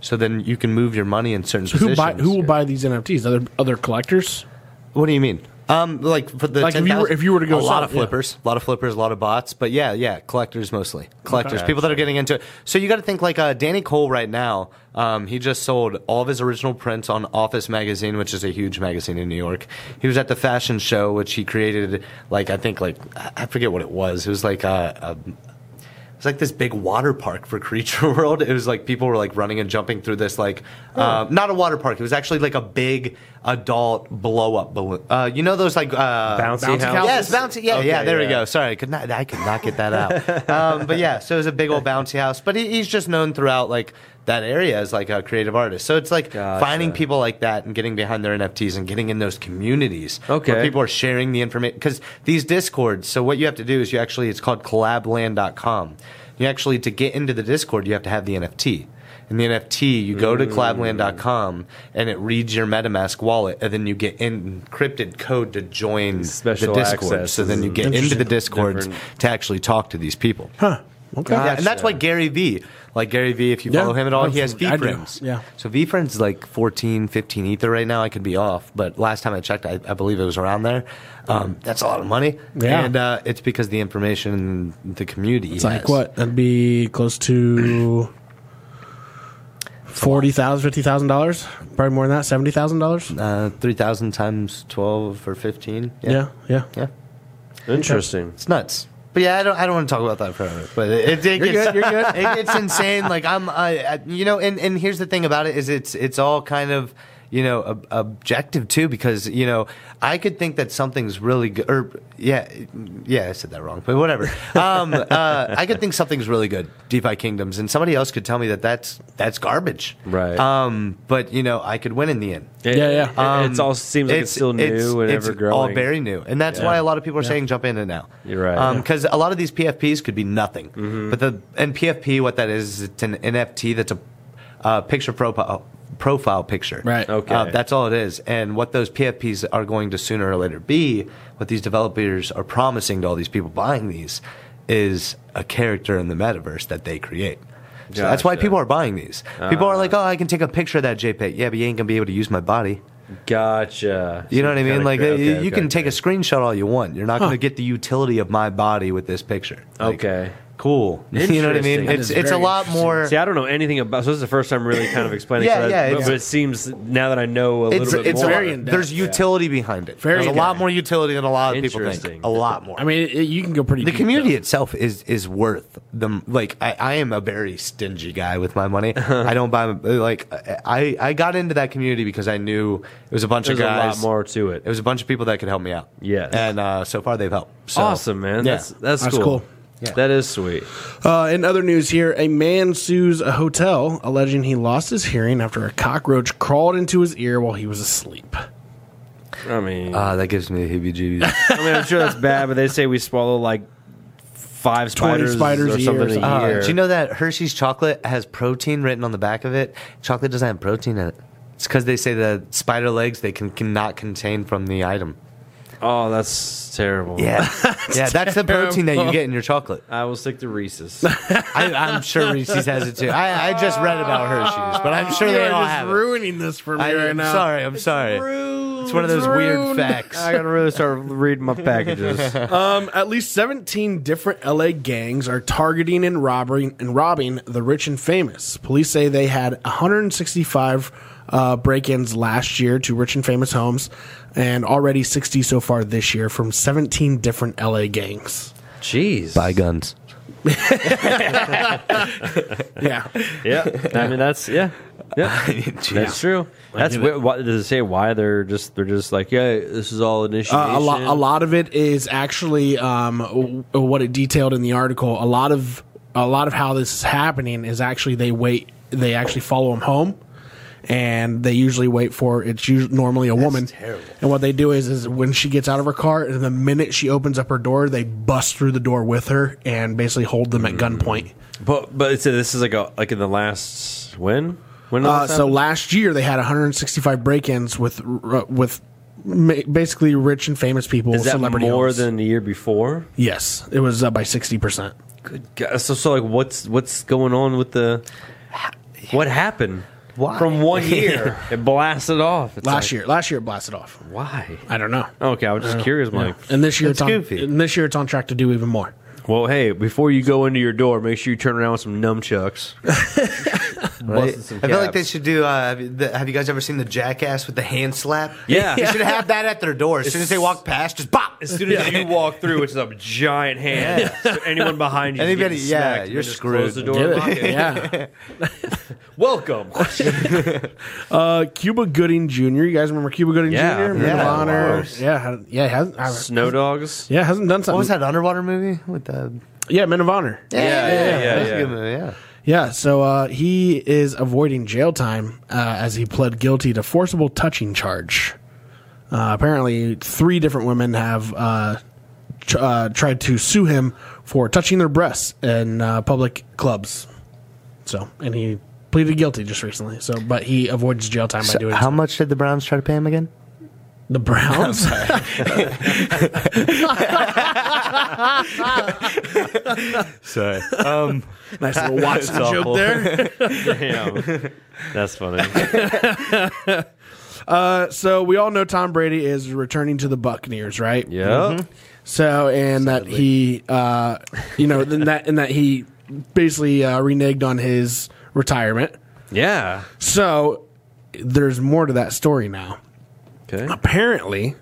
S4: So then you can move your money in certain
S1: Who
S4: positions.
S1: buy who will buy these NFTs? Other other collectors?
S4: What do you mean? Um, like for the
S1: Like, if you were-
S4: 10,000
S1: if you were to go
S4: a lot
S1: sell-
S4: of flippers, a lot of flippers, a lot of bots, but yeah, yeah, collectors mostly, collectors, people that are getting into it. So you got to think like uh, Danny Cole right now. Um, he just sold all of his original prints on Office magazine, which is a huge magazine in New York. He was at the fashion show, which he created. Like I think like I I forget what it was. It was like uh, a it's like this big water park for Creature World. It was like people were like running and jumping through this like uh, not a water park. It was actually like a big adult blow up balloon. Uh, you know those like uh,
S8: Bouncy Bouncy houses?
S4: Yes, bouncy. Yeah,
S8: Okay,
S4: yeah. There
S8: yeah.
S4: we go. Sorry, I could not. I could not get that out. um, but yeah, so it was a big old bouncy house. But he, he's just known throughout like that area as like a creative artist. So it's like
S8: Gotcha.
S4: finding people like that and getting behind their NFTs and getting in those communities
S8: Okay.
S4: where people are sharing the information because these discords so what you have to do is you actually it's called collabland.com you actually to get into the discord you have to have the nft and the nft you go to collabland.com and it reads your metamask wallet and then you get encrypted code to join
S8: Special
S4: the discord
S8: access
S4: so then you get into the discords to actually talk to these people
S1: Okay.
S4: yeah, and that's why Gary Vee, like Gary Vee, if you
S1: Yeah. Oh,
S4: follow him at all,
S1: I
S4: he has V
S1: do.
S4: friends.
S1: Yeah.
S4: So V friends is like 14, 15 ether right now. I could be off, but last time I checked, I, I believe it was around there. Um, that's a lot of money.
S1: Yeah.
S4: And uh, it's because the information and the community.
S1: It's like what? That'd be close to forty thousand, fifty thousand dollars. Probably more than that, seventy thousand dollars.
S4: Uh, 3,000 times 12 or 15.
S1: Yeah, yeah.
S4: Yeah.
S8: Interesting.
S4: It's nuts. But yeah, I don't. I don't want to talk about that forever. But it, it, it gets it gets insane. Like I'm, I, I, you know, and and here's the thing about it is it's it's all kind of you know ob- objective too because you know I could think that something's really good or yeah yeah I said that wrong but whatever. Um, uh, I could think something's really good DeFi Kingdoms and somebody else could tell me that that's that's garbage.
S8: Right.
S4: Um, but you know I could win in the end.
S1: Yeah, yeah.
S8: it all seems like it's, still new and
S4: Um, it's
S8: ever growing.
S4: All very new, and that's why a lot of people are saying jump in it now.
S8: You're right. Mm-hmm.
S4: Because a lot of these PFPs could be nothing, but the and PFP, what that is, is it's an NFT that's a uh, picture profile profile picture.
S1: Right.
S8: Okay.
S4: Uh, that's all it is. And what those PFPs are going to sooner or later be, what these developers are promising to all these people buying these, is a character in the metaverse that they create. So that's why
S8: Gotcha. Uh-huh.
S4: people are buying these. People are like, "Oh, I can take a picture of that JPEG." Yeah, but you ain't gonna be able to use my body.
S8: Gotcha.
S4: You know what I mean?
S8: Kinda
S4: Like
S8: cra-
S4: uh,
S8: okay,
S4: you, you
S8: okay,
S4: can take a
S8: okay.
S4: screenshot all you want. You're not going to get the utility of my body with this picture. Like,
S8: Okay.
S3: cool.
S4: You know what I mean?
S3: Interesting.
S4: It's
S1: is
S4: it's a
S1: very
S4: lot more.
S3: See, I don't know anything about. So this is the first time really kind of explaining.
S4: Yeah,
S3: so that,
S4: yeah,
S3: but,
S4: it's-
S3: but it seems now that I know a
S4: It's
S3: little bit
S4: it's
S3: more.
S4: a
S1: very
S4: lot,
S1: in-depth,
S4: there's
S1: yeah.
S4: utility behind it.
S1: Very
S4: there's a lot
S1: in-depth.
S4: more utility than a lot of people
S3: Interesting.
S4: think. A lot more.
S1: I mean, it, you can go pretty.
S4: the
S1: deep,
S4: community itself is is worth them. Like I, I am a very stingy guy with my money. I don't buy like I I got into that community because I knew it was a bunch
S3: There's
S4: of
S3: a
S4: guys.
S3: lot more to it.
S4: It was a bunch of people that could help me out.
S3: Yes.
S4: and uh, so far they've helped.
S8: Oh.
S4: So,
S3: awesome, man.
S4: yeah.
S3: That's that's,
S1: That's
S3: cool.
S1: cool.
S3: That is sweet.
S1: Uh, in other news here, a man sues a hotel alleging he lost his hearing after a cockroach crawled into his ear while he was asleep.
S3: I mean,
S4: Ah, that gives me the heebie-jeebies.
S3: I mean, I'm sure that's bad, but they say we swallow like five
S1: 20
S3: spiders,
S1: spiders
S3: or
S1: a year or
S3: something
S1: something.
S3: a
S4: Uh,
S3: year.
S4: do you know that Hershey's chocolate has protein written on the back of it? Chocolate doesn't have protein in it. It's because they say the spider legs they can cannot contain from the item.
S3: oh, that's terrible.
S4: Yeah, yeah, that's the protein that you get in your chocolate.
S3: I will stick to Reese's.
S4: I, I'm sure Reese's has it too. I, I just read about Hershey's, but I'm sure
S1: You
S4: they
S1: are
S4: all
S1: just
S4: have it.
S1: ruining this for me
S4: I,
S1: right
S4: am
S1: now.
S4: sorry. I'm sorry. It's one of those weird facts.
S3: I gotta really start reading my packages.
S1: Um, at least 17 different LA gangs are targeting and robbing and robbing the rich and famous. Police say they had 165 uh, break-ins last year to rich and famous homes, and already 60 so far this year from 17 different LA gangs.
S3: Jeez.
S4: Buy guns.
S1: Yeah,
S3: Yeah. I mean, that's yeah. Yeah. That's true. That's wh- why does it say why they're just they're just like yeah this is all initiation.
S1: Uh, a lot. A lot of it is actually um, w- what it detailed in the article. A lot of a lot of how this is happening is actually they wait. They actually follow him home, and they usually wait for it's usually normally a woman. And what they do is is when she gets out of her car, and the minute she opens up her door, they bust through the door with her and basically hold them at
S3: Mm.
S1: gunpoint.
S3: But but it's, this is like a like in the last when when
S1: Uh,
S3: last
S1: so last year they had 165 break-ins with r- uh, with ma- basically rich and famous people.
S3: is that
S1: celebrity
S3: more
S1: homes.
S3: than the year before?
S1: yes? It was up by 60 percent.
S3: Good God. So so like what's what's going on with the what happened?
S4: Why?
S3: From one year, it blasted off. It's
S1: Last
S3: like,
S1: year, last year it blasted off.
S3: Why?
S1: I don't know.
S3: Okay, I was just curious, Mike.
S1: And this year it's,
S4: That's
S1: on,
S4: goofy.
S1: and this year it's on track to do even more.
S3: Well, hey, before you go into your door, make sure you turn around with some nunchucks.
S4: Right?
S3: some
S4: I feel like
S3: caps.
S4: they should do. Uh, have you- the, have you guys ever seen the jackass with the hand slap?
S3: Yeah.
S4: they should have that at their door. As soon as they walk past, just bop.
S3: As soon as you walk through, it's a giant hand. So anyone behind you,
S4: Anybody-
S3: anybody,
S4: yeah,
S3: yeah,
S4: you're
S3: you're just
S4: screwed.
S3: Close the door. and lock it.
S1: yeah.
S3: Welcome.
S1: Uh, Cuba Gooding Jr. You guys remember Cuba Gooding
S3: Yeah,
S1: Jr. Man
S4: yeah,
S1: of
S4: of
S1: Honor.
S4: course.
S1: Yeah, had- yeah, hasn't I-
S3: Snow dogs.
S1: yeah hasn't done something.
S4: What was that underwater movie with the?
S1: Yeah, Men of Honor. Yeah.
S3: yeah, yeah,
S4: That's a
S3: yeah.
S4: good movie, yeah.
S1: so uh, he is avoiding jail time uh, as he pled guilty to forcible touching charge. Uh, apparently, three different women have uh, tr- uh, tried to sue him for touching their breasts in uh, public clubs. So, and he pleaded guilty just recently. So, but he avoids jail time by
S4: So
S1: doing
S4: how much did the Browns try to pay him again?
S1: the Browns.
S4: Sorry. Um,
S1: nice little Watson
S3: That's
S1: joke
S3: awful.
S1: there.
S3: Damn. That's funny.
S1: Uh, so we all know Tom Brady is returning to the Buccaneers, right?
S3: Yeah.
S8: Mm-hmm.
S1: So and that he, uh, you know, then that and that he basically uh, reneged on his retirement.
S3: Yeah.
S1: So there's more to that story now.
S3: Okay.
S1: Apparently,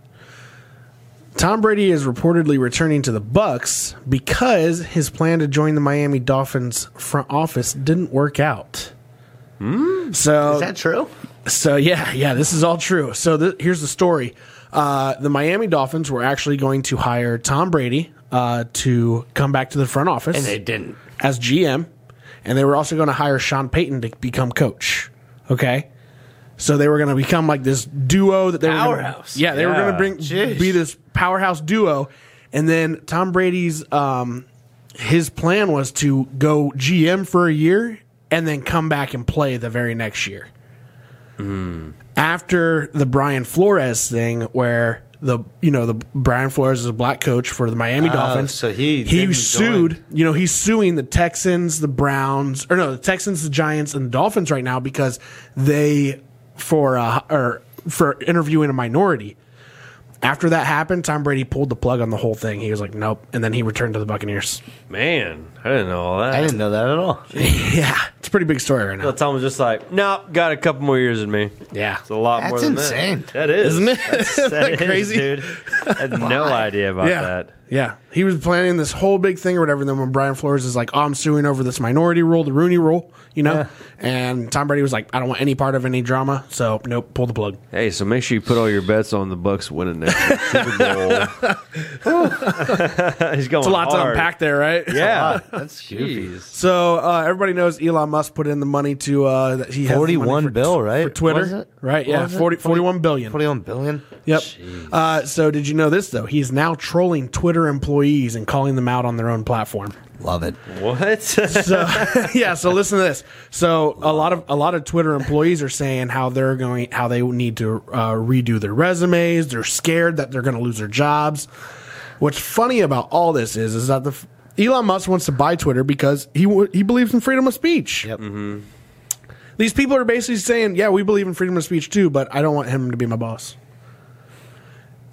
S1: Tom Brady is reportedly returning to the Bucks because his plan to join the Miami Dolphins front office didn't work out. So
S4: is that true?
S1: so yeah, yeah, this is all true. So th- here's the story: uh, the Miami Dolphins were actually going to hire Tom Brady uh, to come back to the front office, and they didn't as GM, and they were also going to hire Sean Payton to become coach. Okay. So they were going to become like this duo that they were gonna-
S4: Powerhouse.
S1: yeah, they were
S3: Yeah.
S1: going to bring
S4: Jeez.
S1: be this powerhouse duo, and then Tom Brady's um, his plan was to go GM for a year and then come back and play the very next year after the Brian Flores thing where the you know the Brian Flores is a black coach for the Miami Dolphins.
S4: Oh, so he
S1: he
S4: didn't
S1: sued,
S4: join.
S1: you know, he's suing the Texans, the Browns, or no, the Texans, the Giants and the Dolphins right now because they for uh, or for interviewing a minority. After that happened, Tom Brady pulled the plug on the whole thing. He was like, nope. And then he returned to the Buccaneers.
S8: Man, I didn't know all that.
S4: I didn't know that at all.
S1: Yeah. It's a pretty big story right now.
S8: But Tom was just like, nope, got a couple more years in me.
S1: Yeah.
S8: It's a lot more
S4: That's
S8: than
S4: insane.
S8: that. That is.
S1: Isn't it?
S8: That's, that is,
S1: Crazy.
S8: dude. I had no idea about
S1: yeah.
S8: that.
S1: Yeah. He was planning this whole big thing or whatever. And then when Brian Flores is like, oh, I'm suing over this minority rule, the Rooney rule, you know? And Tom Brady was like, I don't want any part of any drama. So, nope, pull the plug.
S8: Hey, so make sure you put all your bets on the Bucks winning next year's Super Bowl. He's going
S1: It's a lot to
S8: hard.
S1: unpack there, right?
S8: Yeah.
S4: That's huge.
S1: So, uh, everybody knows Elon Musk put in the money to, uh, that he has the money
S4: 41
S1: for-
S4: bill, right?
S1: For Twitter.
S4: Was it?
S1: Right.
S4: What
S1: Yeah.
S4: was it?
S1: 40, 41 billion.
S4: 41 billion?
S1: Yep. Uh, so, did you know this, though? He's now trolling Twitter employees and calling them out on their own platform.
S4: Love it.
S8: What?
S1: So yeah, so listen to this. So a lot of a lot of Twitter employees are saying how they're going, how they need to uh, redo their resumes. They're scared that they're going to lose their jobs. What's funny about all this is, is that the f- Elon Musk wants to buy Twitter because he w- he believes in freedom of speech.
S4: Yep.
S1: These people are basically saying, yeah, we believe in freedom of speech too, but I don't want him to be my boss.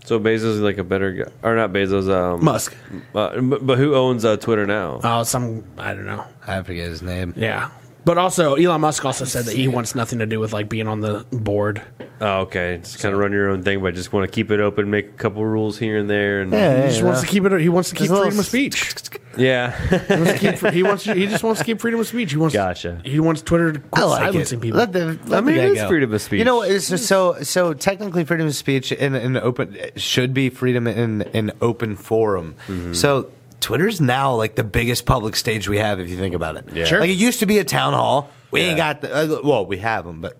S8: so Bezos is like a better guy. Or not Bezos. Um,
S1: Musk.
S8: Uh, but, but who owns uh, Twitter now?
S1: Uh, some I don't know.
S4: I forget his name.
S1: Yeah. But also, Elon Musk also said that he wants nothing to do with like being on the board.
S8: Oh, okay. Just kind of run your own thing, but just want to keep it open, make a couple rules here and there. And
S4: Yeah,
S1: He just wants to keep it. He wants to keep
S4: a little
S1: freedom of speech.
S8: Yeah.
S1: He wants to keep- he wants. He just wants to keep freedom of speech. He wants.
S8: Gotcha.
S1: He wants Twitter to
S4: I
S1: quit
S4: like
S1: silencing
S4: it.
S1: people.
S4: Let the, let
S8: I mean,
S4: the guy
S8: it is
S4: go.
S8: freedom of speech.
S4: You know, it's just so so technically, freedom of speech in an open it should be freedom in an open forum. So Twitter's now like the biggest public stage we have, if you think about it. Yeah.
S1: Sure.
S4: Like it used to be a town hall. We ain't
S8: Yeah.
S4: got the uh, well, we have them, but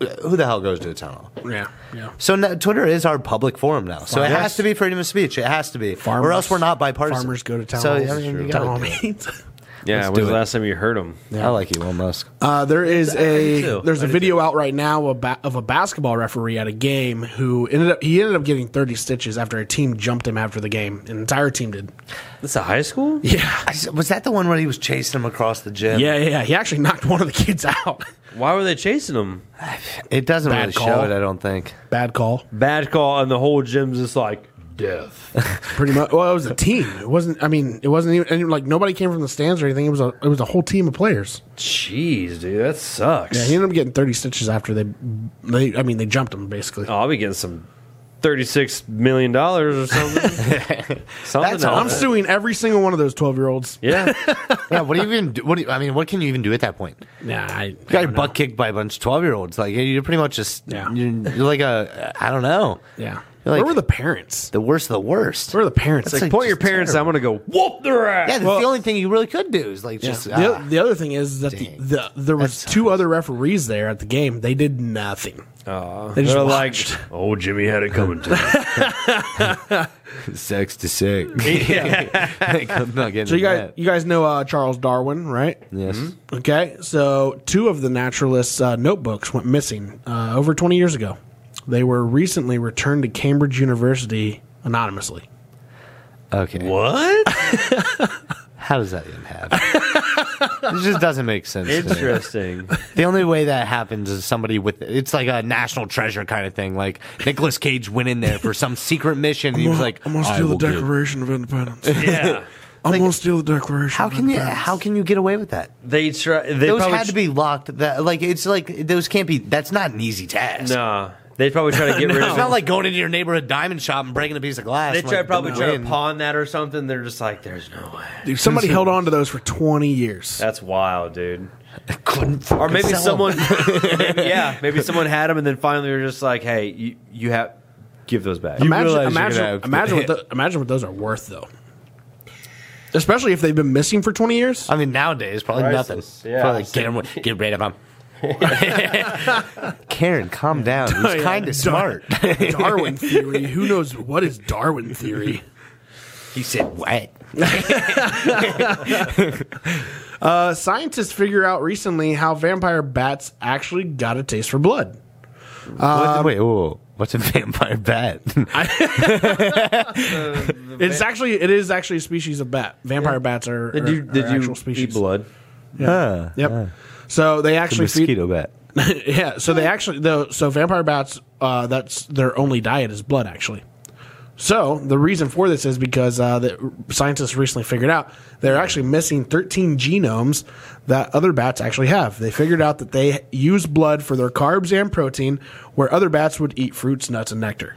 S4: uh, who the hell goes to a town hall?
S1: yeah, yeah.
S4: So now, Twitter is our public forum now. So it
S1: Farmers.
S4: has to be freedom of speech. It has to be, or else we're not bipartisan.
S1: Farmers go to town
S4: So,
S1: halls.
S4: I, mean, you
S1: town
S4: gotta
S1: hall
S4: do it.
S1: meetings.
S8: yeah.
S4: Let's
S8: When's
S4: do
S8: the
S4: it.
S8: last time you heard him?
S4: I like Elon Musk.
S1: Uh, there is a
S4: too.
S1: there's a video out right now about, of a basketball referee at a game who ended up he ended up getting 30 stitches after a team jumped him after the game. An entire team did.
S8: That's a high school?
S1: Yeah,
S4: I s- was that the one where he was chasing him across the gym?
S1: yeah, yeah. He actually knocked one of the kids out.
S8: Why were they chasing him?
S4: It doesn't
S1: Bad
S4: really show
S1: call.
S4: it, I don't think.
S1: Bad call.
S8: Bad call, and the whole gym's just like,
S1: Pretty much. Well, it was a team. It wasn't. I mean, it wasn't even and, like nobody came from the stands or anything. It was a it was a whole team of players.
S8: jeez, dude, that sucks.
S1: Yeah, he ended up getting 30 stitches after they, they I mean, they jumped him basically.
S8: oh, I'll be getting some $36 million or something. something
S4: That's
S1: I'm
S8: else.
S1: suing every single one of those 12 year olds.
S8: Yeah.
S4: Yeah, what do you even? Do, what do you, I mean, what can you even do at that point? You
S1: Nah, I,
S4: got your butt kicked by a bunch of twelve-year-olds. Like you're pretty much just
S1: Yeah.
S4: you're, you're like a I don't know.
S1: yeah.
S4: You're like-
S1: Where were the parents?
S4: The worst of the worst.
S1: Where were the parents?
S4: That's
S1: Like,
S4: like-
S8: Point your
S4: Just
S8: parents, I'm going to go whoop their ass.
S4: Yeah, that's the only thing you really could do is like
S1: yeah.
S4: just.
S1: the,
S4: ah.
S1: oth- the other thing is that the,
S4: Dang.
S1: the there was
S4: That
S1: two other referees there at the game. They did nothing. they just
S8: They're
S1: watched.
S8: like, oh, Jimmy had it coming to him.
S4: sex to sex. I'm not getting
S1: so you guys,
S4: that.
S1: you guys know uh, Charles Darwin, right?
S4: Yes.
S1: Okay, so two of the naturalist's uh, notebooks went missing uh, over 20 years ago. They were recently returned to Cambridge University anonymously.
S4: Okay.
S8: What?
S4: How does that even happen? it just doesn't make sense. to me.
S8: Interesting.
S4: The only way that happens is somebody with it's like a national treasure kind of thing. Like Nicolas Cage went in there for some secret mission. And he was like, "I will get-"
S1: of Independence.
S8: yeah.
S1: I'm gonna steal the Declaration.
S4: How can you? How can you get away with that?
S8: They try. They
S4: those
S8: probably
S4: had to be locked. That like it's like those can't be. That's not an easy task.
S8: Nah. They probably try to get rid
S4: It's
S8: of
S4: not
S8: it.
S4: like going into your neighborhood diamond shop and breaking a piece of glass.
S8: They
S4: and,
S8: try
S4: like,
S8: probably
S4: going
S8: try to
S4: in.
S8: pawn that or something. They're just like, there's no way.
S1: Dude, somebody held on to those for 20 years.
S8: That's wild, dude.
S4: Couldn't fucking
S8: Or maybe
S4: sell 'em.
S8: someone, maybe- yeah, maybe someone had them, and then finally they're just like, hey, you, you have give those back.
S1: imagine,
S4: realize you're
S1: imagine,
S4: gonna have-
S1: imagine, what the, imagine what those are worth, though. Especially if they've been missing for 20 years.
S4: I mean, nowadays probably
S8: Priceless.
S4: nothing.
S8: Yeah.
S4: Probably like, get him, get rid of him. Karen, calm down. He's kind of smart.
S1: Darwin theory. Who knows what is Darwin theory?
S4: he said, "What?"
S1: Uh, scientists figure out recently how vampire bats actually got a taste for blood.
S4: What's- wait, whoa, whoa. what's a vampire bat?
S1: It's actually it is actually a species of bat. Vampire bats are,
S8: Did you,
S1: are-
S8: did
S1: are
S8: you
S1: actual species.
S8: eat blood?
S4: Huh.
S1: Yep. So they
S4: The
S1: actually feed,
S4: mosquito bat.
S1: yeah. So they actually though so vampire bats uh, that's their only diet is blood actually. So the reason for this is because uh, the scientists recently figured out they're actually missing 13 genomes that other bats actually have. They figured out that they use blood for their carbs and protein, where other bats would eat fruits, nuts, and nectar.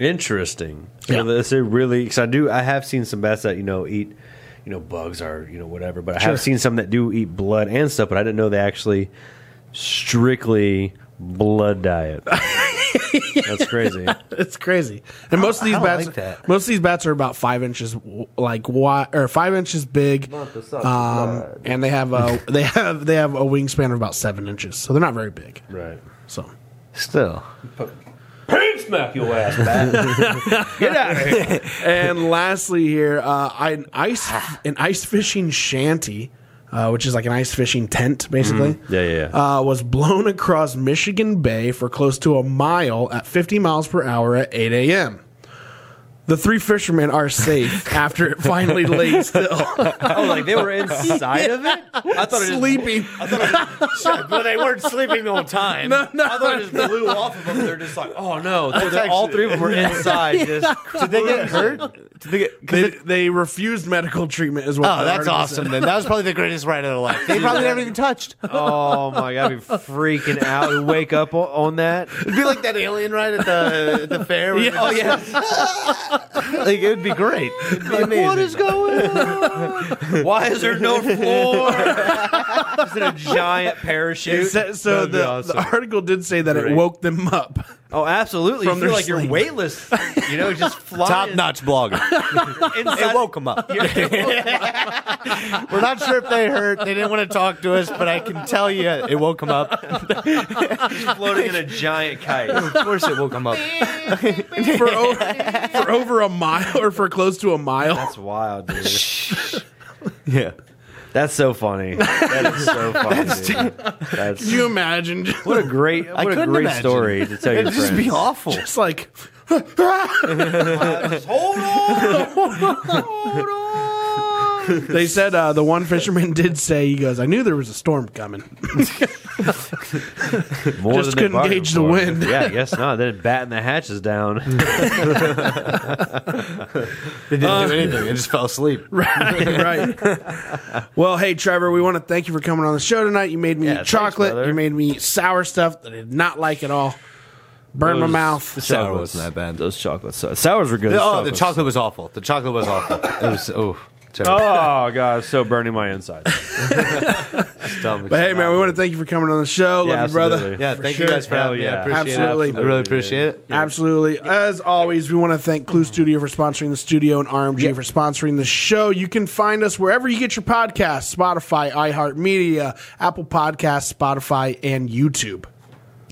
S8: Interesting.
S1: Yeah.
S8: So that's a really because I do I have seen some bats that you know eat you know bugs or you know whatever, but I
S1: Sure.
S8: have seen some that do eat blood and stuff, but I didn't know they actually strictly blood diet. that's crazy.
S1: It's crazy. And most of these
S4: I don't
S1: bats,
S4: like that.
S1: most of these bats are about five inches w- like wide or five inches big,
S4: to suck
S1: um,
S4: blood.
S1: and they have a they have they have a wingspan of about seven inches, so they're not very big.
S8: Right.
S1: So
S4: Still.
S8: Smack your ass, bat.
S1: and lastly here uh, I- an ice an ice fishing shanty uh, which is like an ice fishing tent basically
S4: Mm-hmm.
S8: Yeah, yeah, yeah.
S1: Uh, was blown across michigan bay for close to a mile at 50 miles per hour at 8 a.m the three fishermen are safe after it finally laid still
S8: Oh, like they were inside of it. I thought it was
S1: sleeping
S5: but they weren't sleeping on time.
S8: I thought it just blew off of them. They're just like, oh no! They're- they're- all
S4: actually-
S8: three of them were inside. Just
S5: Did they get hurt? Did they get? 'cause
S1: they,
S5: it-
S1: they refused medical treatment as well
S5: oh, that's awesome. Then that was probably the greatest ride of their life. They probably never even touced.
S8: oh my god, I'd be freaking out. and Wake up o- on that.
S4: It'd be like that alien ride at the, the fair. where
S1: Yeah. Oh,
S4: yeah. like, it would be great. It'd be amazing. What is going
S8: Why is there no floor? is it a giant parachute?
S1: so, so
S8: That'd be
S1: the,
S8: awesome.
S1: the article did say that it
S8: Great.
S1: woke them up
S8: oh, absolutely.
S1: From
S8: you
S1: their
S8: feel like you're
S1: sleep.
S8: weightless. You know, just
S5: Top
S8: flying.
S5: notch blogger.
S8: inside-
S5: It woke them up. We're not sure if they hurt. They didn't want to talk to us, but I can tell you it woke them up.
S8: You're floating in a giant kite.
S4: Of course it will come up.
S1: for over, for over a mile or for close to a mile
S8: That's wild, dude.
S5: Yeah.
S8: That's so funny. That is so funny. dude. That's
S1: Can you imagine? Just
S8: what a great,
S5: I
S8: what a
S5: couldn't
S8: great
S5: imagine.
S8: story to tell your
S5: It'd just
S8: friends.
S5: be awful.
S1: like
S8: Hold on.
S1: they said, uh, the one fisherman did say, he goes, "I knew there was a storm coming."
S8: More
S1: Just
S8: than they
S1: couldn't
S8: bargained
S1: gauge the
S8: for.
S1: wind.
S8: Yeah, I guess not. Then batting the hatches down.
S5: They didn't
S4: Uh,
S5: do anything. They just fell asleep.
S1: right, right. Well, hey, Trevor, we want to thank you for coming on the show tonight. You made me eat
S8: thanks,
S1: chocolate.
S8: brother.
S1: you made me eat sour stuff that I did not like at all. Burn my
S8: Those-
S1: mouth.
S5: Sour wasn't that bad.
S8: Those chocolates, sours were good.
S5: Oh, the chocolate was awful. The chocolate was awful. It was oh. terrible.
S8: Oh god, so burning my insides.
S1: But hey, man, we want to thank you for coming on the show.
S8: Yeah,
S1: Love you, brother.
S8: absolutely.
S5: Yeah,
S4: Yeah, thank
S5: sure.
S4: you guys for
S8: Hell
S4: having me.
S8: yeah.
S4: I appreciate
S1: Absolutely.
S4: it. I really appreciate it.
S1: Absolutely. As always, we want to thank Clue Studio for sponsoring the studio and RMG for sponsoring the show. You can find us wherever you get your podcasts Spotify, iHeartMedia, Apple Podcasts, Spotify, and YouTube.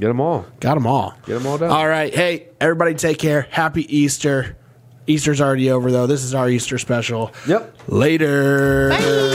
S8: Get them all.
S1: Got them all. Get
S8: them all done.
S1: All right. Hey, everybody, take care. Happy Easter. Easter's already over, though. This is our Easter special.
S8: Yep.
S1: Later.